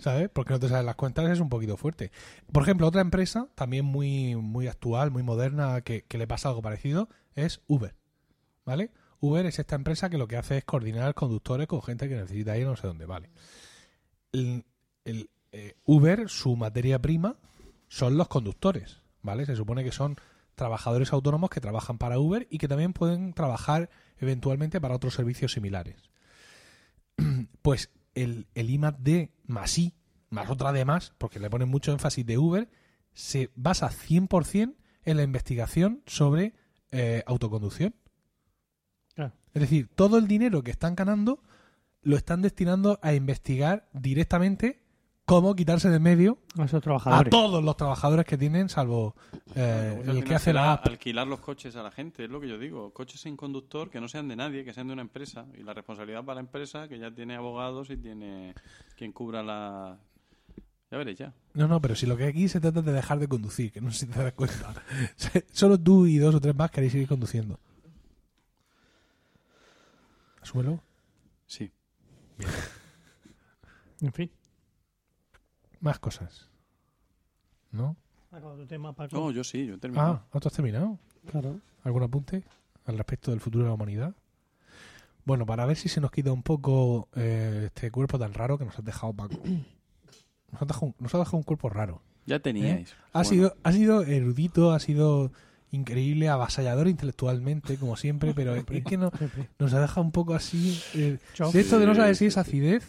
S1: ¿sabes? Porque no te salen las cuentas, es un poquito fuerte. Por ejemplo, otra empresa también muy, muy actual, muy moderna, que, que le pasa algo parecido, es Uber, ¿vale? Uber es esta empresa que lo que hace es coordinar conductores con gente que necesita ir a no sé dónde, ¿vale? El, el, eh, Uber, su materia prima, son los conductores, ¿vale? Se supone que son trabajadores autónomos que trabajan para Uber y que también pueden trabajar eventualmente para otros servicios similares. Pues el, el IMAT D más I, más otra de más, porque le ponen mucho énfasis de Uber, se basa 100% en la investigación sobre eh, autoconducción.
S4: Claro.
S1: Es decir, todo el dinero que están ganando lo están destinando a investigar directamente cómo quitarse de medio
S4: A esos
S1: a
S4: trabajadores.
S1: todos los trabajadores que tienen, salvo eh,
S3: Pues al
S1: el
S3: final
S1: que hace
S3: será
S1: la app.
S3: Alquilar los coches a la gente, es lo que yo digo. Coches sin conductor que no sean de nadie, que sean de una empresa. Y la responsabilidad para la empresa que ya tiene abogados y tiene quien cubra la... Ya veréis ya.
S1: No, no, pero si lo que hay aquí se trata de dejar de conducir, que no sé si te das cuenta. Solo tú y dos o tres más queréis seguir conduciendo. ¿Suelo?
S3: Sí.
S4: En fin.
S1: Más cosas. ¿No?
S4: Acabado el tema, Paco.
S3: No, yo sí, yo he terminado.
S1: Ah, ¿no te has terminado?
S2: Claro.
S1: ¿Algún apunte al respecto del futuro de la humanidad? Bueno, para ver si se nos quita un poco eh, este cuerpo tan raro que nos has dejado, Paco. Nos has dejado, nos has dejado un cuerpo raro.
S3: Ya teníais.
S1: Ha,
S3: Bueno,
S1: sido, ha sido erudito, ha sido increíble, avasallador intelectualmente, como siempre, pero es que no, nos ha dejado un poco así. eh,
S4: Chof.
S1: de esto de no saber si es acidez,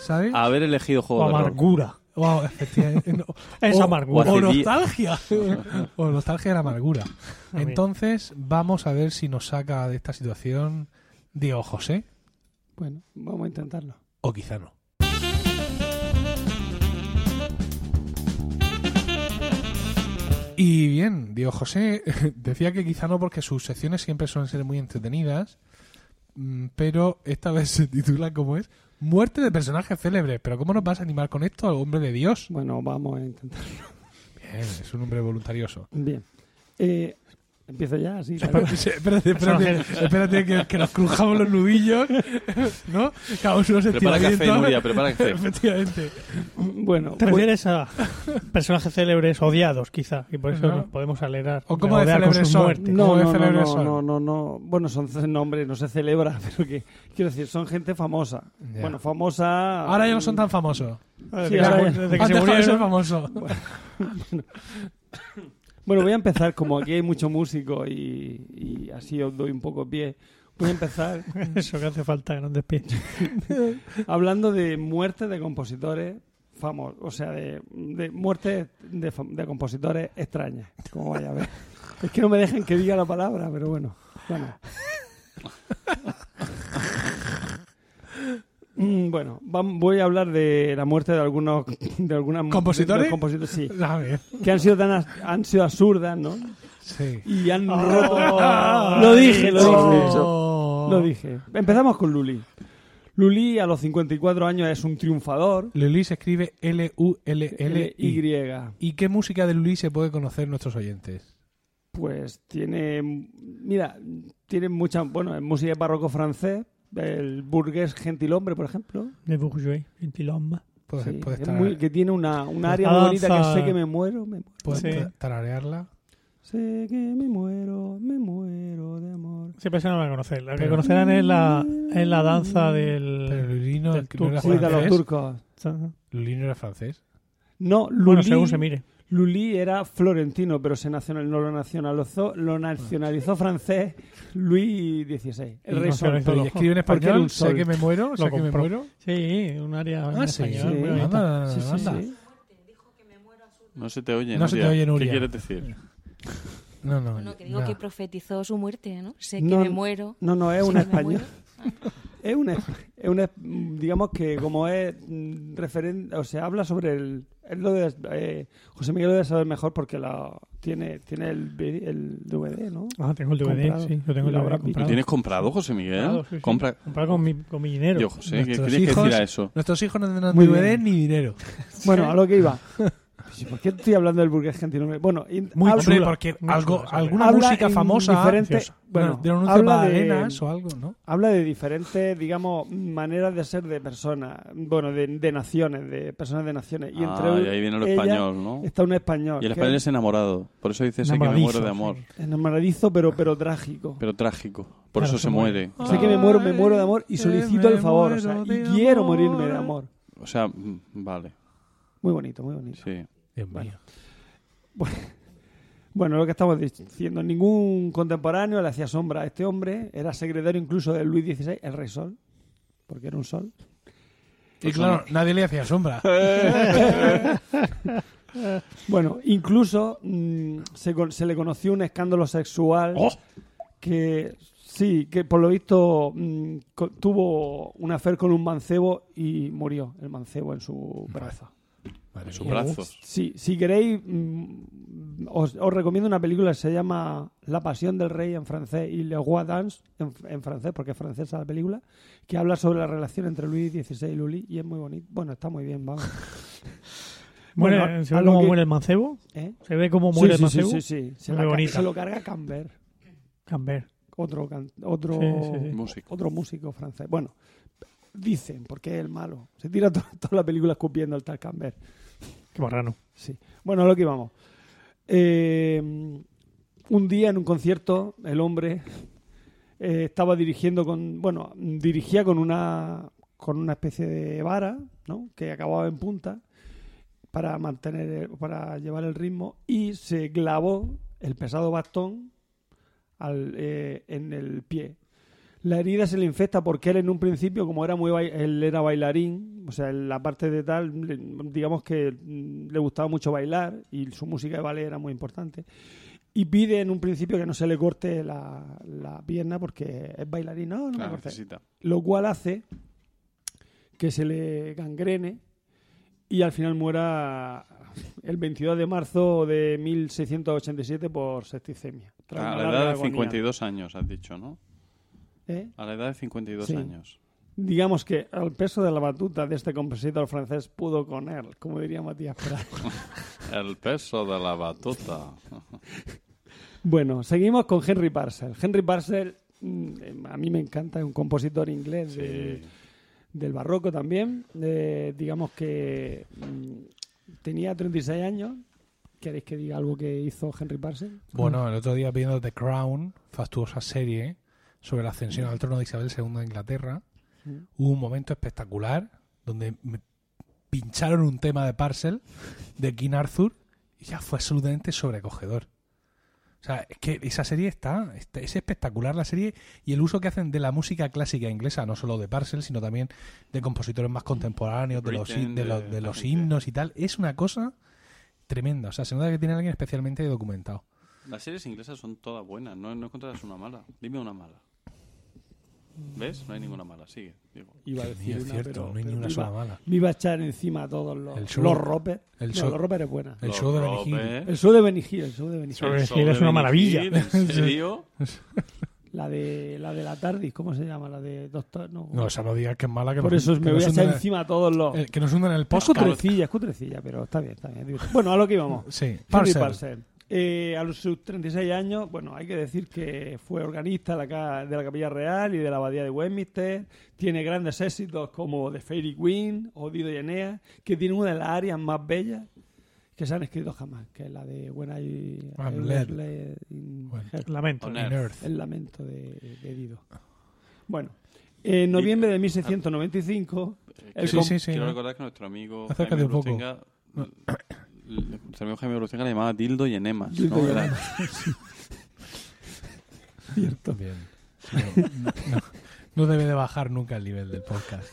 S1: ¿sabes?
S3: Haber elegido
S4: O
S3: juego de Oh, rol.
S4: amargura.
S1: Wow, efectivamente. no.
S4: Es
S1: O-
S4: amargura.
S1: O
S3: Guacidí-
S1: nostalgia. o nostalgia de la amargura.
S4: bien.
S1: Entonces, vamos a ver si nos saca de esta situación ¿eh? Diego José,
S2: Bueno, vamos a intentarlo.
S1: o quizá no. Y bien, Diego José decía que quizá no porque sus secciones siempre suelen ser muy entretenidas, mm, pero esta vez se titula como es Muerte de personajes célebres. Pero ¿cómo nos vas a animar con esto, hombre de Dios?
S2: Bueno, vamos a intentarlo.
S1: Bien, es un hombre voluntarioso.
S2: Bien. Eh, empiezo ya, así. tal vez.
S1: Espérate, espérate, espérate, espérate que, que nos crujamos los nudillos, ¿no? Cada uno se
S3: Prepara café, Nuria, prepara café.
S1: Efectivamente.
S2: Bueno,
S4: ¿Te
S2: pues-
S4: refieres a personajes célebres odiados, quizá? Y por eso
S1: Ajá.
S4: nos podemos alegrar.
S1: ¿O cómo de
S4: odiar con
S1: célebres
S4: sus
S1: son?
S4: muertes.
S1: ¿Cómo
S2: No,
S1: de
S2: no, no,
S1: celebres
S2: no,
S1: son?
S2: no, no, no. Bueno, son c- nombres, no se celebra, pero que quiero decir, son gente famosa.
S1: Ya.
S2: Bueno, famosa.
S1: Ahora ya no son tan famosos.
S4: Desde
S2: Sí,
S4: que se
S2: ahora
S4: mu-
S2: ya-
S4: desde que
S1: Han
S4: se
S1: dejado de ser
S4: murieron,
S1: famosos.
S2: Bueno, voy a empezar, como aquí hay mucho músico y, y así os doy un poco pie. Voy a empezar
S4: Eso que hace falta, que nos despiden.
S2: hablando de muertes de compositores famosos, o sea, de, de muertes de, fam- de compositores extrañas, como vaya a ver. Es que no me dejan que diga la palabra, pero bueno. Bueno, Mm, bueno vam- voy a hablar de la muerte de algunos de algunas mu- de- de
S1: ¿Compositores?
S2: compositores, sí,
S1: Pues, A ver.
S2: que han sido tan as- han sido absurdas, ¿no?
S1: Sí.
S2: Y han
S4: Ah.
S2: roto. Lo dije, lo dije.
S1: Oh.
S2: Lo dije. Empezamos con Luli. Luli a los 54 años es un triunfador.
S1: Lulí se escribe L-U-L-L-Y.
S2: L-Y.
S1: ¿Y qué música de Lulí se puede conocer nuestros oyentes?
S2: Pues tiene. Mira, tiene mucha. Bueno, es música de barroco francés. El burgués gentilhombre, por ejemplo.
S4: De Bourgeois, Gentilhomme.
S1: ¿Puedes,
S2: Sí,
S4: pues
S1: puedes
S2: es
S1: tarar-
S2: muy- que tiene una, una área
S4: Danza. Pues
S2: muy bonita que sé que me muero. Me, muero.
S1: puedes
S4: sí.
S1: ta- tararearla?
S2: sé que me muero, me muero de amor.
S4: Siempre se no van a conocer. La que
S1: Pero-
S4: conocerán es la, es la danza
S1: Pero
S4: del...
S1: Lulí no,
S4: Del
S1: no era
S4: turco.
S2: Sí, de los
S1: francés.
S2: turcos.
S1: Lulí no era francés.
S2: No, Luli.
S4: Bueno, según se mire.
S2: Lully era florentino, pero se nacional, no lo nacionalizó, lo nacionalizó francés Luis XVI. El
S4: Y
S2: rey sol.
S4: nacionalizó
S1: Pero
S4: el
S1: y escribe en
S2: Porque era
S1: español,
S2: un
S1: sé
S2: sol.
S1: que me muero, sé que me
S4: compró.
S1: muero.
S4: Sí, un área en
S1: Ah, sí.
S4: español,
S2: Sí.
S4: muy
S2: Anda,
S4: bonita.
S1: anda,
S4: Sí, sí,
S1: anda.
S4: sí.
S2: Sí.
S3: No se te oye,
S1: No se te
S3: Nuria.
S1: oye, Nuria.
S3: ¿Qué quieres decir?
S1: No, no.
S5: No, que digo
S1: nada.
S5: que profetizó su muerte, ¿no? Sé
S2: No,
S5: que me muero.
S2: No, no, es
S5: sé
S2: un
S5: que me
S2: español.
S5: muero.
S2: Es un, es- es un es- digamos que como es mm, referente, o sea, habla sobre el, es lo de, eh, José Miguel lo debe saber mejor porque la tiene tiene el, vi- el DVD, ¿no?
S4: Ah, tengo el DVD,
S2: Comprado.
S4: sí. Yo tengo el
S2: Lo
S4: DVD
S2: habrá-
S4: comprado.
S3: ¿Lo tienes comprado, José Miguel?
S4: Comprado, sí, sí.
S3: Compra.
S4: Comprado con mi, con mi dinero.
S3: Yo, José, ¿qué
S1: Nuestros
S3: quieres que
S1: hijos-
S3: decir a eso?
S1: Nuestros hijos no tendrán
S2: Muy
S1: DVD
S2: bien.
S1: ni dinero.
S2: Bueno, a lo que iba. ¿Por qué estoy hablando del burgués gentilhombre? Bueno, y-
S4: Muy
S2: habla-
S1: Hombre,
S4: chula.
S1: porque
S4: Muy
S1: algo,
S4: chula,
S1: alguna
S2: Habla
S1: música
S2: en
S1: famosa.
S2: diferente-
S1: preciosa.
S2: bueno,
S1: de un anuncio
S2: habla
S1: para
S2: de-
S1: arenas o algo, ¿no?
S2: Habla de diferentes, digamos, maneras de ser de personas, bueno, de, de naciones, de personas de naciones. Y entre
S3: Ah, y ahí viene el
S2: ella
S3: español, ¿no?
S2: Está un español.
S3: Y el
S2: que
S3: español es enamorado. Por eso dice, sé que me muero
S4: Enamoradizo,
S3: de amor.
S4: sí.
S2: es enamoradizo, pero, pero trágico.
S3: Pero trágico. Por
S4: Claro,
S3: eso se
S4: se muere.
S3: muere.
S1: Ah.
S2: sé que me muero, me muero de amor y
S1: Que
S2: solicito el
S1: me
S2: favor. O sea,
S1: muero
S2: y
S1: de
S2: quiero
S1: amor.
S2: morirme de amor.
S3: O sea, mm, vale.
S2: Muy bonito, muy bonito.
S3: Sí.
S1: Dios
S2: Bueno.
S1: mío.
S2: Bueno, lo que estamos diciendo, ningún contemporáneo le hacía sombra a este hombre. Era secretario incluso de Luis XVI, el rey sol, porque era un sol.
S1: Y
S3: Pues
S1: claro, nadie le hacía sombra.
S2: Bueno, incluso mm, se, con- se le conoció un escándalo sexual
S4: ¡Oh!
S2: que sí, que por lo visto mm, co- tuvo un afer con un mancebo y murió el mancebo en su brazo.
S1: Madre
S3: Su
S1: mía.
S3: brazo.
S2: Sí, si queréis, mm, os, os recomiendo una película que se llama La Pasión del Rey en francés y Le Roi Dance en, en francés, porque es francesa la película, que habla sobre la relación entre Luis XVI y Luli y es muy bonito. Bueno, está muy bien, vamos.
S4: Muere-
S2: Bueno,
S4: eh, ¿Se ve
S2: algo
S4: cómo
S2: que-
S4: muere el mancebo?
S2: ¿Eh?
S4: ¿Se ve cómo muere el
S2: sí, sí,
S4: mancebo?
S2: sí, sí, Se,
S4: Muy
S2: la ca-
S4: bonita.
S2: se lo carga Camber,
S4: Camber.
S2: otro, can- otro,
S4: Sí, sí, sí.
S3: Músico.
S2: otro músico francés. Bueno, dicen, porque es el malo. Se tira to- toda la película escupiendo al tal Camber.
S4: Qué marrano.
S2: Sí. Bueno, a lo que íbamos. Eh, un día en un concierto, el hombre eh, estaba dirigiendo con. Bueno, dirigía con una. con una especie de vara, ¿no? Que acababa en punta para mantener. el- para llevar el ritmo. Y se clavó el pesado bastón al, eh, en el pie. La herida se le infecta porque él en un principio, como era muy bai- él era bailarín, o sea, en la parte de tal, le- digamos que mm, le gustaba mucho bailar y su música de ballet era muy importante. Y pide en un principio que no se le corte la, la pierna porque es bailarín. No, no me
S3: La
S2: cortes
S3: necesita.
S2: lo cual hace que se le gangrene y al final muera el 22 de marzo de 1687 por septicemia. tras
S3: Ah, A
S2: una
S3: la
S2: larga
S3: edad de
S2: agonía.
S3: 52 años, has dicho, ¿no?
S2: ¿Eh?
S3: A la edad de 52
S2: Sí.
S3: años.
S2: Digamos que al peso de la batuta de este compositor francés pudo con él, como diría Matías Prats.
S3: El peso de la batuta.
S2: Bueno, seguimos con Henry Purcell. Henry Purcell, mm, a mí me encanta, es un compositor inglés del-
S3: Sí.
S2: del barroco también. Eh, digamos que mm, tenía 36 años. ¿Queréis que diga algo que hizo Henry Parcel?
S1: Bueno, el otro día viendo The Crown, fastuosa serie sobre la ascensión al trono de Isabel II de Inglaterra,
S2: Mm.
S1: hubo un momento espectacular donde me pincharon un tema de Parcel de King Arthur y ya fue absolutamente sobrecogedor. O sea, es que esa serie está, está- es espectacular la serie y el uso que hacen de la música clásica inglesa, no solo de Parcel, sino también de compositores más contemporáneos, de los, hi-
S3: Britain,
S1: de los,
S3: de
S1: de
S3: la
S1: los
S3: gente.
S1: himnos y tal, es una cosa tremenda. O sea, se nota que tiene alguien especialmente documentado.
S3: Las series inglesas son todas buenas, no, no encontrarás una mala. Dime una mala. ¿Ves? No hay ninguna mala, sigue. Diego.
S2: Iba a
S1: Ni
S2: decir
S1: es
S2: una,
S1: cierto,
S2: pero-
S1: no hay
S2: pero
S1: ni una
S2: me iba-
S1: sola mala.
S2: Me iba a echar encima a todos los,
S1: El show-
S2: los ropers.
S1: el
S2: no,
S1: show-
S2: los ropers es buena.
S1: El
S3: Los
S1: show de Benny Hill.
S3: Robert,
S2: El show de Benny Hill, el show de Benny Hill.
S4: Sobre
S3: el
S4: el
S3: show
S4: Hill
S3: de
S4: es una
S3: Benny
S4: maravilla.
S3: Hill, ¿En serio?
S2: La de, la de la Tardis, ¿cómo se llama? La de Doctor... No,
S1: No, o sea, no digas que es mala. Que
S2: por
S1: nos-
S2: eso
S1: que
S2: me
S1: nos
S2: voy a echar
S1: hundan en-
S2: encima a todos los...
S1: eh, que nos hundan en el
S2: Es
S1: post.
S2: cutrecilla, es cutrecilla, pero está bien, está bien. es divertido. Bueno, a lo que íbamos.
S1: Sí,
S2: Henry
S1: Parcel.
S2: Parcel. Eh, a los sus 36 años, bueno, hay que decir que fue organista de la, ca- de la Capilla Real y de la Abadía de Westminster. Tiene grandes éxitos como The Fairy Queen, Odido y Eneas, que tiene una de las áreas más bellas que se han escrito jamás, que es la de When I...
S1: I'm
S2: I was
S1: led.
S2: led in
S1: Bueno.
S2: her-
S4: Lamento.
S3: On
S1: In Earth.
S2: Eh. el lamento de, de Dido. Bueno, en noviembre de 1695... El
S1: Sí,
S2: com-
S1: sí, sí.
S3: Quiero
S1: ¿no?
S3: recordar que nuestro amigo
S1: Acércate
S3: Jaime
S1: un poco.
S3: Urrutinga, l- l- nuestro amigo Jaime Urrutinga le llamaba Dildo y Enemas.
S2: Dildo
S3: ¿no?
S2: y
S3: Era-
S2: Cierto.
S1: Bien. Sí, no, no- no debe de bajar nunca el nivel del podcast.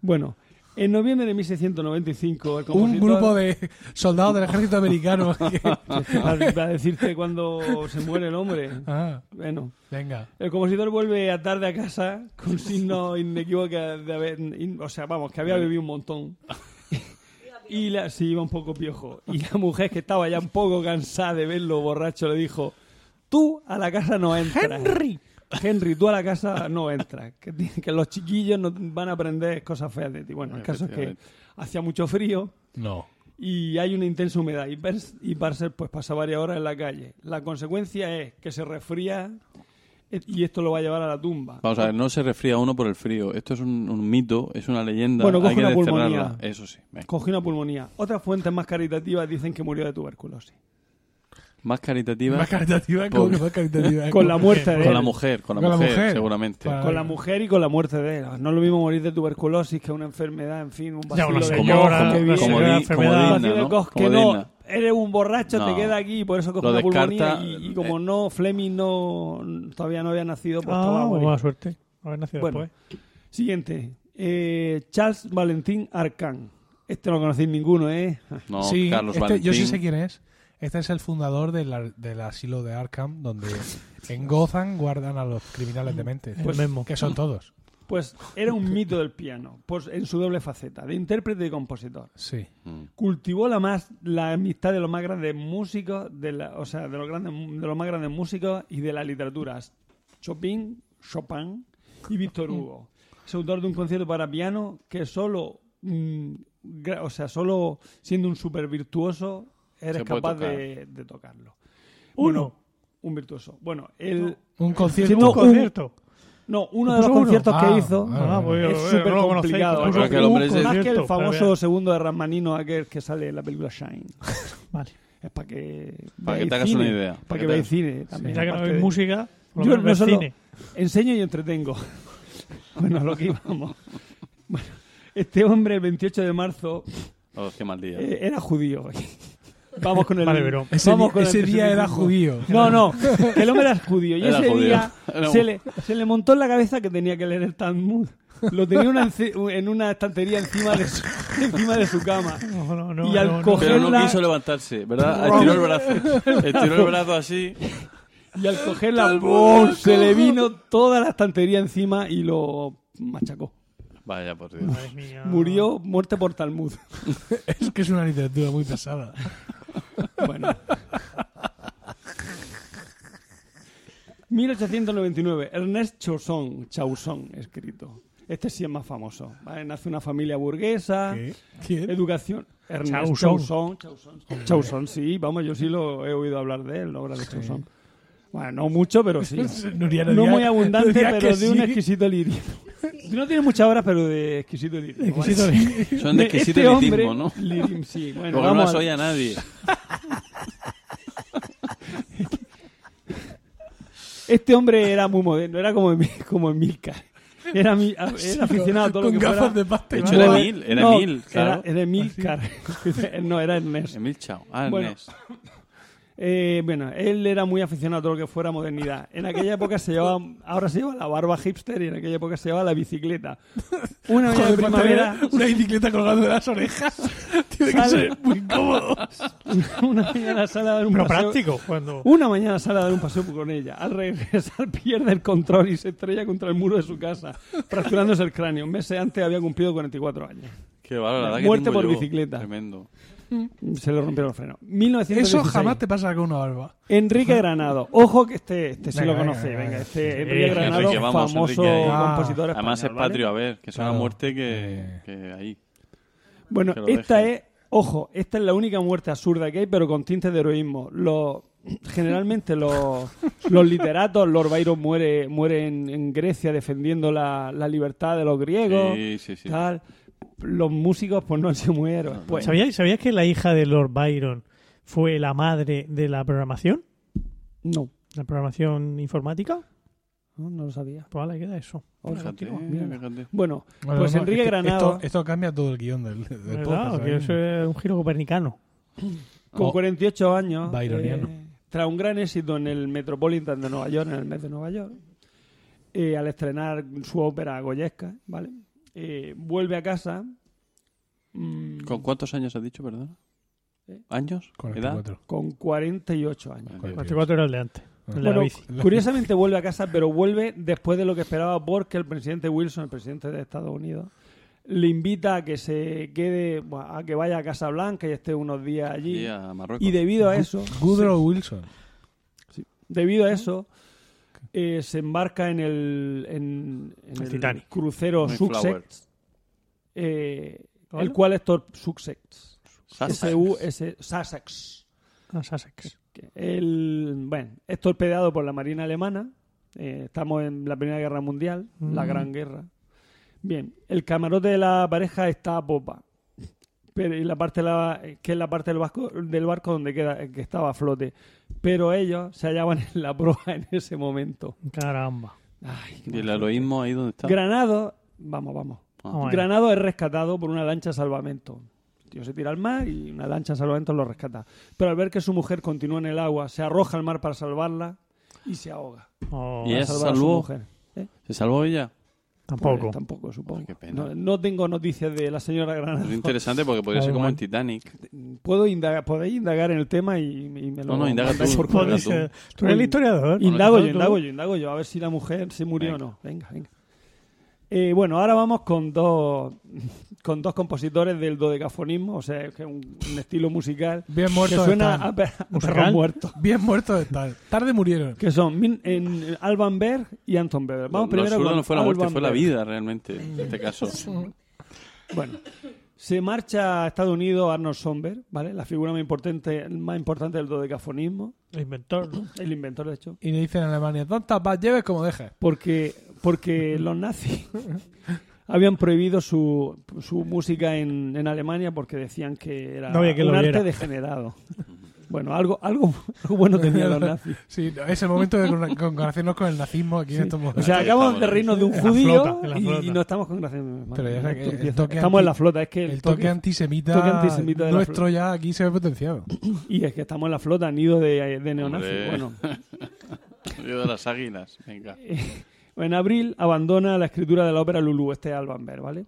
S2: Bueno, en noviembre de 1695... El
S1: Un
S2: compositor-
S1: grupo de soldados del ejército americano. que-
S2: para, para decirte cuando se muere el hombre.
S1: Ah,
S2: Bueno,
S1: venga.
S2: el compositor vuelve a tarde a casa con signos inequívocos de haber, in- o sea, vamos, que había bebido un montón. Y la, sí, iba un poco piojo. Y la mujer que estaba ya un poco cansada de verlo borracho le dijo, tú a la casa no entras. Henry. Pues Henry, tú a la casa no entras. Que, ti- que los chiquillos no van a aprender cosas feas de ti. Bueno, el caso es que
S3: Efectivamente.
S2: hacía mucho frío,
S1: No.
S2: y hay una intensa humedad y, Pers- y Parcel pues pasa varias horas en la calle. La consecuencia es que se resfría eh, y esto lo va a llevar a la tumba.
S3: Vamos a ver, no se resfría uno por el frío. Esto es un, un mito, es una leyenda.
S2: Bueno, coge
S3: Hay que
S2: una
S3: desterrarla.
S2: pulmonía.
S3: Eso sí. venga.
S2: Cogió una pulmonía. Otras fuentes más caritativas dicen que murió de tuberculosis.
S3: Más caritativa
S1: Más caritativa como que más caritativa.
S2: Con la muerte ¿eh? de
S3: con la
S2: él.
S3: mujer, con la,
S1: Con la
S3: mujer,
S1: mujer.
S3: seguramente.
S1: Para-
S2: Con la mujer y con la muerte de él. No es lo mismo morir de tuberculosis que una enfermedad, en fin, un
S4: Ya,
S2: vacilo
S4: una
S2: de
S4: señora,
S2: Koch,
S4: una
S2: que viene-
S3: como
S4: señora
S3: di-
S4: enfermedad.
S3: como
S2: un vacilo
S3: digna,
S2: de
S3: ¿no?
S2: Koch que
S3: Como
S2: no,
S3: digna.
S2: eres un borracho,
S3: No.
S2: te queda aquí y por eso coge
S3: Lo
S2: una
S3: descarta,
S2: pulmonía y, y como
S3: eh.
S2: no, Fleming no, todavía no había nacido, pues estaba a
S4: Ah,
S2: morir.
S4: buena suerte. Haber nacido
S2: Bueno.
S4: después.
S2: Siguiente. Eh, Charles Valentín Arcán. Este no lo conocéis ninguno, ¿eh?
S3: No,
S1: sí,
S3: Carlos
S1: este-
S3: Valentín.
S1: yo sí sé quién es. Este es el fundador del, ar- del asilo de Arkham, donde en Gotham guardan a los criminales de mente.
S4: El mismo.
S1: Que son todos.
S2: Pues era un mito del piano, pues en su doble faceta, de intérprete y compositor.
S1: Sí.
S3: Mm.
S2: Cultivó la más la amistad de los más grandes músicos, de la, o sea, de los grandes de los más grandes músicos y de las literaturas. Chopin, Chopin y Víctor Hugo. Es autor de un concierto para piano que solo mm, gra- o sea, solo siendo un super virtuoso eres
S3: Se puede
S2: capaz
S3: tocar.
S2: de, de tocarlo.
S4: Uno.
S2: Un virtuoso. Bueno, el,
S1: Un concierto.
S4: Siendo un concierto.
S2: no, uno de los
S4: Puso uno.
S2: conciertos
S1: Ah,
S2: que hizo
S1: ah, bueno.
S2: es súper complicado.
S3: Pues que el hombre es-
S2: más que el famoso segundo de Ramanino aquel que sale en la película Shine.
S4: Vale.
S2: Es para que
S3: Para que
S2: veáis
S3: te hagas
S2: cine.
S3: una idea.
S2: Para que
S3: te-
S2: veáis cine también.
S4: Ya que no
S2: aparte
S4: hay
S2: de-
S4: música, por lo
S2: Yo
S4: menos
S2: no
S4: ves
S2: solo-
S4: cine.
S2: Enseño y entretengo. bueno, a lo que íbamos. Bueno, este hombre, el 28 de marzo,
S3: Oh, qué mal día.
S2: eh, era judío. Vamos con el.
S4: Vale, pero
S1: Ese,
S2: vamos
S1: día-
S2: con el
S1: ese día era
S2: antisemitismo.
S1: judío.
S2: No, no, que el hombre era judío. Y
S3: Era
S2: ese
S3: judío.
S2: día
S3: Era
S2: se
S3: un-
S2: le, se le montó en la cabeza que tenía que leer el Talmud. Lo tenía una ence- en una estantería encima de su, encima de su cama.
S4: No, no, no,
S2: Y al
S4: no, no.
S2: coger-
S3: Pero no
S2: Cogerla-
S3: quiso levantarse, ¿verdad? Estiró el brazo. Estiró el brazo así.
S2: Y al cogerla, ¡boom! se le vino toda la estantería encima y lo machacó.
S3: Vaya, por Dios.
S4: Madre mía.
S2: Murió muerte por Talmud.
S1: Es que es una literatura muy pesada.
S2: Bueno. 1899, Ernest Chausson, Chausson escrito. Este sí es más famoso. ¿vale? Nace una familia burguesa,
S1: ¿Qué? ¿Quién?
S2: educación. Ernest
S4: Chausson.
S2: Chausson. Chausson. Chausson, sí, vamos, yo sí lo he oído hablar de él, la obra de Chausson. Bueno, no mucho, pero sí.
S1: Nuria,
S2: No
S1: diría-
S2: muy abundante,
S1: diría que
S2: pero de un
S1: sí.
S2: exquisito lirio. No tiene muchas horas, pero de exquisito lirio.
S4: Exquisito lirio.
S3: Son de exquisito
S2: este
S3: elitismo,
S2: hombre-
S3: ¿no?
S2: lirismo, sí. Bueno,
S3: Porque no
S2: vamos
S3: las
S2: al-
S3: oye a nadie.
S2: Este hombre era muy moderno, era como, Emi- como Emilcar. Era, mi- a- era aficionado a todo lo
S1: Con
S2: que fuera.
S1: gafas de Ah, pasta.
S3: De
S1: y
S3: hecho, era
S1: barba.
S3: Emil, era
S2: no,
S3: Emil, claro.
S2: Era, era Emilcar. no, era Ernest.
S3: Emil Chao. Ah,
S2: Bueno.
S3: Ernest.
S2: Eh, bueno, él era muy aficionado a todo lo que fuera modernidad. En aquella época se llevaba, ahora se lleva la barba hipster y en aquella época se llevaba la bicicleta. Una mañana de
S1: Joder, para tener
S2: primavera,
S1: una bicicleta colgando de las orejas. Tiene que
S2: Sale.
S1: ser muy incómodo.
S2: una mañana sale a dar un
S4: Pero
S2: paseo.
S4: práctico, cuando...
S2: Una mañana sale a dar un paseo con ella. Al regresar pierde el control y se estrella contra el muro de su casa, fracturándose el cráneo. Meses antes había cumplido 44 años.
S3: Qué bárbaro, la verdad que
S2: Muerte
S3: tengo
S2: por
S3: yo.
S2: bicicleta.
S3: Tremendo.
S2: Se le rompieron los frenos.
S1: Eso
S2: 1916.
S1: jamás te pasa con una barba.
S2: Enrique Granado. Ojo que este, este sí
S1: Venga,
S2: lo
S1: venga,
S2: conoce. Venga,
S1: venga, Ah. venga.
S2: este
S4: Sí,
S2: Enrique
S4: Enrique,
S2: Granado,
S3: vamos,
S2: famoso
S3: Enrique, ahí.
S2: compositor español.
S3: Además es
S2: ¿vale? Eh.
S3: patrio, a ver, que es una
S1: Claro.
S3: muerte que, que ahí.
S2: Bueno,
S3: que lo
S2: esta
S3: deje.
S2: es, ojo, esta es la única muerte absurda que hay, pero con tintes de heroísmo. Los, generalmente los, los literatos, Lord Byron muere, muere en, en Grecia defendiendo la, la libertad de los griegos.
S3: Sí, sí, sí.
S2: tal. Los músicos, pues no han sido muy héroes. Pues,
S4: ¿Sabíais, ¿Sabíais que la hija de Lord Byron fue la madre de la programación?
S2: No,
S4: ¿La programación informática?
S2: no, no lo sabía.
S4: Pues vale, queda eso.
S2: Ahora
S3: Fíjate,
S2: continúa, mírala.
S3: fíjate.
S2: Bueno,
S1: Bueno,
S2: pues
S1: no,
S2: Enrique
S1: es que
S2: Granado.
S1: Esto, esto cambia todo el guión del, del
S4: ¿Verdad?
S1: podcast.
S2: ¿eh?
S4: Que
S1: ¿sabes?
S4: eso es un giro copernicano.
S2: con
S1: Oh.
S2: 48 años,
S1: Byroniano.
S2: eh, tras un gran éxito en el Metropolitan de Nueva York, en el mes de Nueva York, eh, al estrenar su ópera Goyesca, ¿vale? Eh, vuelve a casa. mm,
S3: ¿Con cuántos años has dicho, perdón?
S2: ¿Eh?
S3: ¿Años? ¿Edad?
S1: 44.
S2: con 48 años.
S3: Vale.
S4: 44 Pues este era el de antes. El de la
S2: Bueno,
S4: bici.
S2: curiosamente vuelve a casa, pero vuelve después de lo que esperaba porque el presidente Wilson, el presidente de Estados Unidos, le invita a que se quede, a que vaya a Casa Blanca y esté unos días allí.
S3: Y a Marruecos.
S2: Y debido a eso,
S1: Goodrow Wilson.
S2: Debido a eso, eh, se embarca en el, en, en
S4: El Titanic.
S2: crucero
S3: Mayflower.
S2: Sussex, eh,
S4: ¿Cuál?
S2: el cual es Tor Sussex.
S3: Sussex.
S2: S-U-S- E, Sussex.
S4: Ah, Sussex.
S2: Que El, bueno, es torpedado por la Marina Alemana. Eh, estamos en la Primera Guerra Mundial, la
S4: Mm.
S2: Gran Guerra. Bien, el camarote de la pareja está a popa. Pero, y la parte de la- eh, que es la parte del barco, del barco donde queda, eh, que estaba a flote. Pero ellos se hallaban en la proa en ese momento.
S4: Caramba.
S2: Ay, qué
S3: ¿Y el
S2: mala
S3: heroísmo ahí donde está?
S2: suerte. Granado, vamos, vamos.
S3: Ah.
S4: Vamos allá.
S2: Granado es rescatado por una lancha salvamento. El tío se tira al mar y una lancha salvamento lo rescata. Pero al ver que su mujer continúa en el agua, se arroja al mar para salvarla y se ahoga.
S4: Oh,
S3: Y
S2: para
S3: ella se
S2: salvar a su
S3: salvó.
S2: mujer.
S3: ¿Se salvó ella?
S4: Tampoco.
S2: Pues, tampoco, supongo.
S3: qué pena.
S2: No, no tengo noticias de la señora Granado.
S3: Es interesante porque podría
S4: Ay,
S3: ser como
S4: bueno.
S3: en Titanic.
S2: Puedo indagar, podéis indagar en el tema y, y me lo
S3: No, no, indaga tú.
S2: mandáis por correo.
S4: Joder,
S3: tú.
S4: Pues Tú eres el historiador.
S2: Indago yo,
S4: Tú-
S2: indago yo, indago yo, a ver si la mujer se murió
S3: Venga.
S2: o no. Venga, venga. Eh, bueno, ahora vamos con dos con dos compositores del dodecafonismo, o sea, que es un, un estilo musical
S1: Bien
S2: que
S1: muertos
S2: suena
S1: están.
S2: a, per- a perro
S4: ¿Musical?
S2: muerto,
S1: Pues Bien muertos están. Tarde murieron.
S2: que son Min- en, Alban Berg y Anton Weber. Vamos
S3: Lo
S2: primero
S3: absurdo
S2: con
S3: no fue la muerte,
S2: Alban
S3: fue la
S2: Berg.
S3: vida realmente, en este caso.
S2: Bueno, se marcha a Estados Unidos Arnold Somber, ¿vale? La figura más importante, más importante del dodecafonismo,
S4: El inventor, ¿no?
S2: el inventor, de hecho.
S1: Y le dicen en Alemania, tantas vas lleves como dejes.
S2: Porque, porque los nazis habían prohibido su, su música en, en Alemania porque decían que era
S4: No había que
S2: un
S4: lo
S2: arte
S4: viera.
S2: degenerado. Bueno, algo, algo, algo bueno tenían los nazis.
S1: Sí, no, es el momento de con- congraciarnos con el nazismo aquí en estos
S2: O
S1: momentos.
S2: sea, acabamos de reírnos de un
S4: En la
S2: judío
S4: flota, en la
S2: y- y,
S4: flota.
S2: no estamos con gracia. Madre
S1: Pero ya
S2: mía,
S1: sabes que
S2: esto
S1: el
S2: empieza.
S1: toque
S2: estamos en
S1: anti-
S2: la flota, es que el,
S1: el toque, antisemita,
S2: toque antisemita de la
S1: nuestro ya aquí se ve potenciado.
S2: y es que estamos en la flota, nido de, de neonazis.
S3: Hombre.
S2: Bueno,
S3: Yo de las águilas, venga.
S2: Eh, en abril abandona la escritura de la ópera Lulu, este Alban Berg, ¿vale?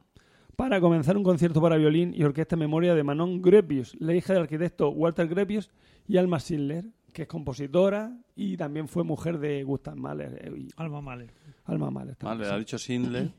S2: Para comenzar un concierto para violín y orquesta en memoria de Manon Grepius, la hija del arquitecto Walter Grepius y Alma Schindler, que es compositora y también fue mujer de Gustav Mahler. eh, y
S4: Alma Mahler.
S2: Alma Mahler. también,
S3: Vale, ha
S2: sí.
S3: dicho Schindler.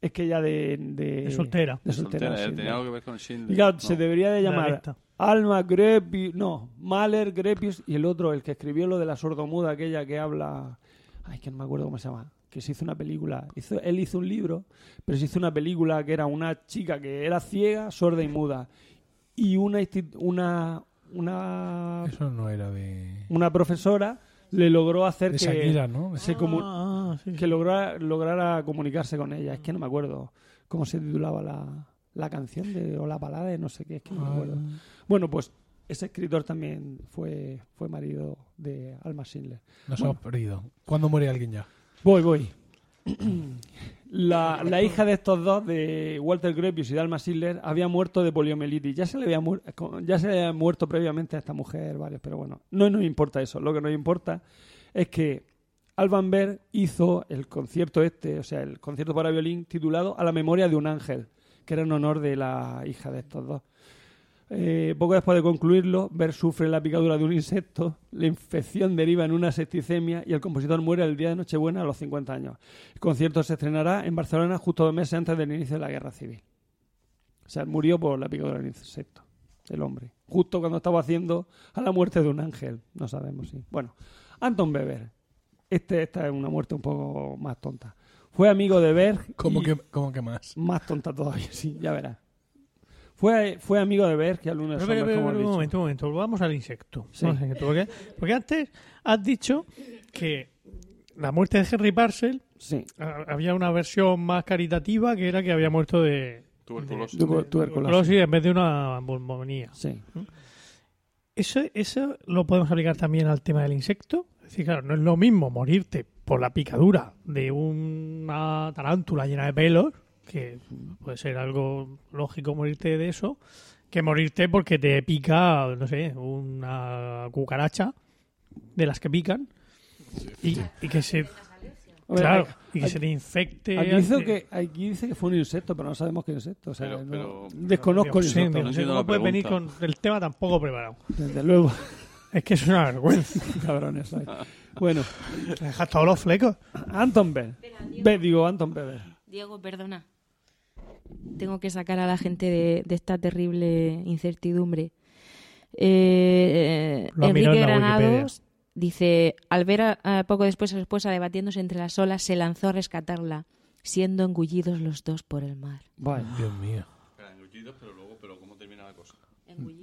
S2: Es que ella de... De,
S4: Es soltera.
S2: de soltera,
S3: Soltera,
S2: sí,
S3: eh, tenía
S2: ¿no?
S3: algo que ver con Schindler.
S2: Y claro,
S3: No.
S2: se debería de
S4: La
S2: llamar
S4: lista.
S2: Alma Grepius, no, Mahler, Grepius y el otro, el que escribió lo de la sordomuda, aquella que habla. Ay, que no me acuerdo cómo se llama. Que se hizo una película. Hizo, él hizo un libro, pero se hizo una película que era una chica que era ciega, sorda y muda. Y una. insti- una, una,
S1: Eso no era de,
S2: una profesora le logró hacer
S1: de
S2: que.
S1: Shakira, ¿no?
S2: se comu-
S4: Ah, sí, sí.
S2: que logra- lograra comunicarse con ella. Es que no me acuerdo cómo se titulaba la, la canción de, o la balada de no sé qué. Es que no
S1: Ah,
S2: me acuerdo. Bueno, pues ese escritor también fue, fue marido de Alma Schindler.
S1: Nos hemos perdido. ¿Cuándo muere alguien ya?
S2: Voy, voy. La, la hija de estos dos, de Walter Grepius y de Alma Schindler, había muerto de poliomielitis. Ya se le había, muer- co- ya se le había muerto previamente a esta mujer varios, pero bueno, no nos importa eso. Lo que nos importa es que Alban Berg hizo el concierto este, o sea, el concierto para violín titulado A la memoria de un ángel, que era en honor de la hija de estos dos. Eh, poco después de concluirlo, Berg sufre la picadura de un insecto, la infección deriva en una septicemia y el compositor muere el día de Nochebuena a los 50 años. El concierto se estrenará en Barcelona justo dos meses antes del inicio de la Guerra Civil. O sea, murió por la picadura de un insecto, el hombre. Justo cuando estaba haciendo a la muerte de un ángel, no sabemos si. Bueno, Anton Weber. Este, esta es una muerte un poco más tonta. Fue amigo de Berg.
S1: ¿Cómo,
S2: y-
S1: que, cómo que más?
S2: más tonta todavía, sí, ya verás. Fue, fue amigo de Berg y alumno de
S4: Pero,
S2: Sommer,
S4: pero, pero,
S2: como
S4: pero,
S2: he
S4: un
S2: dicho.
S4: momento, un momento. Volvamos al insecto.
S2: Sí.
S4: Vamos al insecto, porque, porque antes has dicho que la muerte de Henry Parcel
S2: Sí,
S4: ah, había una versión más caritativa que era que había muerto de
S3: Tuberculosis.
S2: tuvo tuberculosis.
S4: tuberculosis en vez de una pulmonía.
S2: Sí.
S4: ¿Eso, ¿Eso lo podemos aplicar también al tema del insecto? Es decir, claro, no es lo mismo morirte por la picadura de una tarántula llena de pelos, que puede ser algo lógico morirte de eso, que morirte porque te pica, no sé, una cucaracha de las que pican y, y que se
S2: A ver,
S4: claro,
S2: a-
S4: y que se te infecte.
S2: Aquí, hizo
S4: hace-
S2: que, aquí dice que fue un insecto, pero no sabemos qué insecto. O sea,
S3: Pero-
S2: no-
S3: pero-
S2: desconozco
S4: Dios,
S2: el
S4: sí,
S2: insecto,
S4: Dios,
S3: no
S4: no sé
S3: entiendo
S4: cómo
S3: la
S4: puedes venir
S3: pregunta.
S4: con el tema tampoco preparado.
S2: desde luego.
S4: Es que es una vergüenza.
S2: Cabrones. ay. Bueno,
S4: Te dejas todos los flecos.
S2: Anton Berg. Berg, digo, Anton Weber.
S5: Diego, perdona. Tengo que sacar a la gente de, de esta terrible incertidumbre. Eh, eh,
S4: Lo ha mirado
S5: Enrique
S4: en la
S5: Granados dice, al ver a- a poco después a su esposa debatiéndose entre las olas, se lanzó a rescatarla, siendo engullidos los dos por el mar.
S2: Vale.
S1: Dios mío.
S3: pero luego, pero ¿cómo termina la cosa?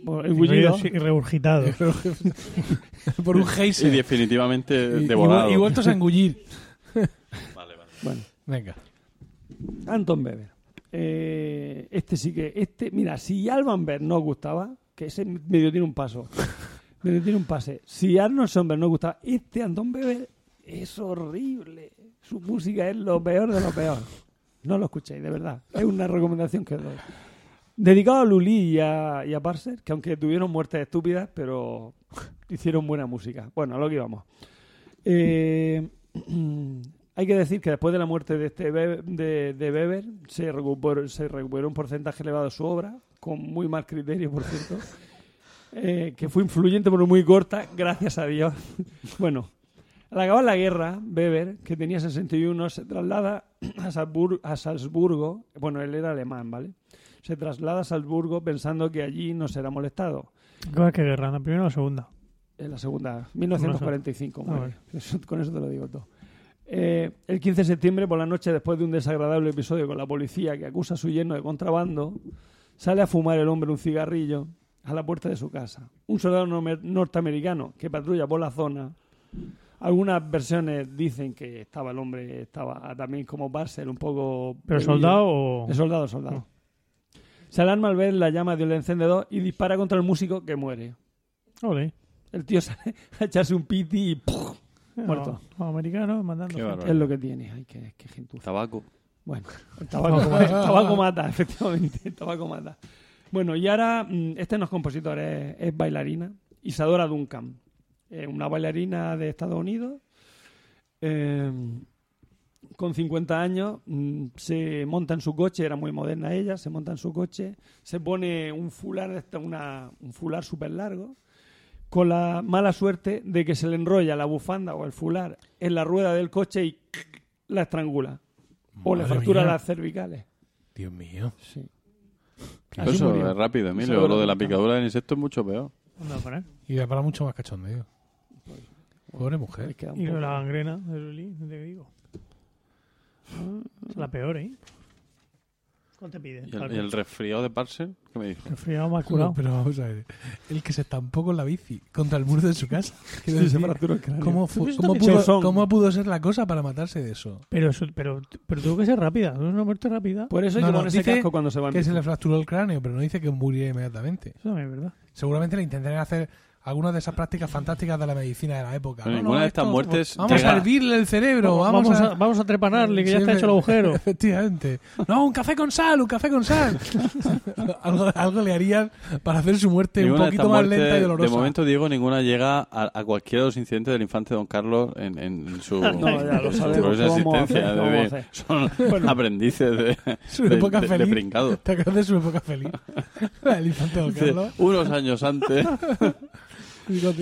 S2: Por- engullido.
S4: Y regurgitado.
S1: Por un
S3: Y
S1: geyser.
S3: definitivamente
S1: Y,
S3: devorado.
S1: y- y vueltos a engullir.
S3: Vale, vale.
S2: Bueno,
S1: Venga.
S2: Anton Weber. Eh, este sí que. este Mira, si Alban Berg no os gustaba, que ese medio tiene un paso, medio tiene un pase. Si Arnold Sommer no os gustaba, este Anton Weber es horrible. Su música es lo peor de lo peor. No lo escuchéis, de verdad. Es una recomendación que os doy. Dedicado a Lully y a, y a Parser, que aunque tuvieron muertes estúpidas, pero hicieron buena música. Bueno, a lo que íbamos. Eh, hay que decir que después de la muerte de, este Be- de, de Weber se recuperó, se recuperó un porcentaje elevado de su obra, con muy mal criterio, por cierto, eh, que fue influyente pero muy corta, gracias a Dios. bueno, al acabar la guerra, Weber, que tenía 61, se traslada a, Salzbur- a Salzburgo. Bueno, él era alemán, ¿vale? Se traslada a Salzburgo pensando que allí no será molestado.
S4: ¿Cómo es que guerra? ¿La primera o la segunda?
S2: En la segunda, 1945.
S4: Ah,
S2: muere. Eso- con eso te lo digo todo. Eh, el 15 de septiembre, por la noche, después de un desagradable episodio con la policía que acusa a su yerno de contrabando, sale a fumar el hombre un cigarrillo a la puerta de su casa. Un soldado nome- norteamericano que patrulla por la zona. Algunas versiones dicen que estaba el hombre, estaba también como Barcel, un poco...
S4: ¿Pero
S2: bebido.
S4: soldado o.?
S2: Es soldado, soldado.
S4: No.
S2: Se alarma al ver la llama del encendedor y dispara contra el músico que muere.
S4: Ole.
S2: El tío sale a echarse un piti y ¡puf! Muerto.
S4: No, americano mandando.
S3: Qué
S4: gente.
S3: bárbaro.
S2: es lo que tiene. Ay, qué, qué gentuza.
S3: Tabaco.
S2: Bueno, el tabaco, el tabaco mata, efectivamente. El tabaco mata. Bueno, y ahora, mm, este no es compositor, es, es bailarina. Isadora Duncan. Eh, una bailarina de Estados Unidos. eh, con 50 años, mm, se monta en su coche, era muy moderna ella, se monta en su coche, se pone un fular, de esta- una, un fular súper largo, con la mala suerte de que se le enrolla la bufanda o el fular en la rueda del coche y la estrangula. O le
S1: Madre
S2: fractura
S1: mía. ¿Eh?
S2: las cervicales.
S1: Dios mío.
S2: Sí.
S3: Pero
S2: Así
S3: eso
S2: murió.
S3: es rápido, Emilio.
S2: Eso
S3: Lo de la
S2: era-
S3: picadura del insecto es mucho peor.
S4: Anda, para, ¿eh?
S1: Y da para mucho más cachondeo. Pobre mujer.
S2: Les queda un
S4: Y lo de
S2: poco.
S4: la gangrena de Luli, no te digo. Es la peor, ¿eh? ¿Cuánto te pide?
S3: ¿Y el, y el resfriado de Parcel? ¿Qué me dijo?
S4: Resfriado mal
S1: No,
S4: curado.
S1: pero vamos a ver. El que se estampó con la bici contra el muro de su casa. Quiero
S2: Sí, se
S1: decir,
S2: fracturó el cráneo.
S1: ¿Cómo, fu-
S4: ¿Tú has visto
S1: cómo
S4: que
S1: pudo,
S2: Chelsea-
S1: cómo pudo ser la cosa para matarse de eso?
S4: Pero, eso- pero, pero tuvo que ser rápida. Es una muerte rápida.
S2: Por eso hay
S1: No,
S2: que
S1: no,
S2: ponerse
S1: dice
S2: casco cuando se va en
S1: Que se
S2: bici.
S1: le fracturó el cráneo, pero no dice que muriera inmediatamente.
S4: Eso también es verdad.
S1: Seguramente le intentarán hacer algunas de esas prácticas fantásticas de la medicina de la época.
S3: Pero
S1: No,
S3: ninguna
S1: no,
S3: de estas
S1: esto-
S3: muertes
S1: Vamos
S3: llega-
S1: a hervirle el cerebro, vamos, a...
S4: vamos a trepanarle, que ya está
S1: Sí,
S4: hecho el agujero.
S1: Efectivamente. No, un café con sal, un café con sal. algo, algo le harían para hacer su muerte
S3: Ninguna
S1: un
S3: de
S1: poquito
S3: estas
S1: más
S3: muertes,
S1: lenta y dolorosa.
S3: De momento, Diego, ninguna llega a, a cualquiera de los incidentes del infante Don Carlos en, en su,
S2: ya lo
S3: en su gloriosa
S2: sabemos, ¿qué vamos a
S3: existencia.
S2: hacer?
S3: de-
S2: ¿Qué vamos a hacer?
S3: son aprendices de,
S1: su
S3: de-
S1: época
S3: de- de
S1: feliz.
S3: pringados.
S1: ¿Te acuerdas de su época feliz? La del infante Don
S3: Dice,
S1: Carlos.
S3: unos años antes.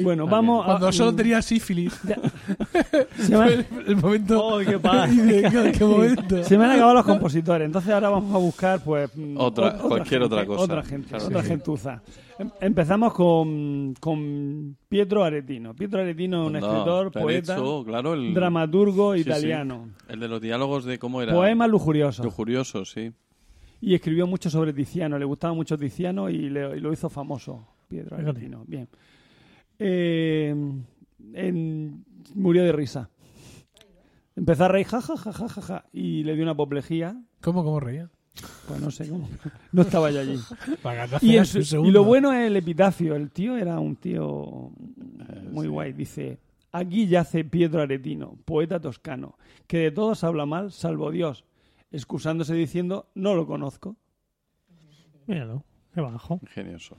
S2: Bueno, vamos a...
S1: Cuando
S3: Ah, mm.
S1: solo tenía sífilis.
S2: Se me, han-
S1: El momento...
S4: Oh, qué
S3: ah.
S4: paz.
S1: ¿Qué, qué momento?
S2: se me han acabado los compositores, entonces ahora vamos a buscar pues... mm,
S3: Otra-
S2: ot-
S3: cualquier
S2: gente,
S3: otra cosa.
S2: Otra gente,
S3: Claro.
S2: otra
S1: Sí.
S2: gentuza. Em- Empezamos con, con Pietro Aretino. Pietro Aretino es un
S3: Anda,
S2: escritor,
S3: Lorenzo,
S2: poeta,
S3: claro, el,
S2: dramaturgo
S3: Sí, sí.
S2: italiano.
S3: el de los diálogos de cómo era.
S2: Poemas lujuriosos.
S3: Lujurioso, sí.
S2: Y escribió mucho sobre Tiziano, le gustaba mucho Tiziano y, le- y lo hizo famoso, Pietro
S4: Fíjate.
S2: Aretino. Bien. Eh, en- murió de risa. Empezó a reír, ja, ja, ja, ja, ja, ja, y le dio una apoplejía.
S1: ¿Cómo, cómo reía?
S2: Pues no sé cómo. No estaba yo allí.
S1: Para que te
S2: Y, el-
S1: hace un
S2: y
S1: segundo.
S2: lo bueno es el epitafio. El tío era un tío muy guay. Dice: Aquí yace Pietro Aretino, poeta toscano, que de todos habla mal, salvo Dios, excusándose diciendo: No lo conozco.
S4: Míralo. Qué bajo.
S3: Ingenioso.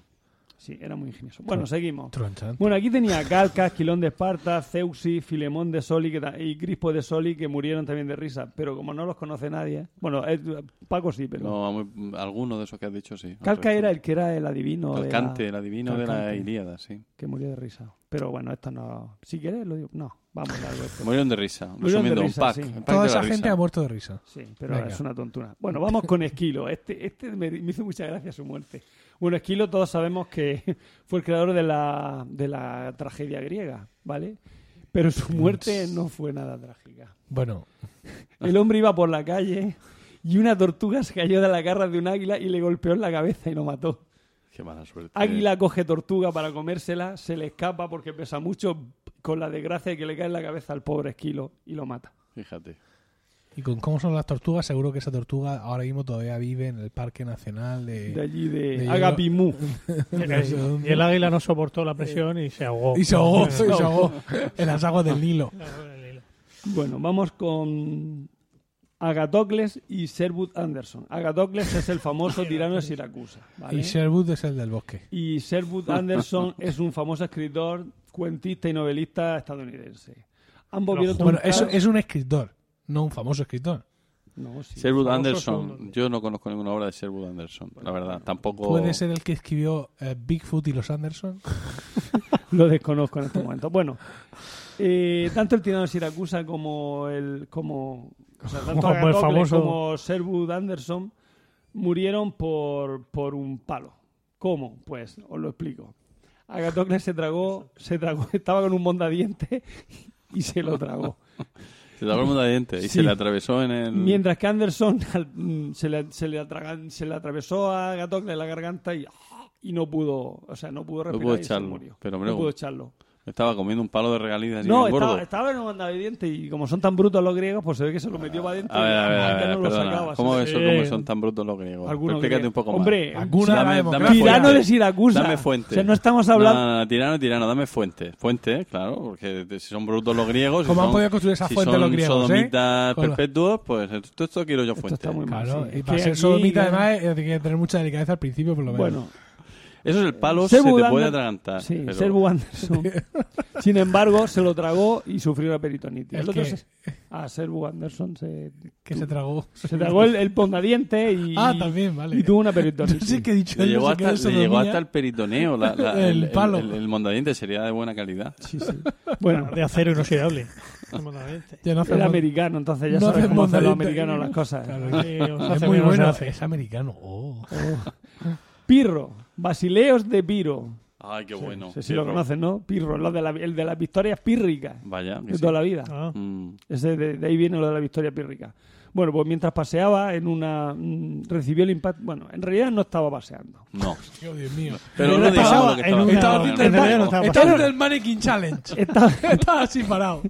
S2: Sí, era muy ingenioso. Bueno, seguimos.
S1: Tronchan.
S2: Bueno, aquí tenía a Calcas, Quilón de Esparta, Zeusi, Filemón de Soli que ta- y Crispo de Soli que murieron también de risa. Pero como no los conoce nadie. Bueno, eh, Paco sí, pero.
S3: No, muy- alguno de esos que has dicho, sí.
S2: Calca era el que era el adivino. de la-
S3: Calcante, el adivino de la
S2: Calcante.
S3: Ilíada, sí.
S2: que murió de risa. Pero bueno, esto no. Si quieres, lo digo. No, vamos a esto.
S3: Murieron de risa.
S2: Murieron de
S3: Resumiendo, un
S2: risa,
S3: pack.
S2: sí.
S3: el pack
S1: Toda
S3: de la
S1: esa gente
S3: risa.
S1: ha muerto de risa.
S2: Sí, pero
S1: Venga.
S2: es una tontuna. Bueno, vamos con Esquilo. Este, este me, me hizo mucha gracia su muerte. Bueno, Esquilo todos sabemos que fue el creador de la, de la tragedia griega, ¿vale? Pero su muerte no fue nada trágica.
S1: Bueno,
S2: El hombre iba por la calle y una tortuga se cayó de la garra de un águila y le golpeó en la cabeza y lo mató.
S3: Qué mala suerte.
S2: Águila coge tortuga para comérsela, se le escapa porque pesa mucho, con la desgracia de que le cae en la cabeza al pobre esquilo y lo mata.
S3: Fíjate.
S1: y con cómo son las tortugas, seguro que esa tortuga ahora mismo todavía vive en el Parque Nacional
S2: De
S1: de...
S2: allí
S1: de-
S2: de Agapimú.
S4: Y el águila no soportó la presión y se ahogó.
S1: Y se ahogó, y se ahogó en las aguas del Nilo.
S2: Bueno, vamos con Agatocles y Sherwood Anderson. Agatocles es el famoso tirano de Siracusa. ¿vale?
S1: Y Sherwood es el del bosque.
S2: Y Sherwood Anderson es un famoso escritor, cuentista y novelista estadounidense. Ambos
S4: Lo
S2: vieron
S4: juro.
S1: Bueno,
S2: truncar-
S1: es, es un escritor, no un famoso escritor.
S2: No, sí,
S3: Sherwood
S2: famoso
S3: Anderson.
S2: son-
S3: Yo no conozco ninguna obra de Sherwood Anderson, la verdad. Tampoco.
S1: ¿Puede ser el que escribió eh, Bigfoot y los Anderson?
S2: Lo desconozco en este momento. Bueno, eh, tanto el tirano de Siracusa como el como, o sea, tanto
S4: Como el
S2: Agatocles
S4: famoso-
S2: como Sherwood Anderson murieron por, por un palo. ¿Cómo? Pues os lo explico. Agatocles se tragó, se tragó, estaba con un mondadiente y se lo tragó.
S3: Se tapó el mondadiente y
S2: Sí.
S3: se le atravesó en el...
S2: Mientras que Anderson al- mm, se le, se le atragan- se le atravesó a Gatocle la garganta y, y no pudo, o sea, no pudo respirar
S3: pudo
S2: y se
S3: echarlo,
S2: murió.
S3: pero, hombre,
S2: no pudo echarlo.
S3: Estaba comiendo un palo de regaliz y
S2: No,
S3: no,
S2: estaba,
S3: gordo.
S2: estaba en un mandavidiente y como son tan brutos los griegos, pues se ve que se lo metió para adentro
S3: A
S2: y
S3: ver,
S2: la
S3: a ver, a
S2: manga
S3: ver,
S2: Ah, no lo
S3: perdona.
S2: sacaba.
S3: ¿Cómo,
S2: ¿sabes?
S3: eso,
S4: Sí.
S3: ¿Cómo son tan brutos los griegos?
S2: Alguno
S3: Explícate
S2: griego.
S3: un poco más.
S2: Hombre,
S1: Alguna de la democracia.
S3: fuente.
S2: Tirano de Siracusa.
S3: Dame fuente. Ah,
S2: O sea, no estamos hablando-
S3: No, no, no, tirano, tirano, dame fuente. Fuente, claro, porque si son brutos los griegos. si
S1: ¿Cómo han
S3: son-
S1: podido construir esa
S3: si
S1: fuente
S3: son
S1: los griegos, eh?
S3: sodomitas
S1: Con la-
S3: perpetuos, pues esto, esto quiero yo
S2: Esto
S3: fuente.
S2: está muy mal.
S1: Claro,
S2: sí.
S1: y
S2: Es
S1: para
S2: que
S1: ser
S2: aquí-
S1: sodomita además eh, hay que tener mucha delicadeza al principio, por lo menos.
S2: Bueno,
S3: Eso es el palo, se
S2: Ser
S3: te
S2: Bud
S3: puede
S2: Ander-
S3: atragantar.
S2: sí,
S3: pero-
S2: Serbu Anderson. Sin embargo, se lo tragó y sufrió una peritonitis.
S1: ¿El
S2: El otro
S1: qué?
S2: se- a Serbu Anderson se,
S1: que se tragó.
S2: se tragó el, el pondadiente y,
S1: Ah, también, vale.
S2: y tuvo una peritonitis.
S1: Entonces, ¿qué he dicho?
S3: Le llegó,
S1: Yo sé que
S3: hasta,
S1: eso
S3: le llegó
S1: domina.
S3: hasta el peritoneo, la- la-
S1: El
S3: el,
S1: palo.
S3: el- el mondadiente sería de buena calidad.
S2: Sí, sí. Bueno,
S4: De acero inoxidable. El mondadiente.
S1: Ya no hace
S2: era
S1: mon-
S2: americano, entonces ya
S1: No
S2: sabes
S1: hace
S2: cómo hacen los
S1: mondadiente.
S2: americanos las cosas.
S1: Claro,
S4: Sí, os
S1: es
S4: hace
S1: muy
S4: menos
S1: bueno.
S4: hace.
S1: Es americano. Oh.
S2: Pirro, Basileos de Piro.
S3: Ay, qué bueno.
S2: No sé si lo conocen, ¿no? Pirro, lo de la- el de las victorias pírricas
S3: Vaya. que
S2: de
S3: sí.
S2: toda la vida.
S4: Ah.
S3: Mm.
S2: Ese de, de ahí viene lo de la victoria pírrica. Bueno, pues mientras paseaba en una mm, recibió el impacto. Bueno, en realidad no estaba paseando.
S3: No.
S1: Dios, Dios mío.
S3: Pero
S4: Yo
S3: no digamos
S4: estaba
S3: lo que
S4: en
S3: estaba
S4: una-
S1: Estaba
S4: no,
S1: haciendo
S4: en
S1: el,
S4: realidad no
S1: ma- estaba
S4: estaba pasando.
S1: haciendo el Mannequin Challenge.
S2: Estaba,
S1: Estaba así parado.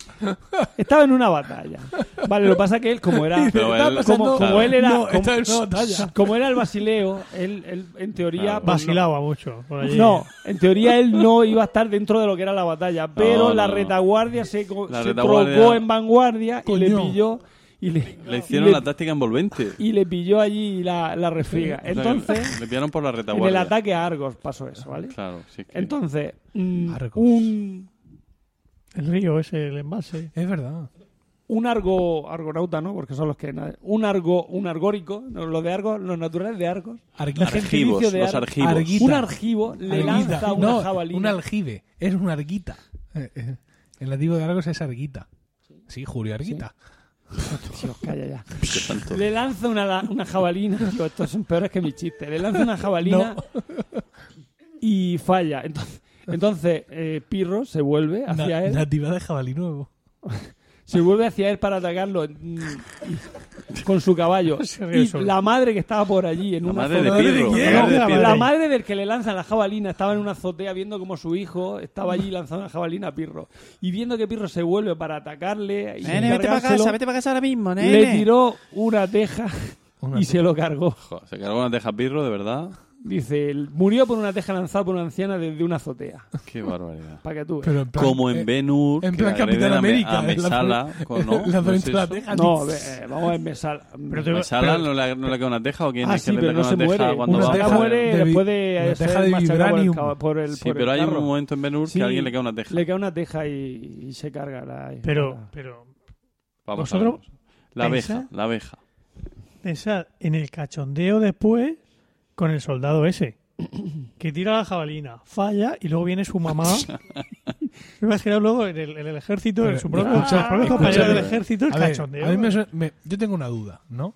S2: estaba en una batalla. Vale, lo que pasa que él como era
S3: Pero
S1: Estaba
S3: él-
S1: pasando-
S2: como, como él era
S1: No,
S2: como,
S1: estaba en una batalla.
S2: como era el Basileo, él, él, en teoría
S3: Claro.
S2: pues, no-
S4: Vacilaba mucho por allí.
S2: No, en teoría él no iba a estar dentro de lo que era la batalla, pero
S3: no,
S2: la
S3: no.
S2: retaguardia se, co-
S3: La
S2: se
S3: retaguardia-
S2: trocó en vanguardia y le
S1: Coño.
S2: pilló y le,
S3: Le
S2: y
S3: hicieron
S2: le-
S3: la táctica envolvente.
S2: y le pilló allí la, la refriega.
S3: O sea, que
S2: Entonces,
S3: le pillaron por la
S2: en
S3: retaguardia.
S2: el ataque a Argos pasó eso, ¿vale?
S3: Claro, sí. es que-
S2: Entonces, mm,
S1: Argos.
S2: un,
S4: El río ese, el embalse.
S1: Es verdad.
S2: un argo, argonauta, ¿no? Porque son los que... na- Un argo, un argórico, no, los de Argos, los naturales de Argos.
S1: Arguita.
S3: Argivos,
S2: gentilicio de
S3: los
S2: ar-
S3: argivos.
S1: Argui- Arguita.
S2: Un argivo le
S1: Arguita.
S2: lanza una
S1: no,
S2: jabalina.
S1: un aljibe. Es una arguita. Eh, eh, El nativo de Argos es arguita. Sí, Julio Arguita.
S2: Dios, calla ya.
S3: Qué santo.
S2: Le lanza una, la- una jabalina. Digo, estos son peores que mi chiste. Le lanza una jabalina y falla. Entonces, entonces eh, Pirro se vuelve hacia
S1: Na-
S2: él.
S1: nativa de jabalí nuevo.
S2: Se vuelve hacia él para atacarlo mm, y- con su caballo.
S4: Se ríe
S2: Y
S4: solo.
S2: la madre que estaba por allí en
S3: La
S2: una
S3: madre de
S2: azotea-
S1: ¿Madre de
S3: Pirro.
S1: quién?
S3: la madre de
S4: La
S3: Pirro.
S2: La
S4: Madre.
S2: madre del que le lanza la jabalina estaba en una azotea viendo como su hijo estaba allí lanzando la jabalina a Pirro. Y viendo que Pirro se vuelve para atacarle y cargárselo,
S6: para casa ahora mismo,
S2: le tiró una teja
S1: Una
S2: y se lo cargó.
S3: Joder, se cargó una teja pirro, de verdad.
S2: Dice, él murió por una teja lanzada por una anciana desde una azotea.
S3: Qué barbaridad.
S2: Para que tú veas.
S1: Pero en plan-
S3: Como
S1: eh,
S3: en Ben Hur.
S1: en
S3: que
S1: plan
S3: agreden
S1: Capitán
S3: a Me-
S1: América. eh,
S3: A Mesala. con- ¿no?
S1: La
S3: ¿No es
S1: frente de la
S3: eso?
S1: teja.
S2: No, a ver, eh, vamos a ver, me sal-
S4: Pero te-
S3: ¿Mesala no le, no le queda una teja o quién
S2: Ah,
S3: es
S2: sí,
S3: que le queda
S2: pero no
S3: una
S2: se
S3: teja
S2: muere.
S3: cuando
S1: Una
S2: Una
S3: va
S2: teja
S1: teja
S2: muere
S1: de vi-
S2: después de
S1: una
S2: ser
S1: teja de
S2: machacado por el
S1: vibranium.
S2: caba- por el,
S3: Sí,
S2: por el
S3: pero hay
S2: carro.
S3: un momento en Ben Hur
S2: Sí.
S3: que a alguien le queda una teja.
S2: Le cae una teja y, y se carga la...
S4: Pero,
S2: la-
S4: pero,
S3: Vamos a
S4: ¿Vosotros
S3: ver. La abeja,
S4: pensad?
S3: la abeja.
S4: pensad en el cachondeo después con el soldado ese. Que tira la jabalina, falla y luego viene su mamá. Imaginaos luego en el, en el ejército,
S1: Pero,
S4: en su propio,
S1: escucha,
S4: los propios
S1: escucha,
S4: compañeros del
S1: pero-
S4: ejército, el
S1: A ver,
S4: cachondeo. eh.
S1: a mí me suena- me- yo tengo una duda, ¿no?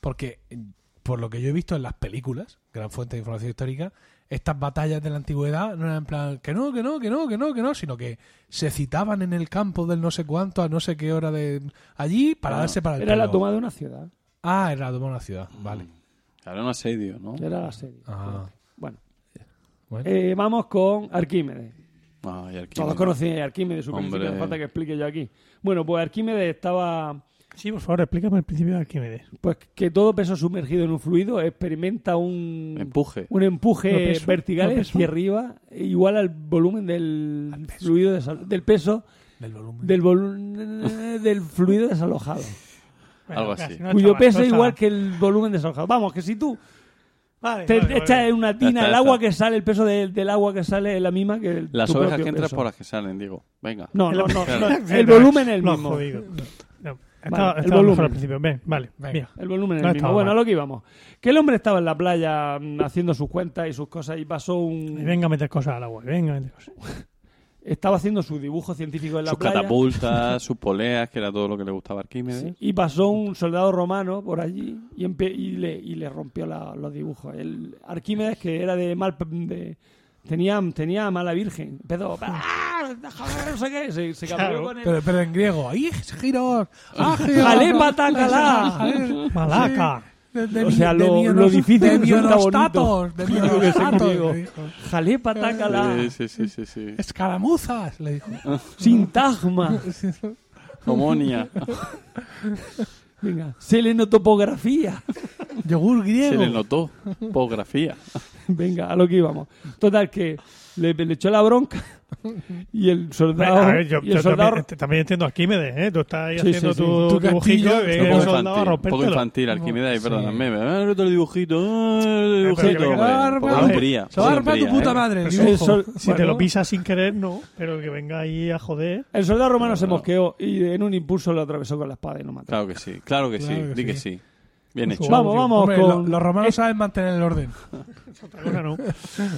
S1: Porque, eh, por lo que yo he visto en las películas, gran fuente de información histórica, estas batallas de la antigüedad no eran en plan que no, que no, que no, que no, que no, sino que se citaban en el campo del no sé cuánto a no sé qué hora de allí para
S3: Ah,
S1: darse para el
S2: Era la
S1: pelo.
S2: toma Mm. de una ciudad.
S1: Ah, era la toma de una ciudad, vale.
S3: Mm. Claro, un asedio, ¿no?
S2: Era la serie.
S1: Ah,
S2: Bueno,
S1: bueno.
S2: eh, vamos con Arquímedes.
S3: Ay, Arquímedes.
S2: Todos conocen a Arquímedes, su
S3: Hombre.
S2: principio, no falta que explique yo aquí. Bueno, pues Arquímedes estaba...
S4: Sí, por favor, explícame el principio de Arquímedes.
S2: Pues que todo peso sumergido en un fluido experimenta un...
S3: Empuje.
S2: un empuje
S4: No peso,
S2: vertical
S4: no peso.
S2: hacia arriba igual al volumen del
S1: Al peso.
S2: fluido desal- del peso
S1: del volumen.
S2: del volu- del fluido desalojado
S3: Algo así.
S4: casi, no
S2: cuyo
S4: estaba,
S2: peso
S4: no
S2: es
S4: estaba.
S2: igual que el volumen desalojado vamos que si tú
S4: Vale,
S2: te
S4: vale,
S2: echas
S4: vale.
S2: en una tina
S3: está,
S2: el
S3: ya
S2: agua
S3: está.
S2: que sale el peso de- del agua que sale es la misma que el,
S3: Las
S2: tu
S3: ovejas
S2: propio
S3: que entran
S2: peso.
S3: por las que salen, digo. Venga.
S2: no no no,
S3: Claro.
S2: no,
S4: Sí,
S2: el
S4: no,
S2: volumen es el
S4: lo has
S2: mismo
S4: jodido. No,
S2: Vale,
S4: estaba,
S2: el
S4: el volumen.
S2: volumen.
S4: al principio. Ven, vale.
S1: Venga.
S4: mira.
S2: El volumen es
S4: No
S2: el
S4: estaba
S2: mismo. Bueno, a
S4: mal.
S2: lo que íbamos. Que el hombre estaba en la playa mm, haciendo sus cuentas y sus cosas y pasó
S4: Y
S2: un...
S4: venga a meter cosas al agua. y Venga a meter cosas.
S2: Estaba haciendo su dibujo científico en la
S3: Sus
S2: playa.
S3: catapultas, sus poleas, que era todo lo que le gustaba a Arquímedes.
S2: Sí. Y pasó un soldado romano por allí y, empe- y, le, y le rompió la- los dibujos. El Arquímedes, que era de mal. de- tenía, tenía mala virgen. Empezó. ¡ah! joder, joder, no sé qué. Se, se cabreó
S4: Claro.
S2: con el...
S1: Pero, pero en griego, ¡ay, giros! ágios,
S2: ¡Jalema, tacalá!
S4: Malaca.
S1: De- de
S2: O
S1: mi-
S2: sea,
S1: de
S2: lo-
S1: mi
S2: lo
S1: eros-
S2: difícil
S1: de mi
S2: resulta
S1: erostatos,
S2: bonito.
S1: de mi
S2: Yo que sé
S1: erostatos,
S2: griego.
S1: le dijo.
S2: Jalepa, tacalá,
S3: Ah, Sí, sí, sí, sí, sí.
S1: Escaramuzas, le dijo.
S2: sintagma,
S3: Homonia.
S2: venga, selenotopografía.
S1: Yogur
S3: Se
S1: griego.
S3: le notó. Pografía.
S2: Venga, a lo que íbamos. Total, que le, le echó la bronca y el soldado.
S4: A ver, yo,
S2: y el
S4: yo
S2: soldado-
S4: también, te- también entiendo a Arquímedes, ¿eh? Tú estás ahí
S2: Sí,
S4: haciendo
S2: sí, sí.
S4: tu,
S1: Tu
S4: dibujillo
S1: castillo.
S4: y
S1: Eh,
S3: Un
S4: viene
S3: poco
S4: el soldado a
S3: infantil. Un poco
S4: rompértelo.
S3: infantil, Arquímedes,
S1: Sí.
S3: perdóname. Ah, otro dibujito. Ah,
S4: Eh, pero que
S3: dibujito.
S4: venga,
S3: hombre. Un poco
S4: vale.
S3: de hombría, un
S1: Se
S3: poco
S1: va a
S3: de
S1: armar tu
S3: hombría,
S1: puta
S3: ¿eh?
S1: madre.
S2: Sí,
S1: dibujo.
S2: sol-
S4: Si te lo
S2: bueno,
S4: pisas sin querer, no. Pero que venga ahí a joder.
S2: El soldado romano se mosqueó y en un impulso lo atravesó con la espada y lo mató.
S3: Claro que sí, claro que
S1: Claro
S3: sí,
S1: que
S3: di que sí. Bien hecho.
S2: Vamos, vamos
S1: Hombre,
S2: con- Eh.
S1: lo- los romanos saben mantener el orden.
S4: Otra cosa no.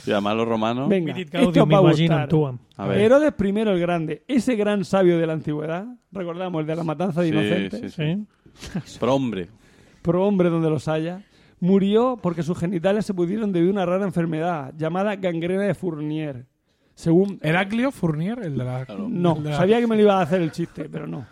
S3: Y además los romanos.
S2: Venga,
S4: Vitit
S2: esto
S4: Gaudium
S2: os va a
S4: imagina
S2: gustar.
S4: Antuam.
S3: A ver.
S2: Herodes I el Grande, ese gran sabio de la antigüedad, recordamos, el de la matanza de
S3: Sí,
S2: inocentes,
S3: sí, sí.
S4: ¿Sí?
S3: Pero hombre,
S2: pro hombre donde los haya, murió porque sus genitales se pudieron debido a una rara enfermedad llamada gangrena de Fournier. Según
S1: Heraclio Fournier, el de la.
S3: Claro.
S2: No,
S1: el de la-
S2: sabía que me lo iba a hacer el chiste, pero no.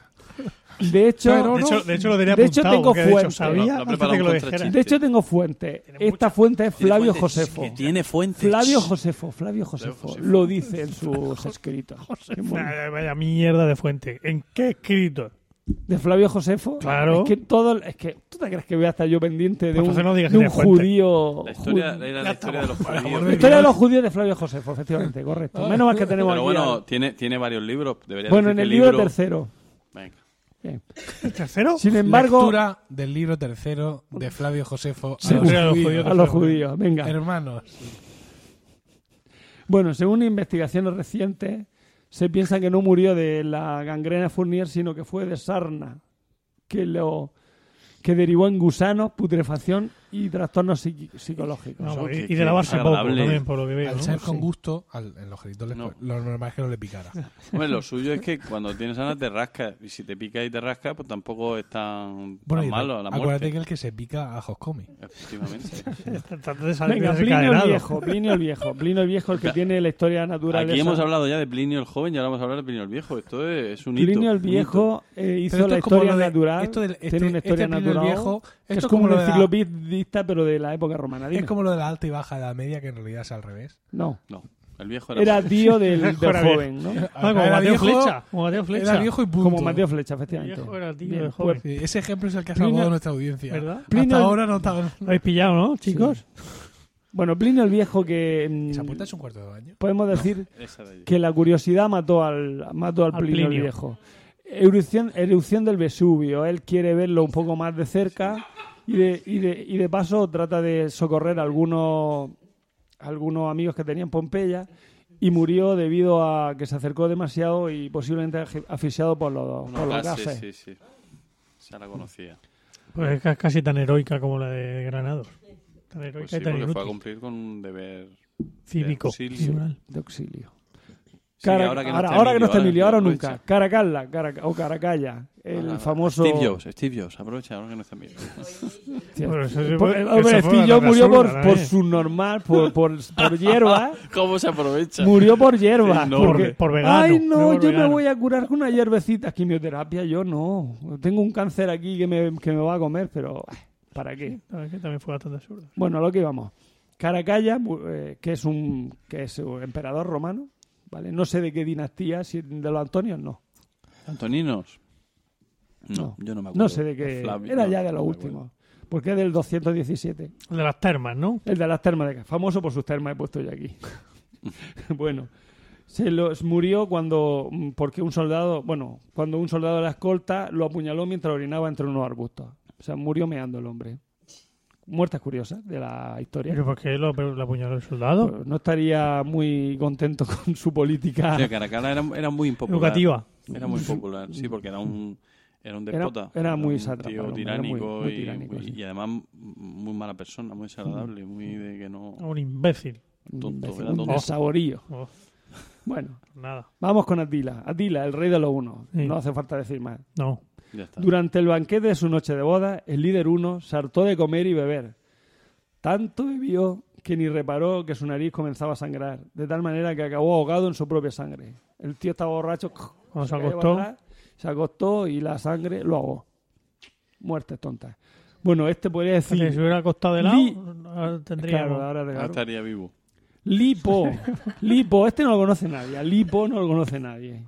S2: De hecho,
S1: Pero
S4: De
S1: no.
S4: hecho, de hecho lo tenía
S2: De hecho,
S4: apuntado.
S2: tengo
S4: porque de hecho
S2: fuente.
S4: sabía
S3: Lo- lo ha
S4: antes de
S3: preparado
S4: que lo
S3: un
S4: dijera.
S2: de hecho tengo fuente. Esta fuente es Flavio
S3: fuentes,
S2: Josefo.
S3: que tiene fuentes.
S2: Flavio Josefo, Flavio Josefo,
S3: Josefo.
S2: lo dice en sus escritos. Qué bonito.
S4: Vaya, vaya mierda de fuente. ¿En qué escrito?
S2: De Flavio Josefo.
S4: Claro.
S2: Es que todo, es que tú te crees que voy a estar yo pendiente de
S4: Pues
S2: un,
S4: entonces no digas
S2: de
S4: que
S2: un
S4: tiene fuente.
S2: judío.
S3: la historia,
S2: jud-
S3: era
S4: Ya
S3: la historia de los
S4: estamos.
S3: judíos.
S4: Por
S2: La historia de los judíos de Flavio Josefo, efectivamente, correcto. Menos mal que tenemos
S3: Pero
S2: aquí
S3: bueno,
S2: al-
S3: tiene, tiene varios libros. Debería
S2: bueno,
S3: decir
S2: en
S3: que
S2: el libro, tercero.
S3: Venga.
S2: Bien.
S4: ¿El tercero?
S2: Sin embargo,
S1: Lectura del libro tercero de Flavio Josefo.
S4: Sí,
S1: a los
S4: sí, a los
S1: judíos.
S4: judíos.
S2: a los judíos, venga.
S1: Hermanos.
S2: Bueno, según investigaciones recientes, se piensa que no murió de la gangrena Fournier, sino que fue de sarna, que lo que derivó en gusanos, putrefacción y trastornos psiqui- psicológicos.
S4: No, y,
S3: Qué-
S4: y
S3: qué
S4: de lavarse poco
S3: agradable.
S4: también, por lo que veo.
S1: al
S4: ¿no?
S1: ser con
S4: Sí.
S1: gusto, al- en los genitales,
S3: No.
S1: pues, lo normal es que no le picara.
S3: Hombre, lo suyo es que cuando tienes ganas te rascas. Y si te pica y te rascas, pues tampoco es tan, tan
S1: Bueno, y
S3: malo la
S1: acuérdate
S3: muerte.
S1: que el que se pica a Hoscomi.
S3: Efectivamente.
S4: Tratas de salir
S2: Venga, Plinio el
S4: desencadenado.
S2: viejo, Plinio el viejo, Plinio el viejo, el que tiene la historia natural.
S3: Aquí hemos hablado ya de Plinio el joven y ahora vamos a hablar de Plinio el viejo. Esto es, es un hito.
S2: Plinio el
S3: un hito.
S2: viejo eh,
S1: Pero
S2: hizo
S1: esto
S2: la
S1: es como
S2: historia
S1: lo de-
S2: natural,
S1: esto del- este-
S2: tiene una historia
S1: este Plinio el
S2: natural,
S1: viejo,
S2: que
S1: esto
S2: es como,
S1: como lo
S2: un
S1: de la-
S2: enciclopedista, pero de la época romana.
S1: Es
S2: dime.
S1: como lo de la alta y baja de la media, que en realidad es al revés.
S2: No,
S3: No, el viejo era.
S2: era tío del, del
S4: Era viejo.
S2: joven, ¿no?
S4: Ah, como
S1: Era
S4: Mateo
S1: viejo-
S4: Flecha. Como Mateo Flecha.
S1: Era viejo y punto.
S2: Como Mateo Flecha, efectivamente.
S4: viejo era tío
S2: Bien, pues,
S4: de joven.
S1: Sí, ese ejemplo es el que ha
S2: Plinio-
S1: salvado a nuestra audiencia.
S4: ¿Verdad?
S2: Plinio-
S1: Hasta ahora no está...
S4: Lo habéis pillado, ¿no, chicos?
S2: Bueno, Plinio el Viejo que... mm,
S1: ¿Esa puerta es un cuarto de baño?
S2: Podemos decir
S3: Esa de allí.
S2: que la curiosidad mató al, mató al,
S4: Al
S2: Plinio, el
S4: Plinio.
S2: Viejo. Erupción, erupción del Vesubio. Él quiere verlo un poco más de cerca y de, y de, y de paso trata de socorrer a algunos, algunos amigos que tenían Pompeya y murió debido a que se acercó demasiado y posiblemente aje- asfixiado por los,
S3: Unos
S2: por los
S3: gases,
S2: gases.
S3: sí, sí. Ya la conocía.
S4: Pues es ca- casi tan heroica como la de Granados. Tan heroica
S3: Pues sí,
S4: y tan
S3: porque fue a
S4: inútil.
S3: cumplir con un deber.
S4: Cívico.
S3: auxilio.
S4: tribunal.
S2: De auxilio.
S3: Sí,
S2: Cara-
S3: ahora que no
S2: ahora,
S3: está
S2: ahora que
S3: Emilio,
S2: no está
S3: ahora
S2: Emilio, ahora
S3: que
S2: nunca.
S3: aprovecha.
S2: Caracalla Caraca- o Caracalla, el
S3: Ahora,
S2: famoso...
S3: Steve Jobs, Steve Jobs, aprovecha ahora que no está Emilio.
S2: Cierto.
S4: Bueno, Pues eso sí
S2: Por-
S4: fue-
S2: el
S4: eso
S2: hombre,
S4: fue
S2: Steve
S4: una
S2: Jobs murió
S4: basura,
S2: por,
S4: la ¿eh?
S2: por
S4: verdad.
S2: su normal, por, por, por hierba.
S3: ¿Cómo se aprovecha?
S2: Murió por hierba.
S3: Sí, no,
S2: porque,
S4: por- por vegano,
S2: Ay,
S4: murió
S2: no,
S4: por
S2: yo me
S4: vegano".
S2: voy a curar con una hierbecita. Quimioterapia, yo no. Tengo un cáncer aquí que me, que me va a comer, pero ay, ¿para qué?
S4: Ah, que también fue bastante absurdo.
S2: Bueno, a lo que íbamos. Caracalla, mu- eh, que es un que es un emperador romano, ¿vale? No sé de qué dinastía, si de los Antonios no.
S3: ¿Antoninos?
S2: No.
S3: No, yo no me acuerdo.
S2: No sé de qué.
S3: Flavio,
S2: Era
S3: no,
S2: ya de
S3: no
S2: los
S3: me
S2: últimos. Porque es del 217.
S4: El de las termas, ¿no?
S2: El de las termas de Cádiz, famoso por sus termas, he puesto yo aquí. bueno, se los murió cuando, mm, porque un soldado, bueno, cuando un soldado de la escolta lo apuñaló mientras orinaba entre unos arbustos. O sea, murió meando el hombre. Muertas curiosas de la historia.
S4: Pero ¿por qué lo, pero lo apuñaló el soldado?
S2: Pues no estaría muy contento con su política.
S3: acuerdo. Sí, Caracalla era, era muy impopular.
S4: Educativa.
S3: Era muy popular, sí, porque era un, era un déspota.
S2: era muy
S3: un
S2: sátrapa,
S3: tío
S2: era muy-
S3: tiránico,
S2: muy
S3: y-
S2: tiránico,
S3: y,
S2: sí.
S3: y además muy mala persona, muy desagradable, muy de que no...
S4: Un imbécil.
S2: un
S3: tonto,
S2: imbécil,
S3: era
S2: un
S3: tonto.
S2: desaborío.
S4: Oh,
S2: Bueno,
S4: nada.
S2: vamos con Atila. Atila, el rey de los unos.
S4: Sí.
S2: No hace falta decir más.
S4: No.
S3: Ya está.
S2: Durante el banquete de su noche de boda, el líder uno se hartó de comer y beber. Tanto bebió que ni reparó que su nariz comenzaba a sangrar, de tal manera que acabó ahogado en su propia sangre. El tío estaba borracho,
S4: Cuando se
S2: cayó
S4: acostó.
S2: para atrás, se acostó y la sangre lo ahogó. Muertes tontas. Bueno, este podría
S4: Si se
S2: decir
S4: hubiera acostado de lado,
S2: Li-
S4: no-
S2: Claro,
S4: tendríamos.
S2: ahora te
S3: Ahora
S2: claro.
S3: estaría vivo.
S2: Lipo. Lipo, este no lo conoce nadie. A Lipo no lo conoce nadie.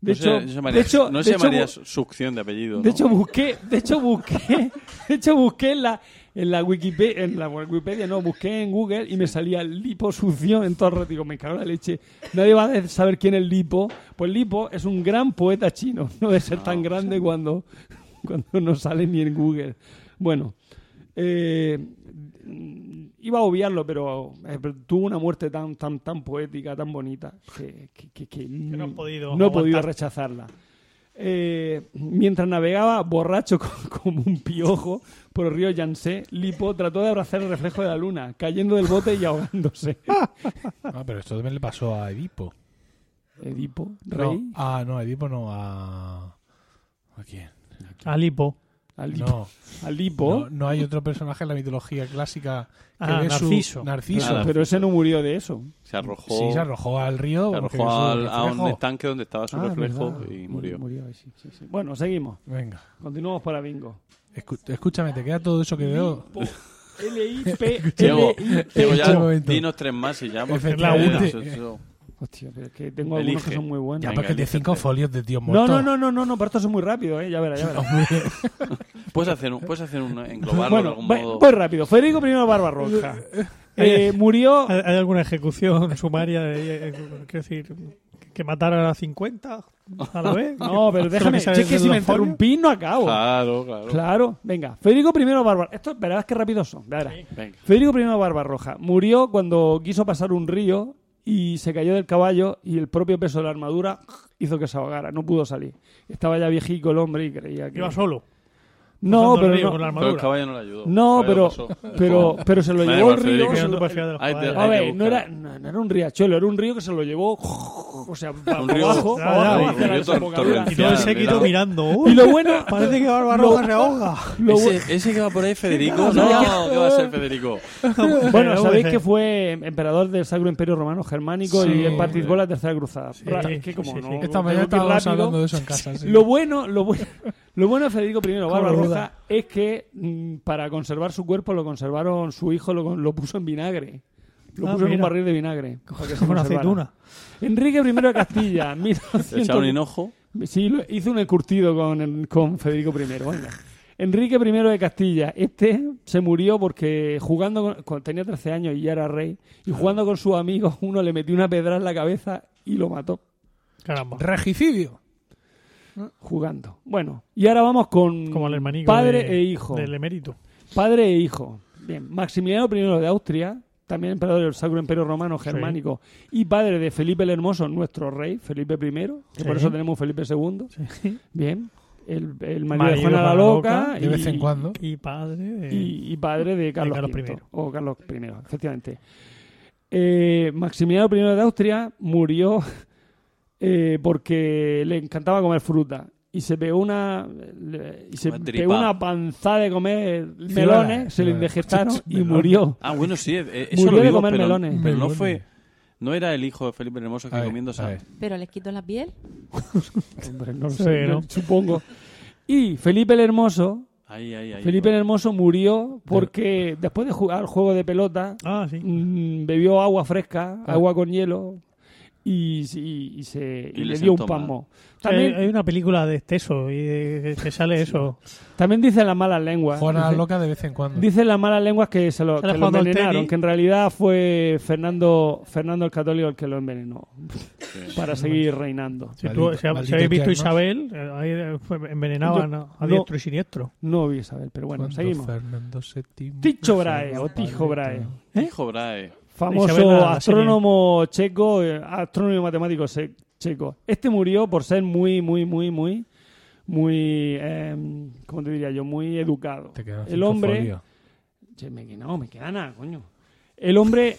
S2: De
S3: No se-
S2: hecho,
S3: no se
S2: de
S3: llamaría-
S2: hecho,
S3: no
S2: de
S3: se
S2: hecho,
S3: llamaría
S2: bu-
S3: su- succión de apellido.
S2: de
S3: ¿no?
S2: hecho busqué, de hecho busqué, de hecho busqué en la en la Wikipedia, en la Wikipedia no, busqué en Google y me salía liposucción en todo el rato. Digo, me cago en la leche. Nadie va a saber quién es Lipo. Pues Lipo es un gran poeta chino. No debe ser
S3: Ah,
S2: tan grande cuando, cuando no sale ni en Google. Bueno, eh, iba a obviarlo, pero eh, pero tuvo una muerte tan, tan, tan poética, tan bonita, que, que- que- que
S4: no he podido
S2: no he podido
S4: aguantar.
S2: rechazarla. Eh, mientras navegaba, borracho co- como un piojo, por el río Yangtze, Lipo trató de abrazar el reflejo de la luna, cayendo del bote y ahogándose.
S1: Ah, pero esto también le pasó a Edipo.
S2: Edipo,
S1: No,
S2: rey,
S1: ah, no, a Edipo no, a... ¿A quién?
S4: A Lipo.
S2: a Lipo.
S1: No,
S2: a Lipo.
S1: no, no hay otro personaje en la mitología clásica que
S4: Ah,
S1: dé su-
S4: Narciso.
S1: Narciso.
S3: Claro.
S2: pero ese no murió de eso.
S3: Se arrojó,
S1: Sí, se arrojó al río.
S3: se
S1: porque
S3: arrojó
S1: su
S3: al- a un
S1: reflejo-
S3: estanque donde estaba su
S2: Ah,
S3: reflejo
S2: verdad.
S3: y murió.
S2: sí, sí, sí. Bueno, seguimos.
S1: Venga,
S2: Continuamos para bingo.
S1: escu- escúchame, te queda todo eso que veo.
S2: L-I-P.
S3: Diego, Diego, ya
S2: Este
S1: Un momento.
S3: dinos tres más y ya. porque
S1: Es la
S3: eso-
S1: última.
S3: eso- eso-
S2: Hostia, pero es que tengo algunos
S3: Elige.
S2: que son muy buenos.
S1: Ya,
S3: Venga,
S1: porque tiene
S3: elige
S1: cinco
S3: tres.
S1: folios de tío
S2: No,
S1: muerto.
S2: no, no, no, no, no, pero estos son muy rápidos, ¿eh? Ya verás, ya verás.
S3: Puedes hacer un, puedes hacer un eh, englobarlo de
S2: Bueno,
S3: algún
S2: voy,
S3: modo.
S2: voy rápido. Federico I Barbarroja. Eh, murió...
S4: ¿Hay hay alguna ejecución sumaria? de- eh, quiero decir, que mataron a 50 a la vez.
S2: No, pero
S4: ¿Solo
S2: déjame.
S4: sale
S2: Si es que
S4: desde
S2: si me
S4: los folios?
S2: interrumpís no acabo.
S3: Claro, claro.
S2: Claro. Venga, Federico I Barbarroja. Esto, verás qué rápidos son. verás.
S3: Venga.
S2: Federico I Barbarroja murió cuando quiso pasar un río y se cayó del caballo y el propio peso de la armadura hizo que se ahogara. No pudo salir. Estaba ya viejico el hombre y creía que...
S4: Iba solo. cruzando
S2: No,
S4: el
S2: pero
S4: río
S2: no.
S4: Con la
S3: Pero el
S4: armadura.
S3: caballo no le ayudó.
S2: No,
S3: El
S2: pero,
S3: caballo pasó.
S2: pero, pero se lo
S3: Madre
S2: llevó el
S3: mía,
S2: río.
S3: Federico.
S2: se
S4: Mirando
S2: lo-
S4: por encima de los
S3: Ahí te-
S4: caballos.
S2: A
S3: hay que
S2: ver, no
S3: buscar.
S2: era, no, no era un riachuelo, era un río que se lo llevó, o sea, para
S3: Un río-
S2: abajo,
S4: Ya,
S2: para abajo,
S4: ya,
S2: hacia la
S3: río tor-
S2: desembocadura.
S3: torrencial.
S4: Y todo el
S3: Mira,
S4: séquito
S3: mira.
S4: mirando.
S2: Y
S4: "Uy,
S2: lo bueno,
S4: Parece que
S2: Lo-
S4: Barbarroja se ahoga.
S2: lo bu-
S3: Ese, ese que va por ahí, Federico. No, ¿qué va a ser Federico?
S2: bueno,
S4: Pero,
S2: sabéis
S4: eh,
S2: que fue emperador del Sacro Imperio Romano Germánico
S1: Sí.
S2: y él participó en la Tercera Cruzada. Ra-
S4: sí,
S2: es que como
S4: sí,
S2: no-
S4: sí.
S1: Esta
S2: tengo
S1: mañana
S2: que ir
S1: estábamos
S2: rápido.
S1: hablando de eso en casa. sí.
S2: Lo bueno, lo bueno, lo bueno de Federico I Barbarroja
S4: duda.
S2: es que mm, para conservar su cuerpo lo conservaron su hijo, lo, con- lo puso en vinagre. Lo
S4: Ah,
S2: puso en un
S4: mira.
S2: barril de vinagre. para que se
S4: Como una
S2: conservara.
S4: aceituna.
S2: Enrique I de Castilla,
S3: Le echaron
S2: 1900
S3: hinojo.
S2: Sí, lo- hizo un encurtido con, con Federico I. venga. Enrique I de Castilla. Este se murió porque jugando con, con- tenía 13 años y ya era rey. Y jugando con sus amigos, uno le metió una pedra en la cabeza y lo mató.
S4: Caramba.
S1: Regicidio.
S2: Jugando. Bueno, y ahora vamos con
S4: Como el hermanico.
S2: padre
S4: de-
S2: e hijo.
S4: Del emérito.
S2: Padre e hijo. Bien, Maximiliano I de Austria, también emperador del Sacro Imperio Romano Germánico, y padre de Felipe el Hermoso, nuestro rey, Felipe I, que por
S4: Sí.
S2: eso tenemos Felipe II. Bien, el, el marido, de
S4: Marido
S2: Juana la
S4: para la
S2: Loca.
S4: Loca,
S1: De vez en cuando.
S4: Y padre. de-
S2: Y, y padre de Carlos,
S4: Carlos
S2: V,
S4: I.
S2: O Carlos I, efectivamente. Eh, Maximiliano I de Austria murió eh, porque le encantaba comer fruta. Y se pegó una le- y se
S3: Una tripa.
S2: pegó una panzada de comer melones,
S1: Ciudadanos,
S2: se le
S1: ciudadanos.
S2: indigestaron y
S1: Melones.
S2: murió.
S3: Ah, bueno, sí. eh, Eso
S2: Murió
S3: lo
S2: de
S3: digo,
S2: comer
S3: pero,
S2: melones.
S3: Pero no
S1: Melones.
S3: fue. No era el hijo de Felipe el Hermoso que
S1: A ver,
S3: comiendo
S1: a
S3: sal.
S1: ver.
S5: Pero les quito la piel.
S2: Hombre, no lo
S4: Sí,
S2: sé,
S4: ¿no?
S2: yo supongo. Y Felipe el Hermoso,
S3: Ahí, ahí, ahí.
S2: Felipe el Hermoso murió porque después de jugar al juego de pelota,
S4: Ah, sí.
S2: Mm, bebió agua fresca,
S1: Ah.
S2: agua con hielo y, s- y- y se, y
S3: Y le
S2: le dio un
S3: sentó mal.
S2: pasmo.
S4: Hay,
S2: También,
S4: hay una película de exceso y de- que sale eso.
S2: también dicen las malas lenguas.
S1: Juana
S2: Dice-
S1: loca de vez en cuando.
S2: Dicen las malas lenguas que se lo,
S4: Sale
S2: que lo
S4: jugando al
S2: envenenaron,
S4: tenis.
S2: que en realidad fue Fernando, Fernando el Católico el que lo envenenó para seguir reinando.
S4: Si,
S1: Maldito-
S4: tú- si- si
S1: maldito
S4: habéis visto
S1: tiernos.
S4: Isabel, eh, ahí eh, fue- envenenaban a, a
S2: No.
S4: diestro y siniestro.
S2: No vi Isabel, pero bueno,
S1: Cuando
S2: seguimos.
S1: Fernando VII
S2: Ticho Brahe,
S1: fue
S2: o Tijo Brahe,
S3: ¿Eh? Hijo Brae.
S2: famoso
S4: Isabel la- la
S2: astrónomo checo, eh, astrónomo y matemático se- checo. Este murió por ser muy, muy, muy, muy, muy, em, ¿cómo te diría yo? Muy educado.
S1: Te quedan
S2: El
S1: cinco
S2: hombre...
S1: folios.
S2: Che, me, que no, me queda nada, coño. El hombre...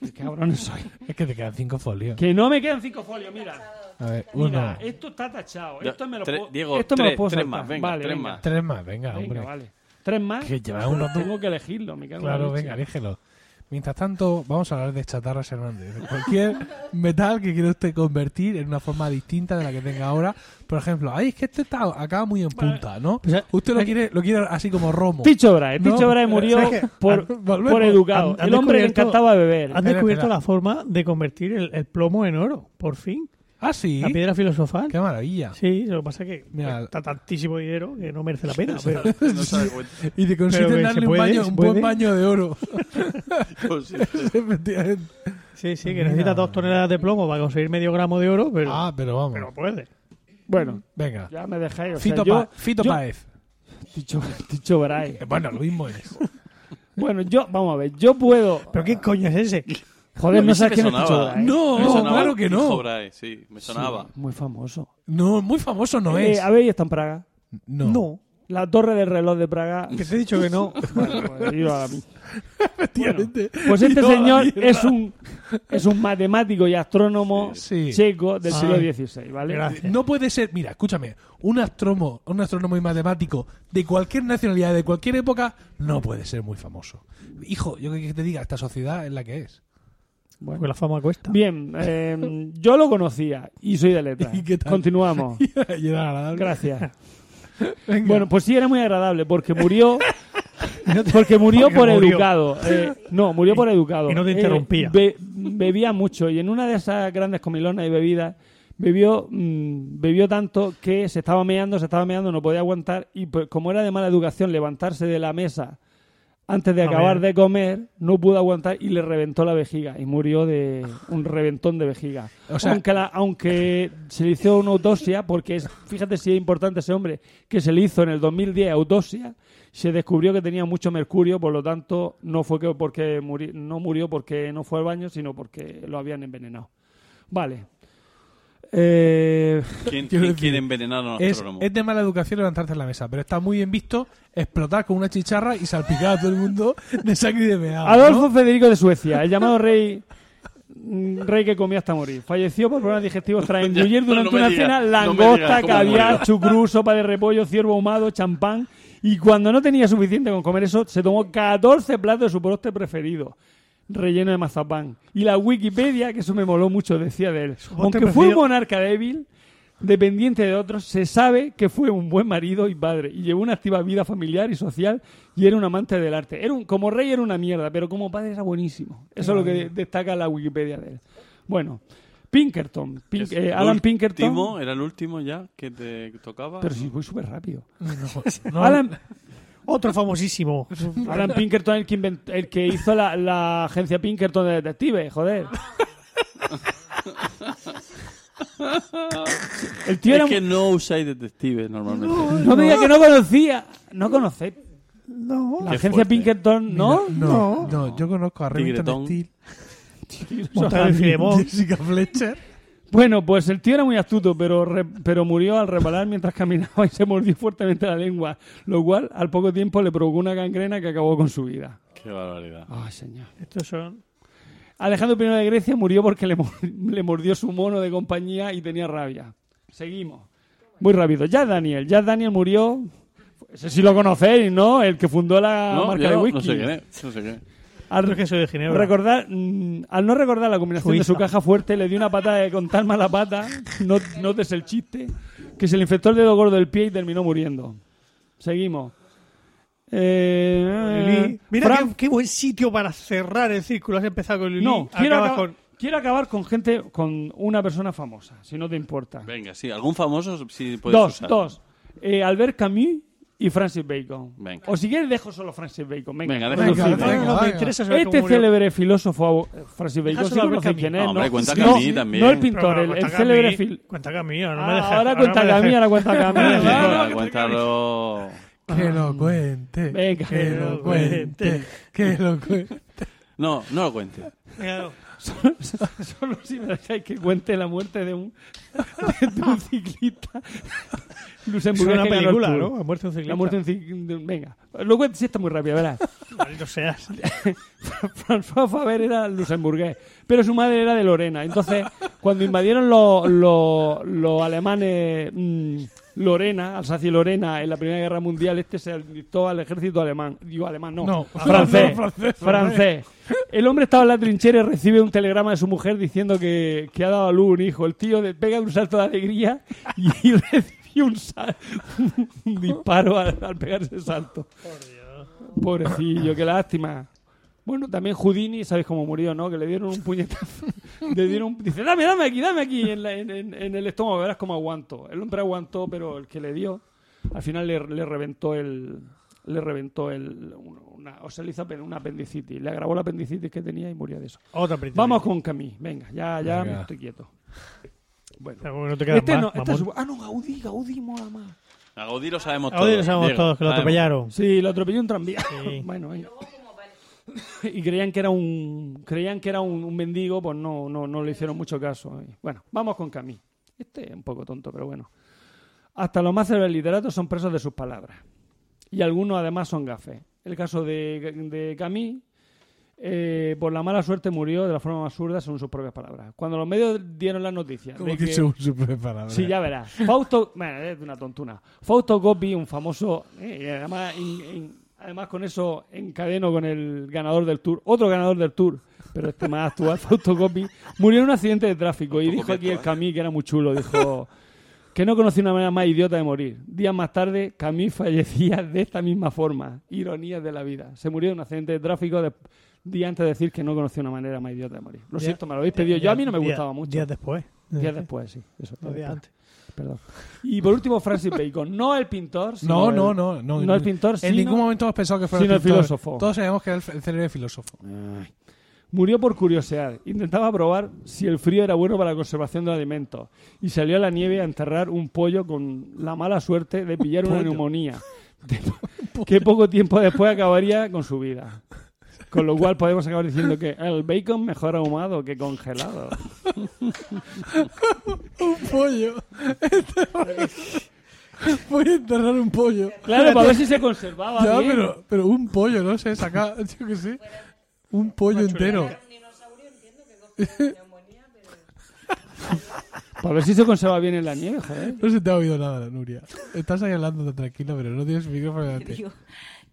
S2: Qué cabrón soy.
S1: Es que te quedan cinco folios.
S2: Que no me quedan cinco folios, mira.
S1: A ver, uno.
S2: Mira, esto está tachado.
S3: Ya,
S2: Esto me lo
S3: tres-
S2: puedo...
S3: Diego,
S2: esto me lo
S3: tres-
S2: puedo
S3: tres
S2: saltar.
S3: más, venga,
S2: Vale,
S3: tres
S2: venga.
S3: más.
S1: Tres más, venga,
S2: Venga,
S1: hombre.
S2: vale. tres más.
S1: Que lleva un rato.
S2: Tengo que elegirlo, me cago en la
S1: Claro,
S2: leche.
S1: venga, elígelo. Mientras tanto, vamos a hablar de chatarras Hernández. De cualquier metal que quiera usted convertir en una forma distinta de la que tenga ahora. Por ejemplo, ay, es que este está acá muy en punta, ¿no?
S4: O sea,
S1: Usted lo quiere, lo quiere así como romo.
S2: Ticho Brahe.
S1: No,
S2: Ticho Brahe murió
S1: es que-
S2: por,
S1: volvemos.
S2: por educado.
S4: Han- han
S2: el hombre le
S4: descubierto-
S2: encantaba beber.
S4: Han
S1: Espera,
S4: descubierto
S1: espera.
S4: la forma de convertir el, el plomo en oro, por fin.
S1: Ah, sí.
S4: La piedra filosofal.
S1: Qué maravilla.
S4: Sí, lo que pasa es que
S1: Mira.
S4: está tantísimo dinero que no merece la pena. pero-
S3: No se da cuenta.
S1: Y te consiste
S4: Pero
S1: en
S4: que se
S1: darle un,
S4: puede,
S1: baño,
S4: se
S1: un buen
S4: puede.
S1: baño de oro.
S3: Pues sí, sí.
S1: Efectivamente.
S4: sí, sí, que
S1: Mira.
S4: necesita dos toneladas de plomo para conseguir medio gramo de oro, pero,
S1: ah, pero vamos.
S4: pero puede.
S2: Bueno,
S1: Venga.
S2: ya me dejáis. O sea,
S1: Fito,
S2: yo,
S1: Pa- Fito
S2: yo-
S1: Páez.
S2: Ticho, Ticho Brahe.
S1: Eh, Bueno, lo mismo es.
S2: Bueno, yo, vamos a ver, yo puedo.
S4: ¿Pero qué coño es ese?
S2: Joder,
S3: A
S2: no ¿eh?
S3: mí
S2: sabes
S3: sí
S2: quién
S3: me
S2: es Ticho
S3: sonaba.
S2: Brahe.
S1: No,
S3: Me sonaba
S1: claro que
S3: Ticho
S1: no.
S3: Brahe, sí, me
S2: Sí,
S3: sonaba.
S2: muy famoso.
S1: No, muy famoso no
S2: Eh,
S1: es.
S2: a ver, y está en Praga.
S1: No.
S2: La torre del reloj de Praga.
S4: Que te he dicho que no.
S2: Bueno, pues, yo a la mi-
S1: Efectivamente.
S2: Pues este
S1: Yo-
S2: señor es un es un matemático y astrónomo
S1: Sí.
S2: checo del
S4: Sí.
S2: siglo XVI, ¿vale?
S4: Gracias.
S1: No puede ser, mira, escúchame, un astrónomo, un astrónomo y matemático de cualquier nacionalidad, de cualquier época, no puede ser muy famoso. Hijo, yo que te diga, esta sociedad es la que es.
S2: Bueno.
S4: Porque la fama cuesta.
S2: Bien, eh, yo lo conocía y soy de letras.
S1: ¿Y qué tal?
S2: Continuamos.
S1: Y era agradable.
S2: Gracias.
S1: Venga.
S2: Bueno, pues sí era muy agradable porque murió porque murió
S4: Porque
S2: por
S4: murió.
S2: educado. Eh, no, murió por educado.
S4: y no te
S2: Eh,
S4: interrumpía.
S2: be- bebía mucho y en una de esas grandes comilonas y bebidas bebió mm, bebió tanto que se estaba meando, se estaba meando, no podía aguantar y pues, como era de mala educación levantarse de la mesa antes de
S4: A
S2: acabar
S4: ver.
S2: de comer, no pudo aguantar y le reventó la vejiga y murió de un reventón de vejiga.
S1: O sea-
S2: aunque, la- aunque se le hizo una autopsia, porque es, fíjate si es importante ese hombre, que se le hizo en el 2010 autopsia, se descubrió que tenía mucho mercurio, por lo tanto no fue que porque muri- no murió porque no fue al baño, sino porque lo habían envenenado. Vale. Eh,
S1: Quiero
S3: ¿Quién, quién
S1: decir,
S3: quiere envenenar a un
S1: es,
S3: astrónomo?
S1: es de mala educación levantarse en la mesa, pero está muy bien visto explotar con una chicharra y salpicar a todo el mundo de sangre y de meado.
S2: Adolfo Federico de Suecia, el llamado rey mm, rey que comía hasta morir. Falleció por problemas digestivos tras engullir
S3: no
S2: durante
S3: me
S2: una
S3: digas,
S2: cena
S3: no me
S2: langosta,
S3: digas cómo
S2: caviar,
S3: murió.
S2: chucrú, sopa de repollo, ciervo ahumado, champán. Y cuando no tenía suficiente con comer eso, se tomó 14 platos de su postre preferido, relleno de mazapán. Y la Wikipedia, que eso me moló mucho, decía de él.
S4: postre
S2: Aunque fue un
S4: preferido-
S2: monarca débil, dependiente de otros, se sabe que fue un buen marido y padre y llevó una activa vida familiar y social y era un amante del arte. Era un, como rey era una mierda, pero como padre era buenísimo. Eso es lo que destaca la Wikipedia de él. Bueno, Pinkerton, Pink-
S3: Es
S2: eh,
S3: el
S2: Alan
S3: último,
S2: Pinkerton.
S3: Era el último ya que te tocaba.
S2: Pero si voy súper rápido.
S1: No, no,
S2: Alan,
S4: Otro famosísimo.
S2: Alan Pinkerton, el que, invent- el que hizo la, la agencia Pinkerton de detectives, joder. El tío era
S3: es
S2: un-
S3: que no usáis detectives normalmente.
S2: No me diga que no conocía. No conocéis.
S4: No.
S2: La
S3: Qué
S2: agencia
S3: fuerte.
S2: Pinkerton, ¿no?
S1: no, no, yo conozco a
S3: Tigretón.
S1: Remington Steel,
S4: Montar el Filemón.
S1: Jessica Fletcher.
S2: Bueno, pues el tío era muy astuto, pero, re- pero murió al reparar mientras caminaba y se mordió fuertemente la lengua, lo cual al poco tiempo le provocó una gangrena que acabó con su vida.
S3: Qué barbaridad.
S2: Ay, señor.
S4: Estos son.
S2: Alejandro I de Grecia murió porque le, mor- le mordió su mono de compañía y tenía rabia. Seguimos. Muy rápido. Jack Daniel. Jack Daniel murió. Ese sí lo conocéis, ¿no? El que fundó la
S3: No,
S2: Ah, marca
S3: yo
S2: de
S3: no,
S2: whisky.
S3: no sé quién es. No sé quién es.
S4: Yo es que soy de Ginebra.
S2: Recordar, mm, al no recordar la combinación de
S4: Suiza.
S2: su caja fuerte, le dio una patada de con tan mala pata, no notes el chiste, que se le infectó el dedo gordo del pie y terminó muriendo. Seguimos. Eh,
S4: Lili. Mira
S2: Fran-
S4: qué, qué buen sitio para cerrar el círculo. Has empezado con Lili.
S2: no, quiero
S4: acabas
S2: acabar,
S4: con.
S2: quiero acabar con gente, con una persona famosa, si no te importa.
S3: Venga, sí. ¿Algún famoso? Sí, puedes
S2: Dos,
S3: usar.
S2: dos. Eh, Albert Camus y Francis Bacon.
S3: Venga.
S2: O si quieres dejo solo Francis Bacon. Venga,
S3: Venga,
S2: Francis
S3: déjalo
S1: Venga,
S3: sí,
S4: No,
S1: venga,
S4: no, no, me
S1: venga.
S4: interesa saber
S2: Este
S4: cómo murió.
S2: célebre filósofo eh, Francis Bacon,
S4: Déjaselo
S2: sí
S4: a Albert
S2: conocéis
S4: Camus.
S2: quién es,
S3: No,
S2: ¿no?
S3: hombre, cuenta
S2: Sí,
S3: que a
S2: no,
S3: mí
S2: No el
S3: también.
S4: Pero
S2: pintor, el,
S4: cuenta
S2: el
S4: que a
S2: célebre
S4: mí-
S2: filósofo.
S4: Cuenta Camillo, no me dejes.
S2: Ahora cuenta
S4: me
S2: Camus,
S4: dejes.
S2: ahora cuenta Camus.
S4: Claro,
S3: Venga,
S4: que te
S3: cuéntalo.
S1: Que lo cuente.
S2: Ah. Venga.
S1: que lo cuente. Que lo cuente.
S3: No, no lo cuentes.
S4: Claro.
S2: Solo, solo si me dejáis que cuente la muerte de un, de un ciclista.
S4: Es
S2: Luxemburgo
S4: una
S2: que ganó el
S4: película,
S2: Tour.
S4: ¿no? Ha muerto un ciclista.
S2: La muerte de un ciclista. Venga, lo cuento si está muy rápido, verás.
S4: Maldito seas.
S2: François Faber era luxemburgués, pero su madre era de Lorena. Entonces, cuando invadieron los, los, los alemanes mm, Lorena, Alsacia y Lorena, en la Primera Guerra Mundial, este se alistó al ejército alemán. Digo, alemán no.
S4: No.
S2: francés,
S1: No, francés,
S2: francés. El hombre estaba en la trinchera y recibe un telegrama de su mujer diciendo que, que ha dado a luz un hijo. El tío le pega un salto de alegría y recibió un, sal- un disparo al, al pegar ese salto. Pobrecillo, qué lástima. Bueno, también Houdini, ¿sabéis cómo murió, no? Que le dieron un puñetazo. le dieron un- Dice, dame, dame aquí, dame aquí en, la- en- en- en el estómago, verás cómo aguanto. El hombre aguantó, pero el que le dio, al final le, le reventó el. Le reventó el. Una, o sea, le hizo apen- una apendicitis. Le agravó la apendicitis que tenía y murió de eso.
S4: Otra británica.
S2: Vamos con Camille, venga, ya, ya
S1: Venga.
S2: me estoy quieto. Bueno.
S4: Pero bueno, no te quedas
S2: Este
S4: más,
S2: no, este
S4: mamón.
S2: es- ah, no, Gaudí, Gaudí mola más.
S3: A Gaudí lo sabemos todos.
S4: Ahora ya sabemos
S3: Diego,
S4: todos que lo
S3: sabemos.
S4: atropellaron.
S2: Sí, lo atropelló un tranvía.
S4: Sí.
S2: bueno, venga. Y creían que era un creían que era un, un mendigo, pues no, no, no le hicieron mucho caso. Y Bueno, vamos con Camille. Este es un poco tonto, pero bueno. Hasta los más célebres literatos son presos de sus palabras. Y algunos además son gafes. El caso de, de Camille, eh, por la mala suerte murió de la forma más absurda, según sus propias palabras. Cuando los medios dieron las noticias de
S1: Como que
S2: que-
S1: según su preparada.
S2: Sí, ya verás. Fausto, bueno, es una tontuna. Fausto Coppi, un famoso, eh, y además, en- en- además con eso encadeno con el ganador del Tour, otro ganador del Tour, pero este más actual, Fausto Coppi, murió en un accidente de tráfico y dijo aquí el Camí, que era muy chulo, dijo que no conocía una manera más idiota de morir. Días más tarde, Camí fallecía de esta misma forma. Ironías de la vida. Se murió en un accidente de tráfico de- día antes de decir que no conocía una manera más idiota de morir. Lo
S4: Día-
S2: siento, me lo habéis pedido. Yo a mí no me
S4: Días-
S2: gustaba mucho.
S4: Días después.
S2: Días después, sí. Eso,
S4: No, días
S2: después.
S4: antes.
S2: Perdón. Y por último, Francis Bacon. No el pintor. sino
S1: No,
S2: el-
S1: no, no, no.
S2: No el pintor, sino...
S1: En ningún momento hemos pensado que fuera
S2: sino el
S1: pintor.
S2: filósofo.
S1: Todos sabemos que era el f- el célebre filósofo.
S2: Ay. Murió por curiosidad. Intentaba probar si el frío era bueno para la conservación de alimentos. Y salió a la nieve a enterrar un pollo con la mala suerte de pillar una
S1: Pollo.
S2: neumonía. que poco tiempo después acabaría con su vida. Con lo cual podemos acabar diciendo que el bacon mejor ahumado que congelado.
S1: Un pollo. Voy a enterrar un pollo.
S2: Claro, para ver si se conservaba
S1: Ya,
S2: bien.
S1: pero, pero un pollo, no sé, saca, yo qué sé, un pollo entero.
S2: eh. Para ver si se conserva bien en la nieve, joder.
S1: No se te ha oído nada, Nuria. Estás ahí hablando tan tranquila, pero no tienes micrófono delante.
S5: Digo,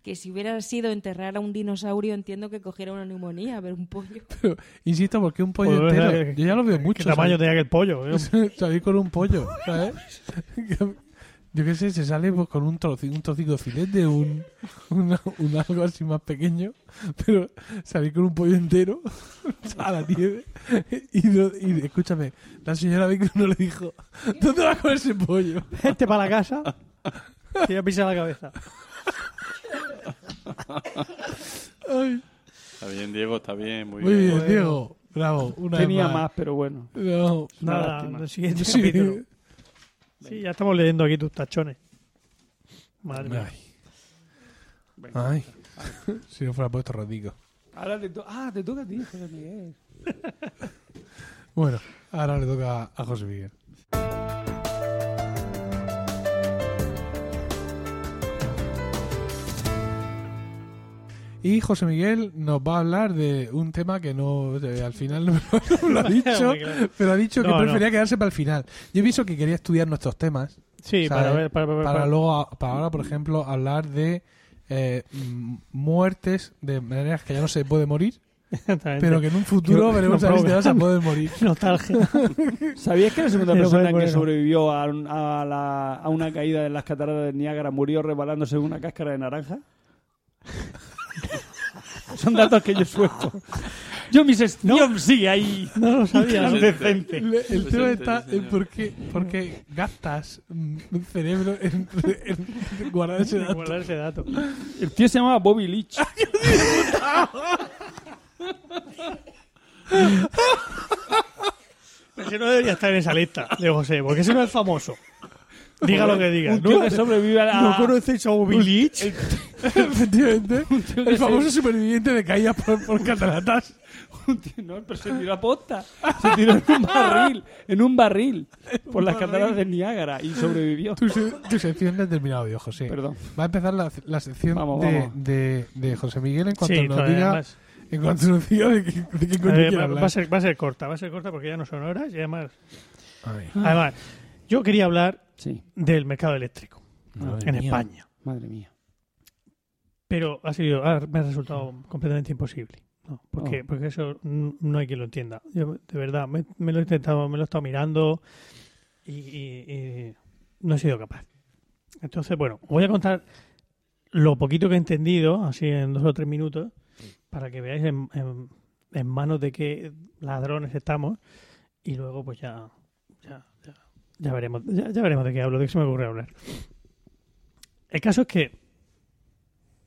S5: que si hubiera sido enterrar a un dinosaurio, entiendo que cogiera una neumonía, pero un pollo.
S1: Pero, insisto, porque un pollo
S4: Pues,
S1: entero?
S4: ¿verdad?
S1: Yo ya lo veo
S4: ¿Qué
S1: mucho.
S4: tamaño tenía aquel pollo? eh?
S1: ¿sabes? Salir con un pollo, ¿sabes? Yo qué sé, se sale pues, con un trocito, un trocito de filete, un, una- un algo así más pequeño, pero salir con un pollo entero a la nieve. Y, no- y escúchame, la señora Vico no le dijo, ¿dónde vas con ese pollo?
S4: Este para la casa. Que ya pisa la cabeza.
S1: Ay,
S3: Está bien, Diego, está bien, muy,
S1: muy
S3: bien.
S1: bien, Diego. Bravo, una vez
S2: Tenía más, pero bueno.
S1: No.
S2: Una
S4: Nada,
S2: lástima.
S4: en el siguiente
S1: Sí.
S4: capítulo. Sí, ya estamos leyendo aquí tus tachones. Madre mía.
S1: Ay. Ay. si no fuera puesto ratico.
S2: Ahora te to- ah, te toca a ti, José Miguel.
S1: Bueno, ahora le toca a José Miguel. Y José Miguel nos va a hablar de un tema que no eh, al final no, no lo ha dicho, pero ha dicho que
S4: No, no.
S1: prefería quedarse para el final. Yo pienso que quería estudiar nuestros temas
S4: Sí,
S1: ¿sabes?
S4: para ver, para, para-
S1: para
S4: para-
S1: luego, a- para ahora, por ejemplo, hablar de eh, m- muertes de maneras que ya no se puede morir,
S4: Exactamente.
S1: pero que en un futuro
S4: Yo-
S1: veremos
S4: no,
S1: a ver si
S4: pero-
S1: te vas a poder morir.
S4: Nostalgia.
S2: ¿Sabías que la segunda
S4: Eso es
S2: persona
S4: bueno.
S2: que sobrevivió a, un- a la- a una caída de las cataratas del Niágara murió rebalándose una cáscara de naranja? Son datos que yo suelto. Yo mis no, sigue ahí.
S4: No lo sabía.
S3: Sí,
S4: ¿no?
S3: sí.
S4: Decente.
S1: Le- el
S3: Pues
S1: tema
S3: sí,
S1: está
S3: sí,
S1: en
S3: señor.
S1: por qué, por qué gastas mm, un cerebro en, en guardar ese dato.
S4: Guardar ese dato.
S2: El tío se llamaba Bobby Leach.
S4: Ese no debería estar en esa lista de José, porque ese no es famoso. Diga lo que diga.
S2: Un tío
S4: ¿No,
S2: que sobrevive a la...
S4: ¿No conocéis a Bobby Leach?
S1: Efectivamente,
S2: tío que
S1: el
S2: se-
S1: famoso superviviente de caídas por, por cataratas.
S2: Un tío- no, pero se tiró a posta. Se tiró en un barril. En un barril. Por las cataratas del Niágara. Y sobrevivió.
S1: Tu, se- tu sección no ha terminado hoy, José.
S2: Perdón.
S1: Va a empezar la, la sección
S2: Vamos,
S1: de,
S2: vamos.
S1: De, de José Miguel en cuanto
S4: Sí,
S1: nos
S4: todavía
S1: diga,
S4: más.
S1: en cuanto nos diga de qué, de qué coño
S4: Eh,
S1: quiere
S4: va,
S1: hablar.
S4: va a ser, va a ser corta, va a ser corta porque ya no son horas y además
S1: Ay.
S4: Además, Yo quería hablar
S2: Sí,
S4: del mercado eléctrico
S1: Madre
S4: en
S1: mía.
S4: España,
S2: madre mía.
S4: pero ha sido, ha- me ha resultado completamente imposible. ¿no? Porque,
S2: Oh.
S4: porque eso n- no hay quien lo entienda. Yo, de verdad, me, me lo he intentado, me lo he estado mirando y, y- y no he sido capaz. Entonces, bueno, voy a contar lo poquito que he entendido, así en dos o tres minutos, para que veáis en, en- en manos de qué ladrones estamos y luego pues ya, ya, ya, ya veremos, ya, ya veremos de qué hablo, de qué se me ocurre hablar. El caso es que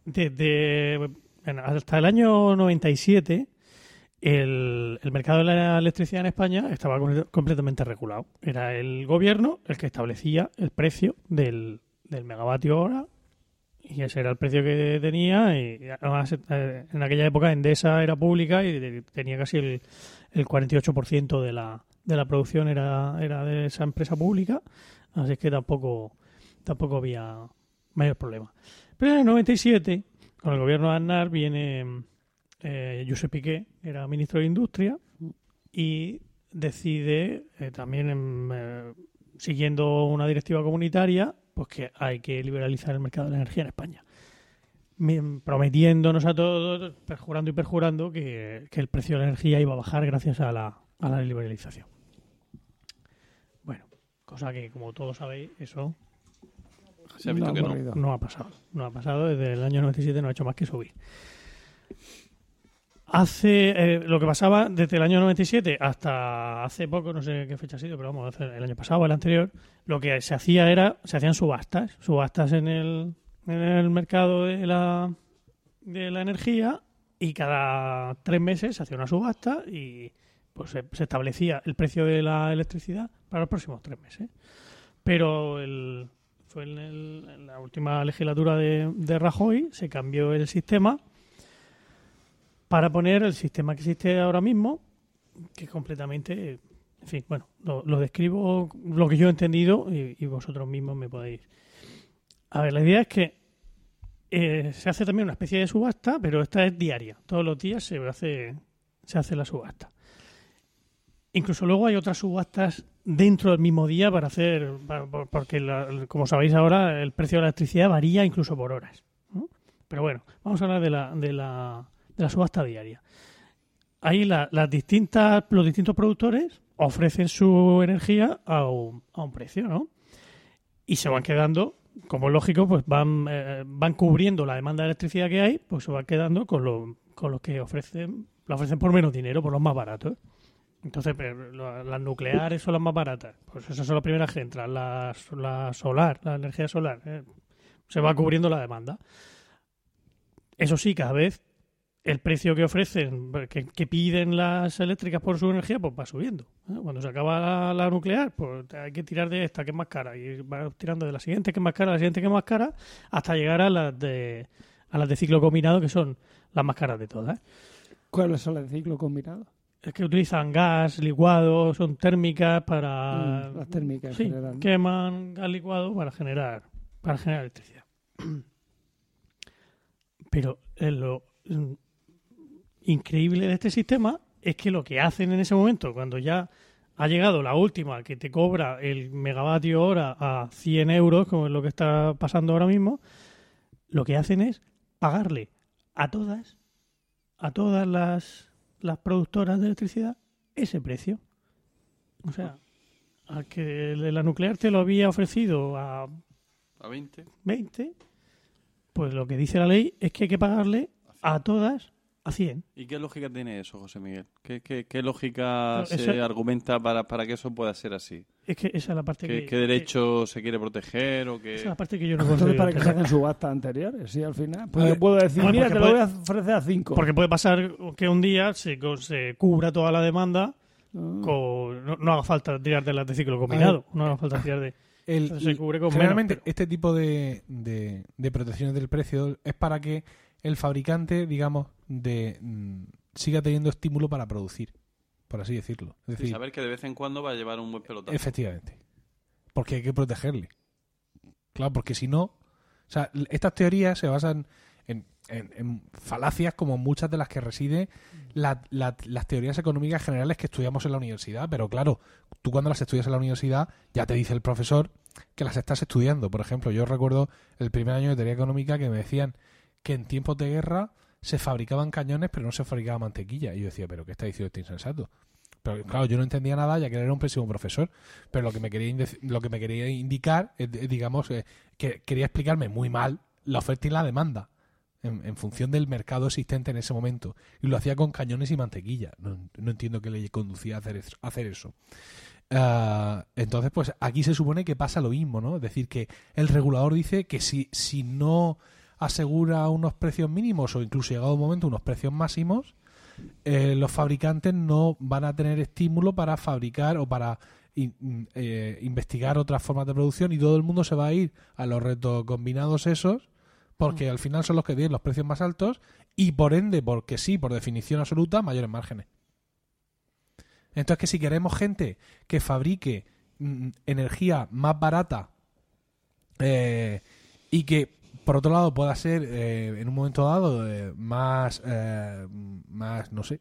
S4: desde bueno, hasta el año 97 el, el mercado de la electricidad en España estaba com- completamente regulado. Era el gobierno el que establecía el precio del, del megavatio hora y ese era el precio que tenía y además eh, en aquella época Endesa era pública y de- tenía casi el, el 48% de la, de la producción era, era de esa empresa pública, así que tampoco, tampoco había mayor problema. Pero en el 97, con el gobierno de Aznar, viene eh, Josep Piqué, que era ministro de Industria, y decide eh, también, em, eh, siguiendo una directiva comunitaria, pues que hay que liberalizar el mercado de la energía en España. Mi- Prometiéndonos a todos, perjurando y perjurando, que, que el precio de la energía iba a bajar gracias a la, a la liberalización. Bueno, cosa que, como todos sabéis, eso
S3: Se ha visto
S2: Una
S3: que no.
S2: barbaridad.
S4: no ha pasado. No ha pasado. Desde el año 97 no ha hecho más que subir. Hace eh, lo que pasaba desde el año 97 hasta hace poco, no sé qué fecha ha sido, pero vamos, hace- el año pasado o el anterior, lo que se hacía era, se hacían subastas, subastas en el, en el mercado de la, de la energía y cada tres meses se hacía una subasta y pues se, se establecía el precio de la electricidad para los próximos tres meses. Pero el, fue en, el- en la última legislatura de, de Rajoy, se cambió el sistema para poner el sistema que existe ahora mismo, que es completamente, en fin, bueno, lo, lo describo lo que yo he entendido y, y vosotros mismos me podéis. A ver, la idea es que eh, se hace también una especie de subasta, pero esta es diaria. Todos los días se hace, se hace la subasta. Incluso luego hay otras subastas dentro del mismo día para hacer, para- por- porque la- como sabéis ahora, el precio de la electricidad varía incluso por horas. ¿no? Pero bueno, vamos a hablar de la, de la, de la subasta diaria. Ahí la- las distintas, los distintos productores ofrecen su energía a un, a un precio, ¿no? Y se van quedando, como es lógico, pues van, eh, van cubriendo la demanda de electricidad que hay, pues se van quedando con, lo- con los que ofrecen, la ofrecen por menos dinero, por los más ¿eh? baratos. Entonces, pero lo- las nucleares son las más baratas. Pues esas son las primeras que entran. La, la solar, la energía solar. eh, Se va cubriendo la demanda. Eso sí, cada vez el precio que ofrecen, que, que piden las eléctricas por su energía, pues va subiendo. ¿eh? Cuando se acaba la, la nuclear, pues hay que tirar de esta que es más cara. Y va tirando de la siguiente que es más cara, la siguiente que es más cara, hasta llegar a las de, a las de ciclo combinado, que son las más caras de todas. ¿eh?
S2: ¿Cuáles son las de ciclo combinado?
S4: Es que utilizan gas licuado, son térmicas para.
S2: Mm, las térmicas en
S4: Ah, Sí,
S2: general. ¿no?
S4: queman gas licuado para generar, para generar electricidad. Pero eh, lo mm, increíble de este sistema es que lo que hacen en ese momento, cuando ya ha llegado la última que te cobra el megavatio hora a 100 euros, como es lo que está pasando ahora mismo, lo que hacen es pagarle a todas, a todas las, las productoras de electricidad, ese precio. O sea, al que la nuclear te lo había ofrecido a
S3: A 20.
S4: 20, pues lo que dice la ley es que hay que pagarle a todas a 100.
S3: ¿Y qué lógica tiene eso, José Miguel? ¿Qué, qué- qué lógica
S4: No,
S3: se
S4: eso-
S3: argumenta para, para que eso pueda ser así?
S4: Es que esa es la parte
S3: ¿Qué,
S4: que...
S3: qué derecho se quiere proteger o
S4: que-
S3: qué...?
S4: esa es la parte que
S1: Ah,
S4: yo no
S6: Entonces,
S4: consigo
S6: para que se
S4: entender.
S6: hagan subastas anteriores, sí, al final.
S1: A
S6: Pues
S1: ver,
S6: yo puedo decir,
S4: bueno,
S6: mira,
S4: porque
S6: te lo voy a ofrecer a 5.
S4: Porque puede pasar que un día se, co- se cubra toda la demanda,
S1: Ah.
S4: con, no, no haga falta tirar de las de ciclo combinado, no
S1: eh,
S4: haga falta tirar de...
S1: El-
S4: Entonces se cubre con
S1: generalmente
S4: menos,
S1: este tipo de, de- de protecciones del precio es para que el fabricante, digamos, de mm, siga teniendo estímulo para producir, por así decirlo. Es
S3: Y
S1: decir,
S3: saber que de vez en cuando va a llevar un buen pelotazo.
S1: Efectivamente. Porque hay que protegerle. Claro, porque si no. O sea, l- estas teorías se basan en en, en falacias como muchas de las que residen la- la- las teorías económicas generales que estudiamos en la universidad. Pero claro, tú cuando las estudias en la universidad ya te dice el profesor que las estás estudiando. Por ejemplo, yo recuerdo el primer año de teoría económica que me decían que en tiempos de guerra se fabricaban cañones pero no se fabricaba mantequilla. Y yo decía, pero ¿qué está diciendo este insensato? Pero claro, yo no entendía nada ya que él era un pésimo profesor. Pero lo que me quería, indec- lo que me quería indicar, es, eh, digamos, eh, que quería explicarme muy mal la oferta y la demanda en, en función del mercado existente en ese momento. Y lo hacía con cañones y mantequilla. No, no entiendo qué le conducía a hacer, es- a hacer eso. Ah, entonces, pues aquí se supone que pasa lo mismo, ¿no? Es decir, que el regulador dice que si, si no asegura unos precios mínimos o incluso llegado un momento unos precios máximos, eh, los fabricantes no van a tener estímulo para fabricar o para in- in- eh, investigar otras formas de producción y todo el mundo se va a ir a los retos combinados esos porque al final son los que tienen los precios más altos y por ende, porque sí, por definición absoluta, mayores márgenes. Entonces que si queremos gente que fabrique mm, energía más barata eh, y que por otro lado pueda ser eh, en un momento dado eh, más eh, más no sé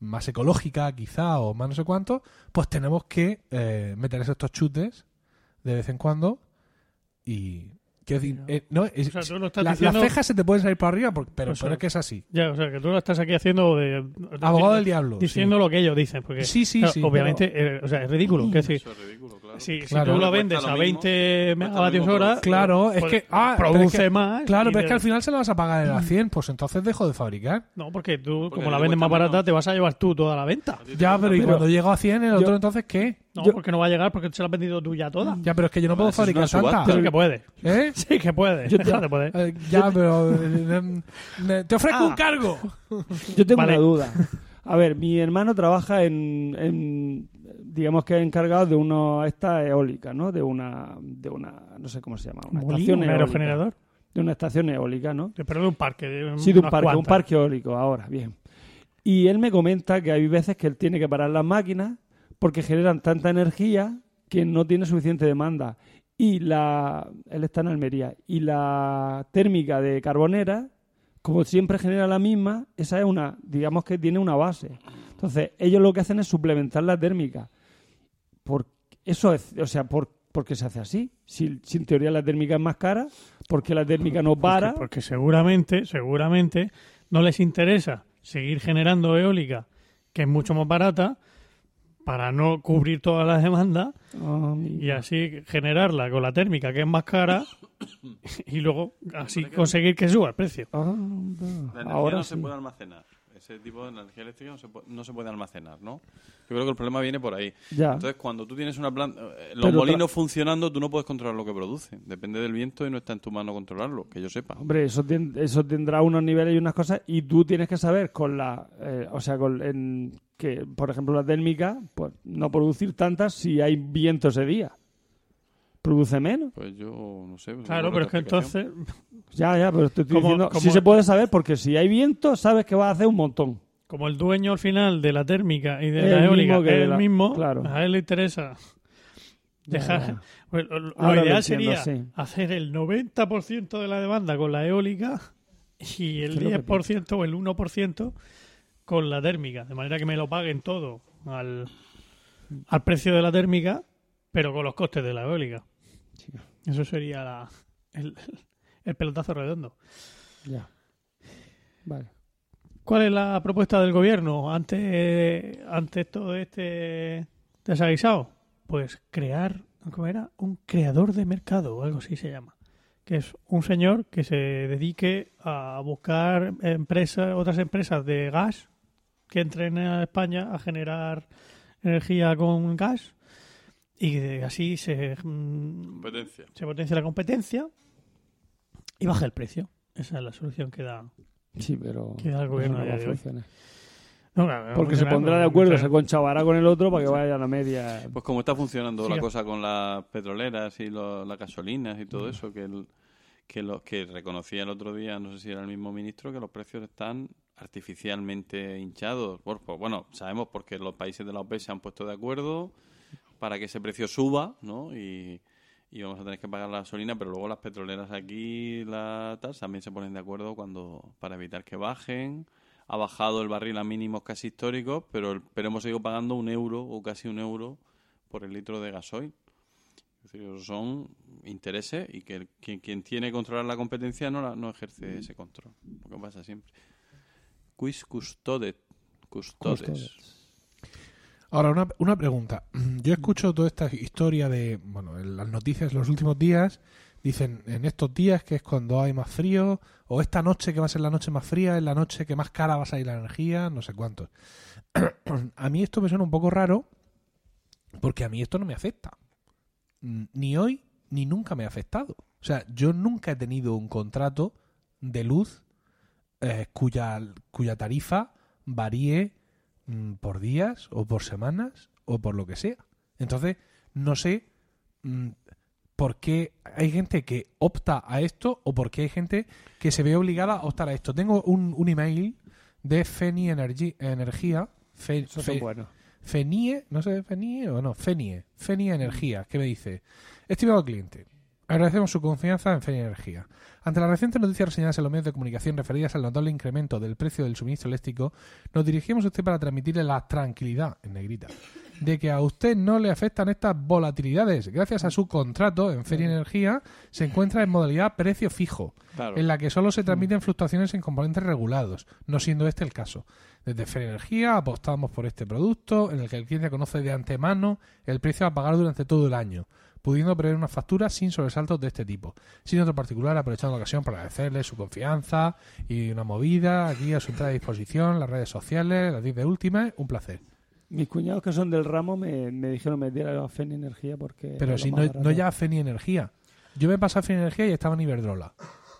S1: más ecológica quizá o más no sé cuánto pues tenemos que eh, meter estos chutes de vez en cuando y quiero decir eh, no, es-
S4: O sea, tú lo estás
S1: la-
S4: diciendo- Pues
S1: las cejas se te pueden salir para arriba por- pero,
S4: O sea,
S1: pero es que es así
S4: Ya, o sea, que tú lo estás aquí haciendo de...
S1: abogado del diablo sí.
S4: Diciendo lo que ellos dicen, porque...
S1: sí sí
S4: claro,
S1: sí
S4: obviamente, eh, o sea, es ridículo. que decir,
S3: Eso es ridículo, claro.
S4: si, si
S1: Claro.
S4: tú
S1: Cuesta
S4: lo vendes
S3: lo
S4: a
S3: mismo,
S4: 20
S3: cuesta lo
S4: megavatios
S3: mismo
S4: hora,
S3: producir.
S1: claro es
S4: pues,
S1: que ah, pero es
S4: produce
S1: que-
S4: más.
S1: claro
S4: y Mm.
S1: pero es que
S4: de-
S1: al final se la vas a pagar en la 100 pues entonces dejo de fabricar
S4: No, porque tú,
S3: Porque
S4: como
S3: le
S4: la vendes
S3: cuesta
S4: más barata,
S3: menos.
S4: te vas a llevar tú toda la venta.
S3: A ti te
S1: Ya,
S3: cuesta
S1: pero ¿y
S3: menos.
S1: cuando llego a 100 el otro
S2: yo-
S1: entonces qué?
S4: No,
S2: Yo-
S4: porque no va a llegar porque tú se la has vendido tú ya toda.
S1: Ya, pero es que yo no puedo
S3: eso es
S1: fabricar
S3: una subasta.
S1: tanta.
S4: Sí que puedes.
S1: ¿Eh?
S4: Sí que puedes.
S2: Yo-
S4: Deja de poder.
S1: Eh, ya, pero... eh, em, eh, te
S4: Ah.
S1: ofrezco un cargo.
S2: Yo tengo
S4: Vale.
S2: una duda. A ver, mi hermano trabaja en, en, digamos que es encargado de una esta eólica, ¿no? De una, de una, no sé cómo se llama, una
S4: Molino,
S2: estación
S4: un
S2: eólica.
S4: aerogenerador.
S2: De una estación eólica, ¿no?
S4: Pero de un parque. De
S2: Sí, de un
S4: unas
S2: parque, un
S4: cuantas.
S2: parque eólico, ahora, bien. Y él me comenta que hay veces que él tiene que parar las máquinas porque generan tanta energía que no tiene suficiente demanda. Y la. Él está en Almería. Y la térmica de Carbonera, como siempre genera la misma, esa es una. Digamos que tiene una base. Entonces, ellos lo que hacen es suplementar la térmica. Por, eso es. O sea, por, ¿por qué se hace así? Si, si en teoría la térmica es más cara, ¿por qué la térmica no
S4: Porque-
S2: para?
S4: Porque, seguramente, seguramente no les interesa seguir generando eólica, que es mucho más barata, para no cubrir todas las demandas
S2: Ah, mi-
S4: y así generarla con la térmica, que es más cara, y luego así conseguir que suba el precio.
S2: Anda,
S3: La energía
S2: Ah, Ahora
S3: no
S2: sí.
S3: se puede almacenar. Ese tipo de energía eléctrica no se, pu- no se puede almacenar, ¿no? Yo creo que el problema viene por ahí.
S2: Ya.
S3: Entonces, cuando tú tienes una planta, eh, los
S2: Ah. Pero
S3: molinos funcionando, tú no puedes controlar lo que producen. Depende del viento y no está en tu mano controlarlo, que yo sepa.
S2: Hombre, eso, tien- eso tendrá unos niveles y unas cosas y tú tienes que saber con la, eh, o sea, con en, que por ejemplo la térmica, pues no producir tantas si hay viento ese día. Produce menos.
S3: Pues yo no sé. no
S4: Claro,
S3: tengo
S4: pero
S3: otra
S4: es que
S3: explicación.
S4: entonces
S2: Ya, ya, pero te estoy
S4: Como-
S2: diciendo,
S4: como-
S2: si se puede saber porque si hay viento sabes que vas a hacer un montón.
S4: como el dueño al final de la térmica y de
S2: Es el
S4: la eólica
S2: mismo que de
S4: es el
S2: la-
S4: mismo,
S2: claro.
S4: a él le interesa
S2: Ya,
S4: dejar.
S2: ya.
S4: pues, lo, lo
S2: Ahora lo
S4: ideal
S2: entiendo,
S4: sería
S2: sí.
S4: hacer el 90% de la demanda con la eólica y
S2: Es
S4: el
S2: lo que
S4: 10% o el 1% con la térmica, de manera que me lo paguen todo al, al precio de la térmica, pero con los costes de la eólica.
S2: Sí.
S4: Eso sería la- el- el pelotazo redondo.
S2: Ya. Vale.
S4: ¿Cuál es la propuesta del gobierno ante, ante todo este desaguisado? Pues crear, ¿cómo era? Un creador de mercado o algo así se llama. Que es un señor que se dedique a buscar empresas, otras empresas de gas que entren a España a generar energía con gas y que así se, mm,
S3: Competencia.
S4: se potencia la competencia y baja el precio. Esa es la solución que da,
S2: Sí, pero
S4: que da el
S2: eso
S4: gobierno
S2: no
S4: a
S2: va
S4: día
S2: a
S4: de hoy.
S2: funcionar.
S4: No, claro, no
S2: Porque se
S4: funciona,
S2: pondrá de
S4: no,
S2: acuerdo,
S4: no,
S2: se conchabará con el otro para que vaya a la media.
S3: Pues como está funcionando
S4: Siga.
S3: la cosa con las petroleras y lo- las gasolinas y todo eso, que, el- que, lo, que reconocía el otro día, no sé si era el mismo ministro, que los precios están artificialmente hinchados. Por- por- Bueno, sabemos porque los países de la OPE se han puesto de acuerdo para que ese precio suba, ¿no? Y, y vamos a tener que pagar la gasolina, pero luego las petroleras aquí la tal, también se ponen de acuerdo cuando para evitar que bajen. Ha bajado el barril a mínimos casi históricos, pero, el- pero hemos seguido pagando un euro o casi un euro por el litro de gasoil. Es decir, esos son intereses y que el- quien, quien tiene que controlar la competencia no, la- no ejerce ese control. Porque pasa siempre. Quis custodet. Custodes.
S1: Ahora, una, una pregunta. Yo escucho toda esta historia de, bueno, en las noticias los últimos días, dicen en estos días que es cuando hay más frío, o esta noche que va a ser la noche más fría, es la noche que más cara va a salir la energía, no sé cuántos. a mí esto me suena un poco raro, porque a mí esto no me afecta. Mm, Ni hoy, ni nunca me ha afectado. O sea, yo nunca he tenido un contrato de luz eh, cuya, cuya tarifa varíe mm, por días o por semanas o por lo que sea. Entonces, no sé mm, por qué hay gente que opta a esto o por qué hay gente que se ve obligada a optar a esto. Tengo un, un email de Feni Energi- Energía. Fe-
S2: Eso
S1: Fe-
S2: es bueno.
S1: Fenie, no sé, Fenie o no, Fenie, Fenie Energía, que me dice, estimado cliente, agradecemos su confianza en Fenie Energía. Ante las recientes noticias reseñadas en los medios de comunicación referidas al notable incremento del precio del suministro eléctrico, nos dirigimos a usted para transmitirle la tranquilidad, en negrita, de que a usted no le afectan estas volatilidades. Gracias a su contrato en Fenie Energía, se encuentra en modalidad precio fijo
S3: Claro.
S1: en la que solo
S2: Mm.
S1: se transmiten fluctuaciones en componentes regulados, no siendo este el caso. Desde Fer Energía apostamos por este producto, en el que el cliente conoce de antemano el precio a pagar durante todo el año, pudiendo prever una factura sin sobresaltos de este tipo. Sin otro particular, aprovechando la ocasión para agradecerle su confianza y una movida aquí a su entrada a disposición, las redes sociales, las 10 de última, un placer.
S2: Mis cuñados que son del ramo me, me dijeron me diera a FEN Energía porque. era
S1: Pero
S2: lo
S1: si
S2: más
S1: no,
S2: barato.
S1: no ya Feni Energía. Yo me pasé a Feni Energía y estaba en Iberdrola.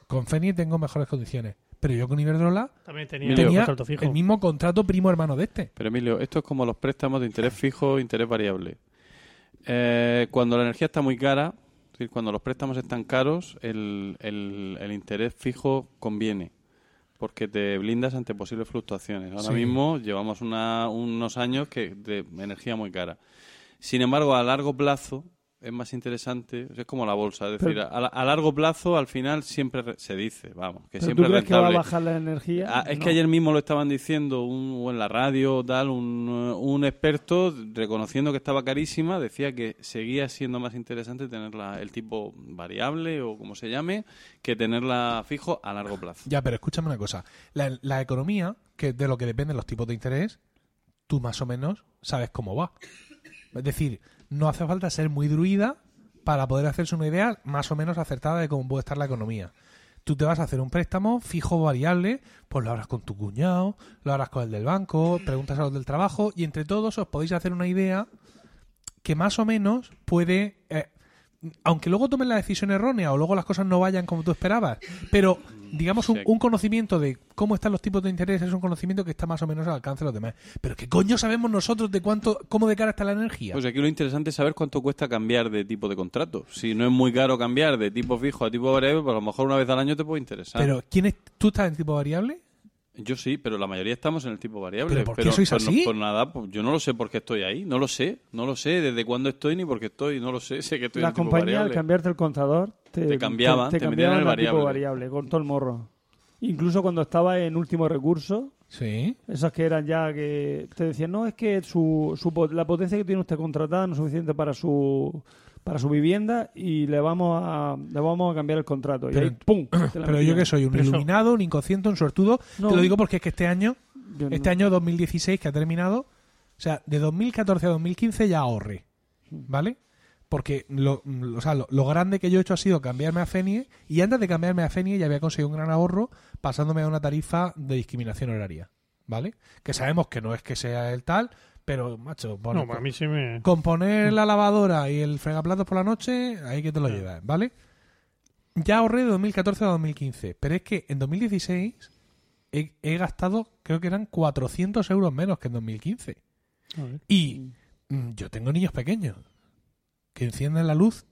S1: Con Feni tengo mejores condiciones, pero yo con Iberdrola
S4: También tenía,
S3: Tenía
S4: un salto fijo.
S1: el mismo contrato primo hermano de este.
S3: Pero Emilio, esto es como los préstamos de interés fijo, interés variable. Eh, cuando la energía está muy cara, es decir, cuando los préstamos están caros, el, el- el interés fijo conviene, porque te blindas ante posibles fluctuaciones. Ahora
S1: Sí.
S3: mismo llevamos una- unos años que de energía muy cara. Sin embargo, a largo plazo es más interesante, es como la bolsa, es decir, a, la- a largo plazo al final siempre re- se dice, vamos, que
S2: ¿Pero
S3: siempre
S2: ¿Tú
S3: es
S2: crees que va a
S3: rentable.
S2: bajar la energía?
S3: Ah, es
S2: No.
S3: que ayer mismo lo estaban diciendo un, o en la radio o tal, un, eh, un experto reconociendo que estaba carísima, decía que seguía siendo más interesante tenerla el tipo variable o como se llame que tenerla fijo a largo plazo.
S1: Ya, pero escúchame una cosa. La, la economía, que de lo que dependen los tipos de interés, tú más o menos sabes cómo va. Es decir, no hace falta ser muy druida para poder hacerse una idea más o menos acertada de cómo puede estar la economía. Tú te vas a hacer un préstamo fijo o variable, pues lo harás con tu cuñado, lo harás con el del banco, preguntas a los del trabajo y entre todos os podéis hacer una idea que más o menos puede... eh, aunque luego tomen la decisión errónea o luego las cosas no vayan como tú esperabas, pero digamos un,
S3: Sí.
S1: un conocimiento de cómo están los tipos de interés es un conocimiento que está más o menos al alcance de los demás. Pero ¿qué coño sabemos nosotros de cuánto, cómo de cara está la energía?
S3: Pues aquí lo interesante es saber cuánto cuesta cambiar de tipo de contrato. Si no es muy caro cambiar de tipo fijo a tipo variable, pues a lo mejor una vez al año te puede interesar.
S1: Pero ¿quién es, ¿tú estás en tipo variable?
S3: Yo sí, pero la mayoría estamos en el tipo variable.
S1: ¿Pero por qué sois
S3: pues no-
S1: así?
S3: Por nada, pues yo no lo sé por qué estoy ahí, no lo sé, no lo sé desde cuándo estoy ni por qué estoy, no lo sé, sé que estoy en
S2: la
S3: el tipo
S2: compañía al
S3: variable.
S2: cambiarte el contador te,
S3: Te cambiaban, te metían
S2: cambiaban
S3: el
S2: a tipo
S3: variable.
S2: variable con todo el morro. Incluso cuando estaba en último recurso,
S1: Sí.
S2: esas que eran ya que te decían, no, es que su, su pot- la potencia que tiene usted contratada no es suficiente para su para su vivienda y le vamos a le vamos a cambiar el contrato.
S1: Pero-
S2: y ahí, ¡pum! te la
S1: Pero
S2: metían.
S1: yo que soy un
S4: Pero eso-
S1: iluminado, un inconsciente, un sortudo,
S2: No.
S1: te lo digo porque es que este año,
S2: Yo no-
S1: este año 2016 que ha terminado, o sea, de 2014 a 2015 ya ahorré, ¿vale? Porque lo, lo- o sea, lo, lo grande que yo he hecho ha sido cambiarme a Fenie y antes de cambiarme a Fenie ya había conseguido un gran ahorro pasándome a una tarifa de discriminación horaria, ¿vale? Que sabemos que no es que sea el tal, pero macho, bueno,
S4: no, para mí sí me...
S1: Con poner la lavadora y el fregaplatos por la noche, ahí que te lo llevas, ¿vale? Ya ahorré de 2014 a 2015, pero es que en 2016 he, he gastado, creo que eran 400 euros menos que en 2015.
S4: A ver.
S1: Y mm, yo tengo niños pequeños que encienden la luz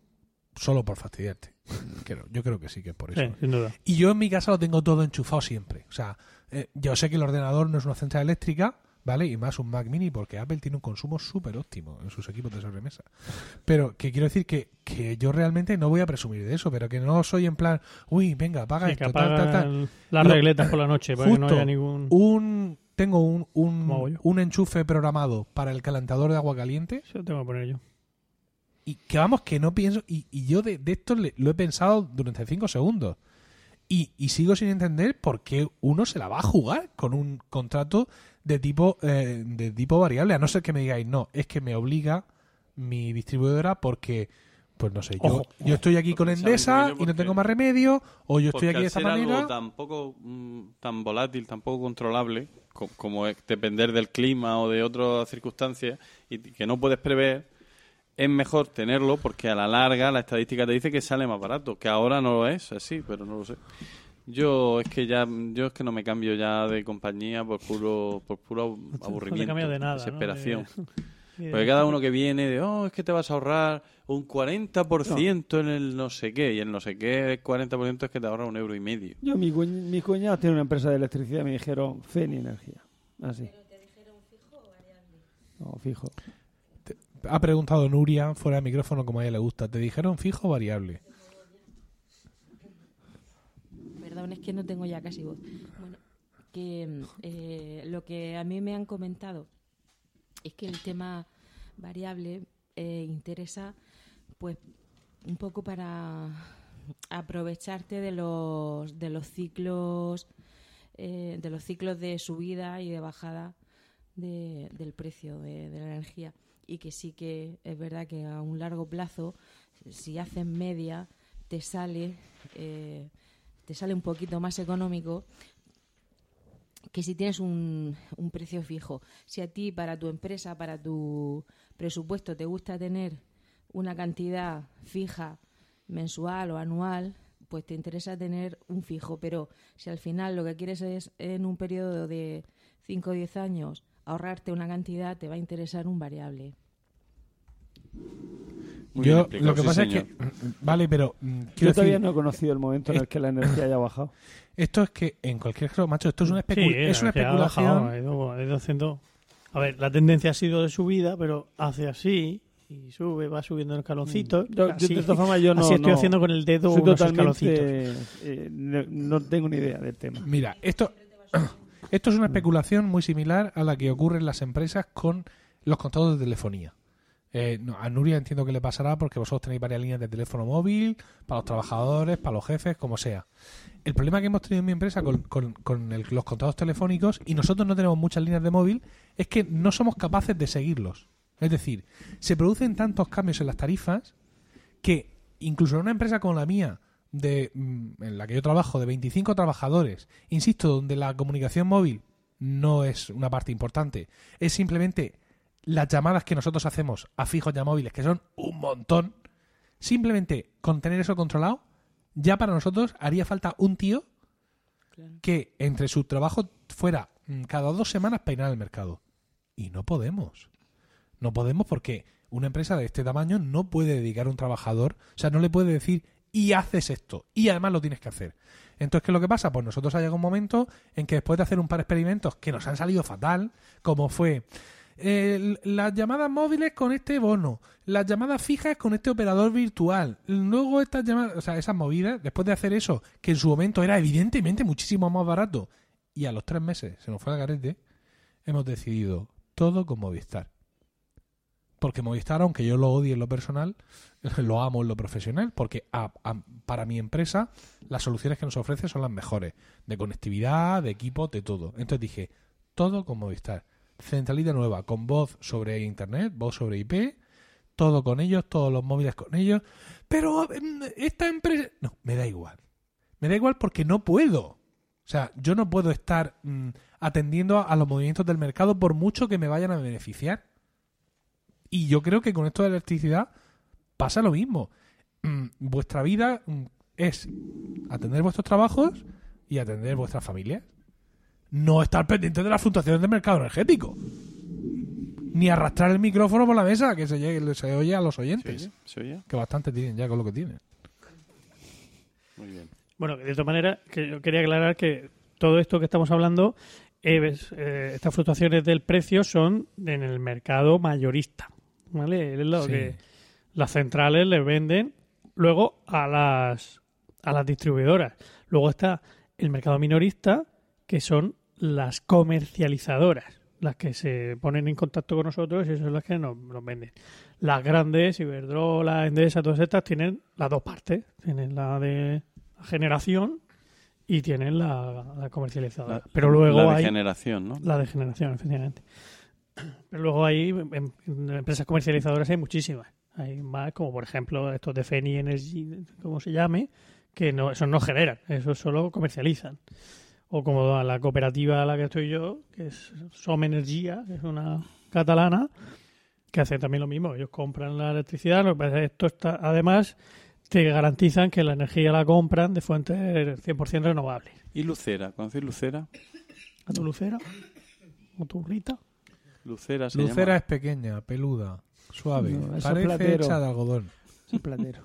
S1: solo por fastidiarte. Creo- yo creo que sí que es por eso.
S4: Sí, sin duda.
S1: Y yo en mi casa lo tengo todo enchufado siempre. O sea, eh, yo sé que el ordenador no es una central eléctrica, ¿vale? Y más un Mac mini porque Apple tiene un consumo súper óptimo en sus equipos de sobremesa. Pero que quiero decir que, que yo realmente no voy a presumir de eso, pero que no soy en plan, uy, venga, paga
S4: Sí, que
S1: esto, tal,
S4: apaga
S1: tal, tal".
S4: el- las
S1: Lo-
S4: regletas por la noche para que no
S1: Justo.
S4: haya ningún...
S1: Un, tengo un, un-
S4: ¿Cómo hago yo?
S1: un enchufe programado para el calentador de agua caliente
S4: Eso tengo que poner yo.
S1: y que vamos, que no pienso. Y, y yo de, de esto le- lo he pensado durante cinco segundos. Y, y sigo sin entender por qué uno se la va a jugar con un contrato de tipo, eh, de tipo variable. A no ser que me digáis, no, es que me obliga mi distribuidora porque, pues no sé, yo,
S4: Ojo.
S1: yo estoy aquí con
S3: ¿Sabes,
S1: Endesa
S3: Emilio,
S1: y no
S3: porque-
S1: tengo más remedio, o Pues yo estoy
S3: Porque
S1: aquí
S3: al
S1: de esta
S3: ser algo
S1: manera.
S3: tampoco mm, tan volátil, tampoco controlable, co- como es depender del clima o de otras circunstancias y t- que no puedes prever, es mejor tenerlo porque a la larga la estadística te dice que sale más barato, que ahora no lo es, así, pero no lo sé. Yo es que ya yo es que no me cambio ya de compañía por puro por puro
S4: te
S3: aburrimiento,
S4: cambias de nada, ¿no?
S3: desesperación.
S4: De- Eh,
S1: Eh,
S3: Porque cada uno que viene de, oh, es que te vas a ahorrar un 40% en el no sé qué, y el no sé qué, el 40% es que te ahorra un euro y medio.
S2: Yo, mi, cuñ- mis cuñados tienen una empresa de electricidad y me dijeron Feni Energía. Así. ¿Pero te dijeron fijo o variable?
S1: Ha preguntado Nuria fuera de micrófono como a ella le gusta. ¿Te dijeron fijo o variable?
S5: Perdón, es que no tengo ya casi voz. Bueno, que eh, lo que a mí me han comentado es que el tema variable eh, interesa, pues, un poco para aprovecharte de los de los ciclos eh, de los ciclos de subida y de bajada de- del precio de, de la energía y que sí que es verdad que a un largo plazo si haces media te sale eh, te sale un poquito más económico que si tienes un, un precio fijo. Si a ti, para tu empresa, para tu presupuesto, te gusta tener una cantidad fija mensual o anual, pues te interesa tener un fijo. Pero si al final lo que quieres es, en un periodo de 5 o 10 años, ahorrarte una cantidad, te va a interesar un variable.
S3: Muy bien
S1: Yo,
S3: explicado,
S1: lo que
S3: sí,
S1: pasa
S3: señor.
S1: es que. Vale, pero. mm,
S2: Yo
S1: Quiero
S2: todavía
S1: decir,
S2: no he conocido el momento en el que la energía haya bajado.
S1: esto es que, en cualquier caso, macho, esto es una,
S4: Sí, eh,
S1: especul- es una
S4: que ha bajado,
S1: especulación.
S4: ha ido- ha ido haciendo- A ver, la tendencia ha sido de subida, pero hace así y sube, va subiendo los escaloncitos.
S2: Mm. Yo, yo,
S4: así,
S2: de todas formas, yo no,
S4: así estoy
S2: no-
S4: haciendo con el dedo
S2: soy
S4: unos escaloncitos.
S2: totalmente, eh, no, no tengo ni idea del tema.
S1: Mira, esto, esto es una especulación muy similar a la que ocurre en las empresas con los contratos de telefonía. Eh, no, a Nuria entiendo que le pasará porque vosotros tenéis varias líneas de teléfono móvil, para los trabajadores, para los jefes, como sea. El problema que hemos tenido en mi empresa con, con- con el- los contratos telefónicos, y nosotros no tenemos muchas líneas de móvil, es que no somos capaces de seguirlos. Es decir, se producen tantos cambios en las tarifas que incluso en una empresa como la mía, de, mm, en la que yo trabajo, de 25 trabajadores, insisto, donde la comunicación móvil no es una parte importante, es simplemente las llamadas que nosotros hacemos a fijos ya móviles, que son un montón, simplemente con tener eso controlado, ya para nosotros haría falta un tío que entre su trabajo fuera mm, cada dos semanas peinar el mercado. Y no podemos. No podemos porque una empresa de este tamaño no puede dedicar a un trabajador, o sea, no le puede decir y haces esto, y además lo tienes que hacer. Entonces, ¿qué es lo que pasa? Pues nosotros ha llegado un momento en que después de hacer un par de experimentos que nos han salido fatal, como fue eh, las llamadas móviles con este bono, las llamadas fijas con este operador virtual, luego estas llamadas, o sea, esas movidas, después de hacer eso, que en su momento era evidentemente muchísimo más barato, y a los tres meses se nos fue al garete, hemos decidido todo con Movistar. Porque Movistar, aunque yo lo odie en lo personal, lo amo en lo profesional, porque a- a- para mi empresa las soluciones que nos ofrece son las mejores, de conectividad, de equipo, de todo. Entonces dije, todo con Movistar. Centralita nueva, con voz sobre Internet, voz sobre IP, todo con ellos, todos los móviles con ellos. Pero em, esta empresa... No, me da igual. Me da igual porque no puedo. O sea, yo no puedo estar mm, atendiendo a- a los movimientos del mercado por mucho que me vayan a beneficiar. Y yo creo que con esto de la electricidad pasa lo mismo. Mm, Vuestra vida mm, es atender vuestros trabajos y atender vuestras familias. No estar pendiente de las fluctuaciones del mercado energético. Ni arrastrar el micrófono por la mesa que se, llegue- se oye a los
S3: ¿Se
S1: oyentes.
S3: oye? ¿Se oye?
S1: Que bastante tienen ya con lo que tienen.
S3: Muy bien.
S4: Bueno, de todas maneras, que yo quería aclarar que todo esto que estamos hablando eh, ves, eh, estas fluctuaciones del precio son en el mercado mayorista. ¿Vale? Es lo
S1: Sí.
S4: que las centrales le venden luego a las, a las distribuidoras. Luego está el mercado minorista, que son las comercializadoras, las que se ponen en contacto con nosotros y son las que nos, nos venden. Las grandes, Iberdrola, Endesa, todas estas tienen las dos partes. Tienen la de generación y tienen la, la comercializadora.
S3: La-
S4: Pero luego
S3: la
S4: hay...
S3: degeneración, ¿no?
S4: La de generación, efectivamente. Pero luego hay em- em- empresas comercializadoras, hay muchísimas. Hay más, como por ejemplo estos de Feni Energy, como se llame, que no, esos no generan, esos solo comercializan. O como a la cooperativa a la que estoy yo, que es Som Energía, que es una catalana, que hace también lo mismo. Ellos compran la electricidad, lo que pasa es que esto está, además te garantizan que la energía la compran de fuentes 100% renovables.
S3: Y Lucera, ¿conocéis Lucera?
S4: ¿A tu lucera? ¿A tu rita?
S3: Lucera se
S1: Lucera
S3: llama.
S1: es pequeña, peluda, suave.
S6: No, eso es
S1: parece
S6: platero.
S1: hecha de algodón.
S6: Es un platero.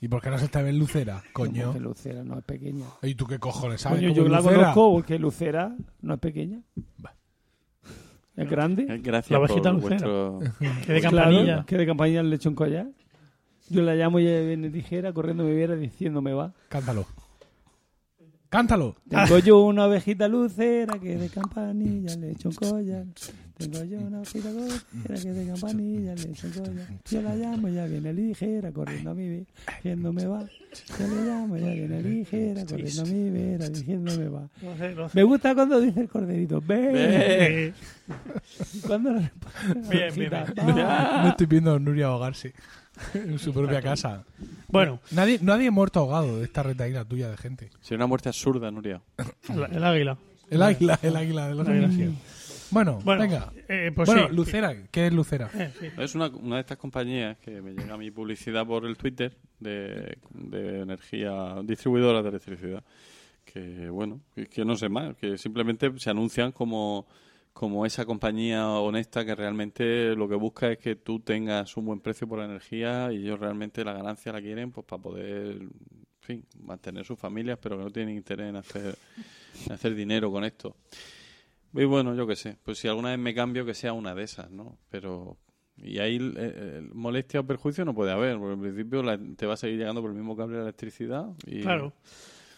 S1: ¿Y por qué no se está bien Lucera?
S6: Como
S1: Coño.
S6: que Lucera no es pequeña.
S1: ¿Y tú qué cojones sabes?
S6: Coño,
S1: cómo
S6: yo
S1: es
S6: la
S1: Lucera?
S6: conozco porque Lucera no es pequeña.
S1: Bah.
S6: Es grande.
S3: Eh, Gracias
S4: La
S3: por
S4: ovejita Lucera.
S3: vuestro...
S4: Que
S1: pues
S4: de
S6: Claro,
S4: campanilla.
S6: que de campanilla le echo un collar. Yo la llamo y ella viene ligera, corriendo me viera diciéndome va.
S1: Cántalo. Cántalo.
S6: Tengo yo una ovejita lucera que de campanilla le echo un collar. Tengo yo una ovejita lucera que de campanilla le echo un collar. Yo la llamo, ya viene ligera, corriendo a mi vera, diciéndome va. Yo la llamo, ya viene ligera, corriendo a mi vera, diciéndome va.
S4: No sé, no sé.
S6: Me gusta cuando dice el corderito, ve.
S3: Eh,
S6: Cuando la responde,
S4: Bien,
S6: ovejita,
S4: bien,
S6: va.
S1: No estoy viendo a Nuria ahogarse en su propia casa.
S4: Bueno,
S1: Nadie, nadie ha muerto ahogado de esta retaína tuya de gente.
S3: Sería una muerte absurda, Nuria.
S4: la- el águila.
S1: El águila, el águila de los
S4: Águila, sí.
S1: águilas. Bueno,
S4: Bueno,
S1: venga.
S4: eh, pues
S1: bueno,
S4: sí.
S1: Lucera, ¿qué es Lucera?
S4: Eh, sí.
S3: Es una, una de estas compañías que me llega mi publicidad por el Twitter de, de energía distribuidora de electricidad. Que bueno, que, que no sé más, que simplemente se anuncian como, como esa compañía honesta que realmente lo que busca es que tú tengas un buen precio por la energía y ellos realmente la ganancia la quieren pues para poder en fin, mantener sus familias, pero que no tienen interés en hacer, en hacer dinero con esto. Y bueno, yo qué sé, pues si alguna vez me cambio, que sea una de esas, ¿no? Pero. Y ahí eh, eh, molestia o perjuicio no puede haber, porque en principio la- te va a seguir llegando por el mismo cable de electricidad. Y,
S4: Claro.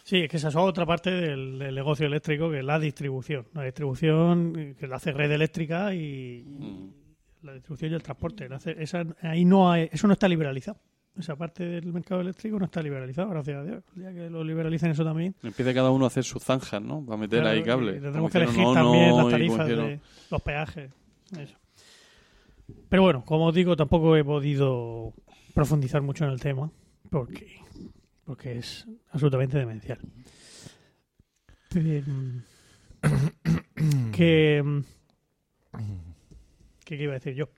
S4: Sí, es que esa es otra parte del, del negocio eléctrico, que es la distribución. La distribución eh, que la hace red eléctrica y
S3: Mm.
S4: la distribución y el transporte. La hace- esa- ahí no hay- eso no está liberalizado. Esa parte del mercado eléctrico no está liberalizado, gracias a Dios. El día que lo liberalicen eso también.
S3: Empieza cada uno a hacer sus zanjas, ¿no? Para meter
S4: Claro,
S3: ahí cable.
S4: y
S3: Como
S4: Tendremos que
S3: hicieron
S4: elegir
S3: Ono
S4: también las
S3: y como
S4: tarifas,
S3: hicieron-
S4: de los peajes. eso. Pero bueno, como os digo, tampoco he podido profundizar mucho en el tema porque, porque es absolutamente demencial. Em, Que, em, ¿Qué qué iba a decir yo?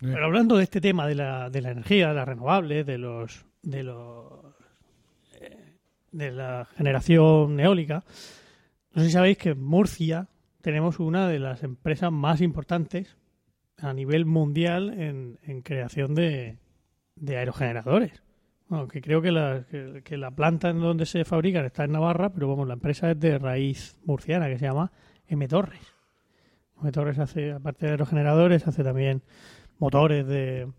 S4: Pero hablando de este tema de la, de la energía, de las renovables, de los de los eh, de la generación eólica, no sé si sabéis que en Murcia tenemos una de las empresas más importantes a nivel mundial en, en creación de, de aerogeneradores. Bueno, que creo que la, que, que la planta en donde se fabrican está en Navarra, pero vamos, la empresa es de raíz murciana, que se llama M Torres. M Torres hace, aparte de aerogeneradores, hace también motores de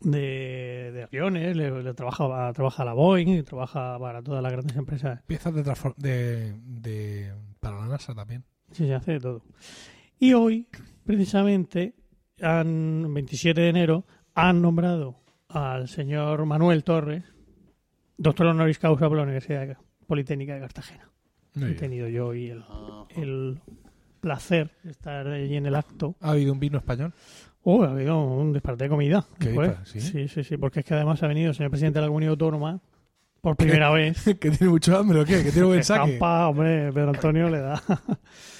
S4: de, de aviones, le, le trabaja, trabaja la Boeing, trabaja para todas las grandes empresas
S1: Piezas de, transfor- de, de- para la NASA también.
S4: Sí, se hace de todo. Y hoy, precisamente, han, 27 de enero, han nombrado al señor Manuel Torres, doctor honoris causa por la Universidad Politécnica de Cartagena. He tenido yo hoy el,
S3: Ah,
S4: el placer de estar allí en el acto.
S1: ¿Ha habido un vino español?
S4: Oh, ha habido un disparate de comida.
S1: ¿Qué
S4: después.
S1: dices? ¿Sí?
S4: sí, sí, sí, porque es que además ha venido el señor presidente de la comunidad autónoma por primera vez.
S1: ¿Que tiene mucho hambre o qué? ¿Que tiene buen saque?
S4: Estampa, hombre, Pedro Antonio le da.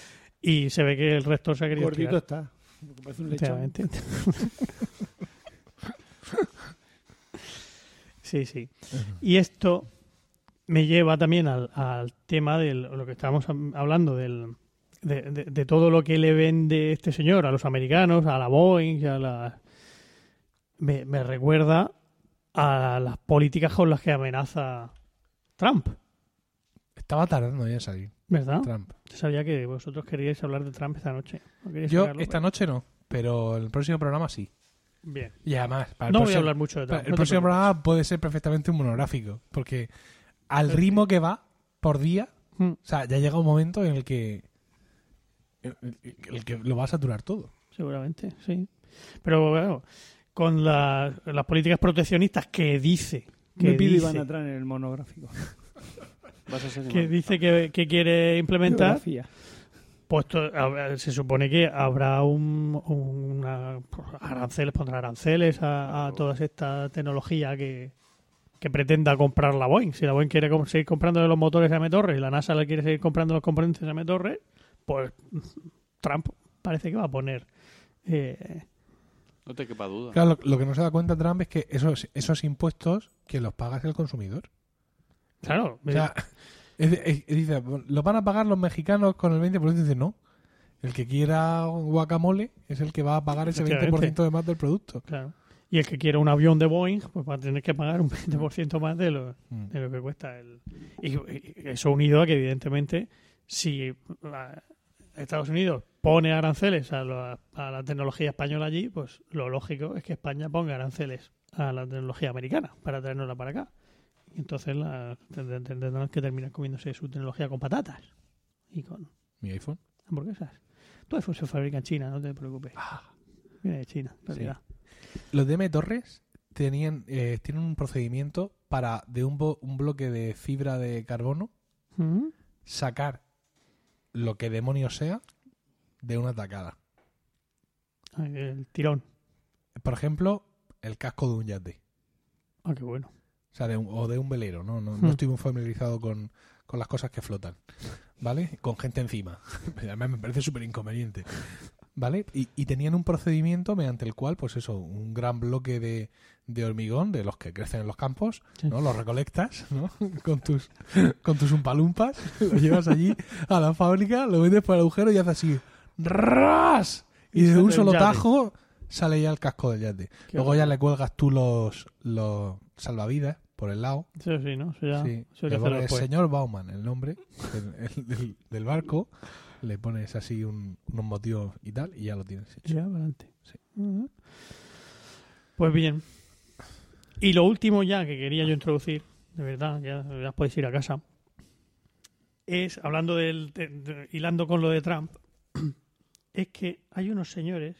S4: y se ve que el resto se ha querido
S6: Gordito
S4: tirar.
S6: está. Lo que Parece un lechón.
S4: Efectivamente. sí, sí. Y esto me lleva también al, al tema de lo que estábamos am- hablando, del, de, de- de todo lo que le vende este señor a los americanos, a la Boeing, y a la... Me, me recuerda a las políticas con las que amenaza Trump.
S1: Estaba tardando ya en salir.
S4: ¿Verdad?
S1: Trump.
S4: Yo sabía que vosotros queríais hablar de Trump esta noche. ¿No queríais
S1: Yo
S4: sacarlo?
S1: esta noche no, pero el próximo programa sí.
S4: Bien.
S1: Y además, para el
S4: No voy a
S1: próximo,
S4: hablar mucho de
S1: para
S4: Trump.
S1: el
S4: no te
S1: próximo
S4: preocupes.
S1: programa puede ser perfectamente un monográfico, porque al ritmo que va por día,
S4: Mm.
S1: o sea, ya llega un momento en el que el, el- el que lo va a saturar todo.
S4: Seguramente, sí. Pero bueno, con la- las políticas proteccionistas que dice que
S2: Me pide
S4: dice,
S2: Iván Atrán en el monográfico.
S3: Vas a ser
S4: que,
S3: llamado.
S4: dice que, que quiere implementar,
S2: Biografía.
S4: pues to- habrá- se supone que habrá un, una, pues, aranceles, pondrá aranceles a, a toda esta tecnología que, que pretenda comprar la Boeing. Si la Boeing quiere com- seguir comprando los motores a M Torres y la NASA le quiere seguir comprando los componentes a M Torres, pues Trump parece que va a poner eh,
S3: No te quepa duda.
S1: Claro, lo, lo que no se da cuenta Trump es que esos, esos impuestos que los pagas el consumidor.
S4: Claro,
S1: O sea, es- es- dice, ¿lo van a pagar los mexicanos con el 20%? Dice, no. El que quiera guacamole es el que va a pagar ese
S4: Efectivamente.
S1: 20% de más del producto.
S4: Claro. Y el que quiera un avión de Boeing, pues va a tener que pagar un 20% más de lo,
S1: Mm.
S4: de lo que cuesta. El... Y, y eso unido a que, evidentemente, si la- Estados Unidos pone aranceles a la, a la tecnología española allí, pues lo lógico es que España ponga aranceles a la tecnología americana para traernosla para acá. Y entonces la, tend- tend- tendrán que terminar comiéndose su tecnología con patatas y con
S1: Mi iPhone.
S4: hamburguesas. Todo eso se fabrica en China, no te preocupes. Viene de China, en
S1: Sí.
S4: realidad.
S1: Los DM Torres tenían, eh, tienen un procedimiento para de un, bo- un bloque de fibra de carbono
S4: Ujú.
S1: sacar lo que demonio sea de una tacada.
S4: El tirón.
S1: Por ejemplo, el casco de un yate.
S4: Ah, qué bueno.
S1: O sea, de un, o de un velero, ¿no? No, no
S4: Hmm.
S1: estoy muy familiarizado con, con las cosas que flotan, ¿vale? Con gente encima. Además me parece súper inconveniente, ¿vale? Y, y tenían un procedimiento mediante el cual, pues eso, un gran bloque de, de hormigón, de los que crecen en los campos,
S4: Sí.
S1: ¿no? Los recolectas, ¿no? Con tus, con tus umpalumpas, lo llevas allí a la fábrica, lo metes por el agujero y haces así, ¡ras! Y
S4: Y
S1: de
S4: sale
S1: un
S4: el
S1: solo
S4: yate.
S1: tajo sale ya el casco del yate.
S4: Qué
S1: Luego
S4: bueno.
S1: ya le cuelgas tú los, los salvavidas por el lado.
S4: Eso sí, ¿no? Eso ya.
S1: Sí.
S4: Eso hay que
S1: Le
S4: hacerlo
S1: pones
S4: después.
S1: señor Bauman, el nombre del, el- del- del barco. Le pones así un- unos motivos y tal, y ya lo tienes. hecho.
S4: Ya, adelante.
S1: Sí.
S4: Ujú. Pues bien. Y lo último ya que quería yo introducir, de verdad, ya, ya podéis ir a casa, es, hablando del, de- de- hilando con lo de Trump, es que hay unos señores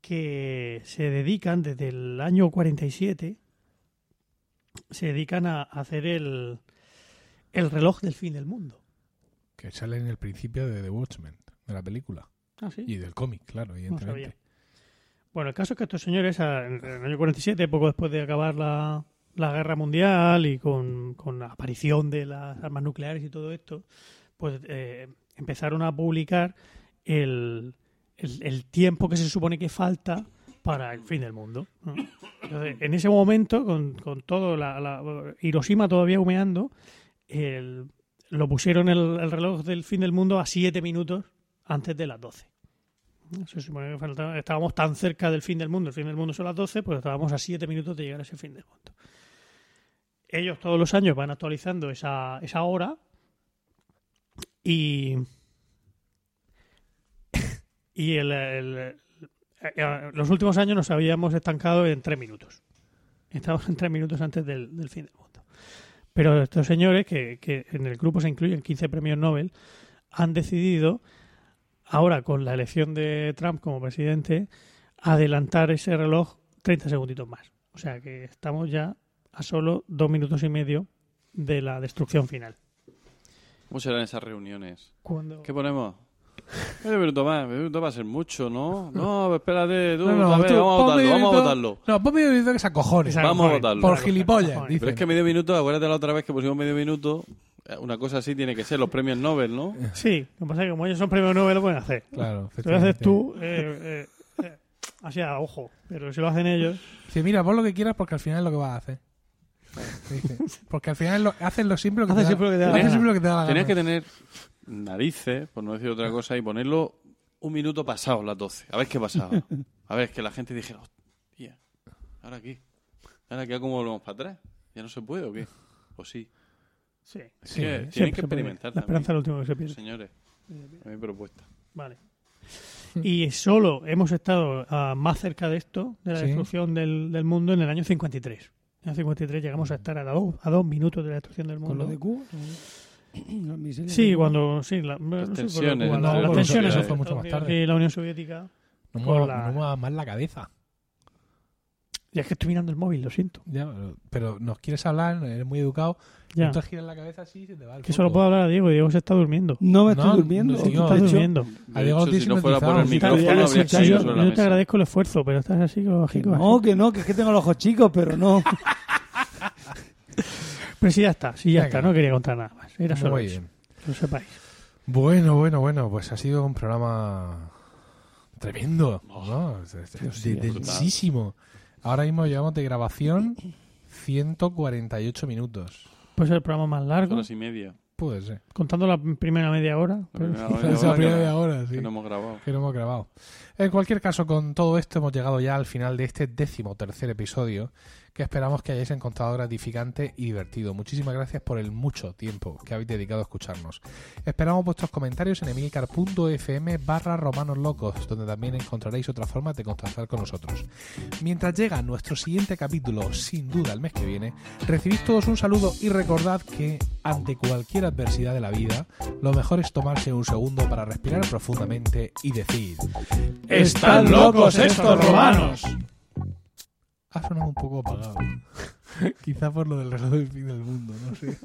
S4: que se dedican desde el año 47, se dedican a hacer el, el reloj del fin del mundo.
S1: Que sale en el principio de The Watchmen, de la película.
S4: Ah, sí.
S1: Y del cómic, claro, evidentemente.
S4: Bueno, el caso es que estos señores, a- en el año 47, poco después de acabar la, la guerra mundial y con, con la aparición de las armas nucleares y todo esto, pues eh, empezaron a publicar el, el- el tiempo que se supone que falta para el fin del mundo. ¿no? Entonces, en ese momento, con, con todo, la, la- Hiroshima todavía humeando, el- lo pusieron el, el reloj del fin del mundo a 7 minutos antes de las 12. Se supone que faltaba- estábamos tan cerca del fin del mundo, el fin del mundo son las 12, pues estábamos a 7 minutos de llegar a ese fin del mundo. Ellos todos los años van actualizando esa, esa hora y, y el- el- eh, eh, los últimos años nos habíamos estancado en 3 minutos. Estábamos en 3 minutos antes del, del fin del mundo. Pero estos señores, que, que en el grupo se incluyen 15 premios Nobel, han decidido ahora con la elección de Trump como presidente, adelantar ese reloj 30 segunditos más. O sea que estamos ya a solo dos minutos y medio de la destrucción final.
S3: ¿Cómo serán esas reuniones?
S4: Cuando...
S3: ¿Qué ponemos? Medio minuto más, medio minuto va a ser mucho, ¿no? No, espérate, tú,
S1: No, no,
S3: a ver,
S1: tú,
S3: vamos a
S1: pon
S3: votarlo,
S1: medio
S3: vamos a
S1: minuto.
S3: votarlo.
S1: No, pues me dice que se acojones.
S4: Que se
S3: Vamos a
S4: acojonen.
S3: votarle.
S1: Por
S4: Se
S1: gilipollas,
S4: acojonen.
S1: dice.
S3: Pero es que medio minuto, acuérdate la otra vez que pusimos medio minuto, eh, una cosa así tiene que ser, los premios Nobel, ¿no?
S4: Sí, lo que pasa es que como ellos son premios Nobel lo pueden hacer.
S1: Claro,
S4: Si lo haces tú, eh, eh, eh, así a ojo, pero si lo hacen ellos...
S1: Sí, mira, pon lo que quieras porque al final es lo que vas a hacer. Dice, Porque al final lo, haces lo siempre lo que te
S4: Haces
S1: da-
S4: siempre lo que te da la
S1: haces
S4: gana.
S1: siempre lo que te da la gana.
S3: Tenías que tener narices, por no decir otra cosa, y ponerlo un minuto pasado, las 12. A ver qué pasaba. A ver, que la gente dijera, hostia, ahora aquí. Ahora que como volvemos para atrás. Ya no se puede o qué. O Pues sí.
S4: Sí.
S3: Es que
S1: ¿eh?
S4: siempre
S3: tienen que
S4: se puede.
S3: experimentar
S4: La
S3: también,
S4: esperanza es lo último que se pierde.
S3: señores. A mi propuesta.
S4: Vale. Y solo hemos estado ah, más cerca de esto, de la
S1: Sí.
S4: destrucción del, del mundo, en el año 53. En el año 53 llegamos a estar a dos, a dos minutos de la destrucción del
S6: ¿Con
S4: mundo.
S6: lo de Cuba? Las misiles
S4: Sí,
S6: de Cuba.
S4: cuando. Sí, la- bueno, sí, con lo de
S3: tensiones,
S4: Cuba,
S3: ¿no?
S4: la- las
S3: Con los
S4: tensiones.
S3: sociedades.
S4: Eso fue mucho más tarde. Y la Unión Soviética.
S1: No
S4: Con
S1: mueva,
S4: la-
S1: no mueva más la cabeza.
S4: Ya es que estoy mirando el móvil, lo siento.
S1: Ya, pero- pero nos quieres hablar, eres muy educado.
S4: Ya.
S1: Tú te giras la cabeza así y se te va el
S4: Que
S1: foco.
S4: solo puedo hablar a Diego. Diego se está durmiendo.
S6: No me estoy
S1: No,
S6: durmiendo.
S1: no,
S6: Tú
S1: señor.
S4: Está
S6: estás
S1: De hecho,
S6: durmiendo.
S4: durmiendo.
S3: De
S1: Diego
S3: hecho, si
S1: Ortiz
S3: no fuera por el
S1: hipnotizado.
S4: Está-
S3: micrófono,
S4: ya,
S3: habría
S4: sí,
S6: caído
S4: yo-
S3: caído sobre
S4: yo
S3: la
S4: te
S3: mesa.
S4: agradezco el esfuerzo, pero estás así con
S6: Que
S4: bajico.
S6: no, que no, que es que tengo los ojos chicos, pero no.
S4: Pero sí, ya está. Sí, ya
S1: Venga.
S4: está. No quería contar nada más. Era solo
S1: Muy
S4: eso.
S1: bien.
S4: Que lo sepáis.
S1: Bueno, bueno, bueno, pues ha sido un programa tremendo, ¿no? Es- es-
S6: Dios
S1: de-
S6: mío, brutal.
S1: densísimo. Ahora mismo llevamos de grabación 148 minutos.
S4: Puede ser Pues el programa más largo.
S3: Horas y media.
S1: Puede ser.
S4: contando la primera media hora.
S3: La primera hora
S1: Es la
S3: que-
S1: primera de ahora, sí.
S3: que no hemos grabado.
S1: que no hemos grabado. En cualquier caso, con todo esto hemos llegado ya al final de este décimo tercer episodio, que esperamos que hayáis encontrado gratificante y divertido. Muchísimas gracias por el mucho tiempo que habéis dedicado a escucharnos. Esperamos vuestros comentarios en emilcar.fm barra romanoslocos, donde también encontraréis otras formas de contactar con nosotros. Mientras llega nuestro siguiente capítulo, sin duda el mes que viene, recibid todos un saludo y recordad que ante cualquier adversidad de la vida, lo mejor es tomarse un segundo para respirar profundamente y decir
S3: ¡Están locos estos romanos!
S1: Ha sonado un poco apagado. Quizá por lo del reloj del fin del mundo, no sé.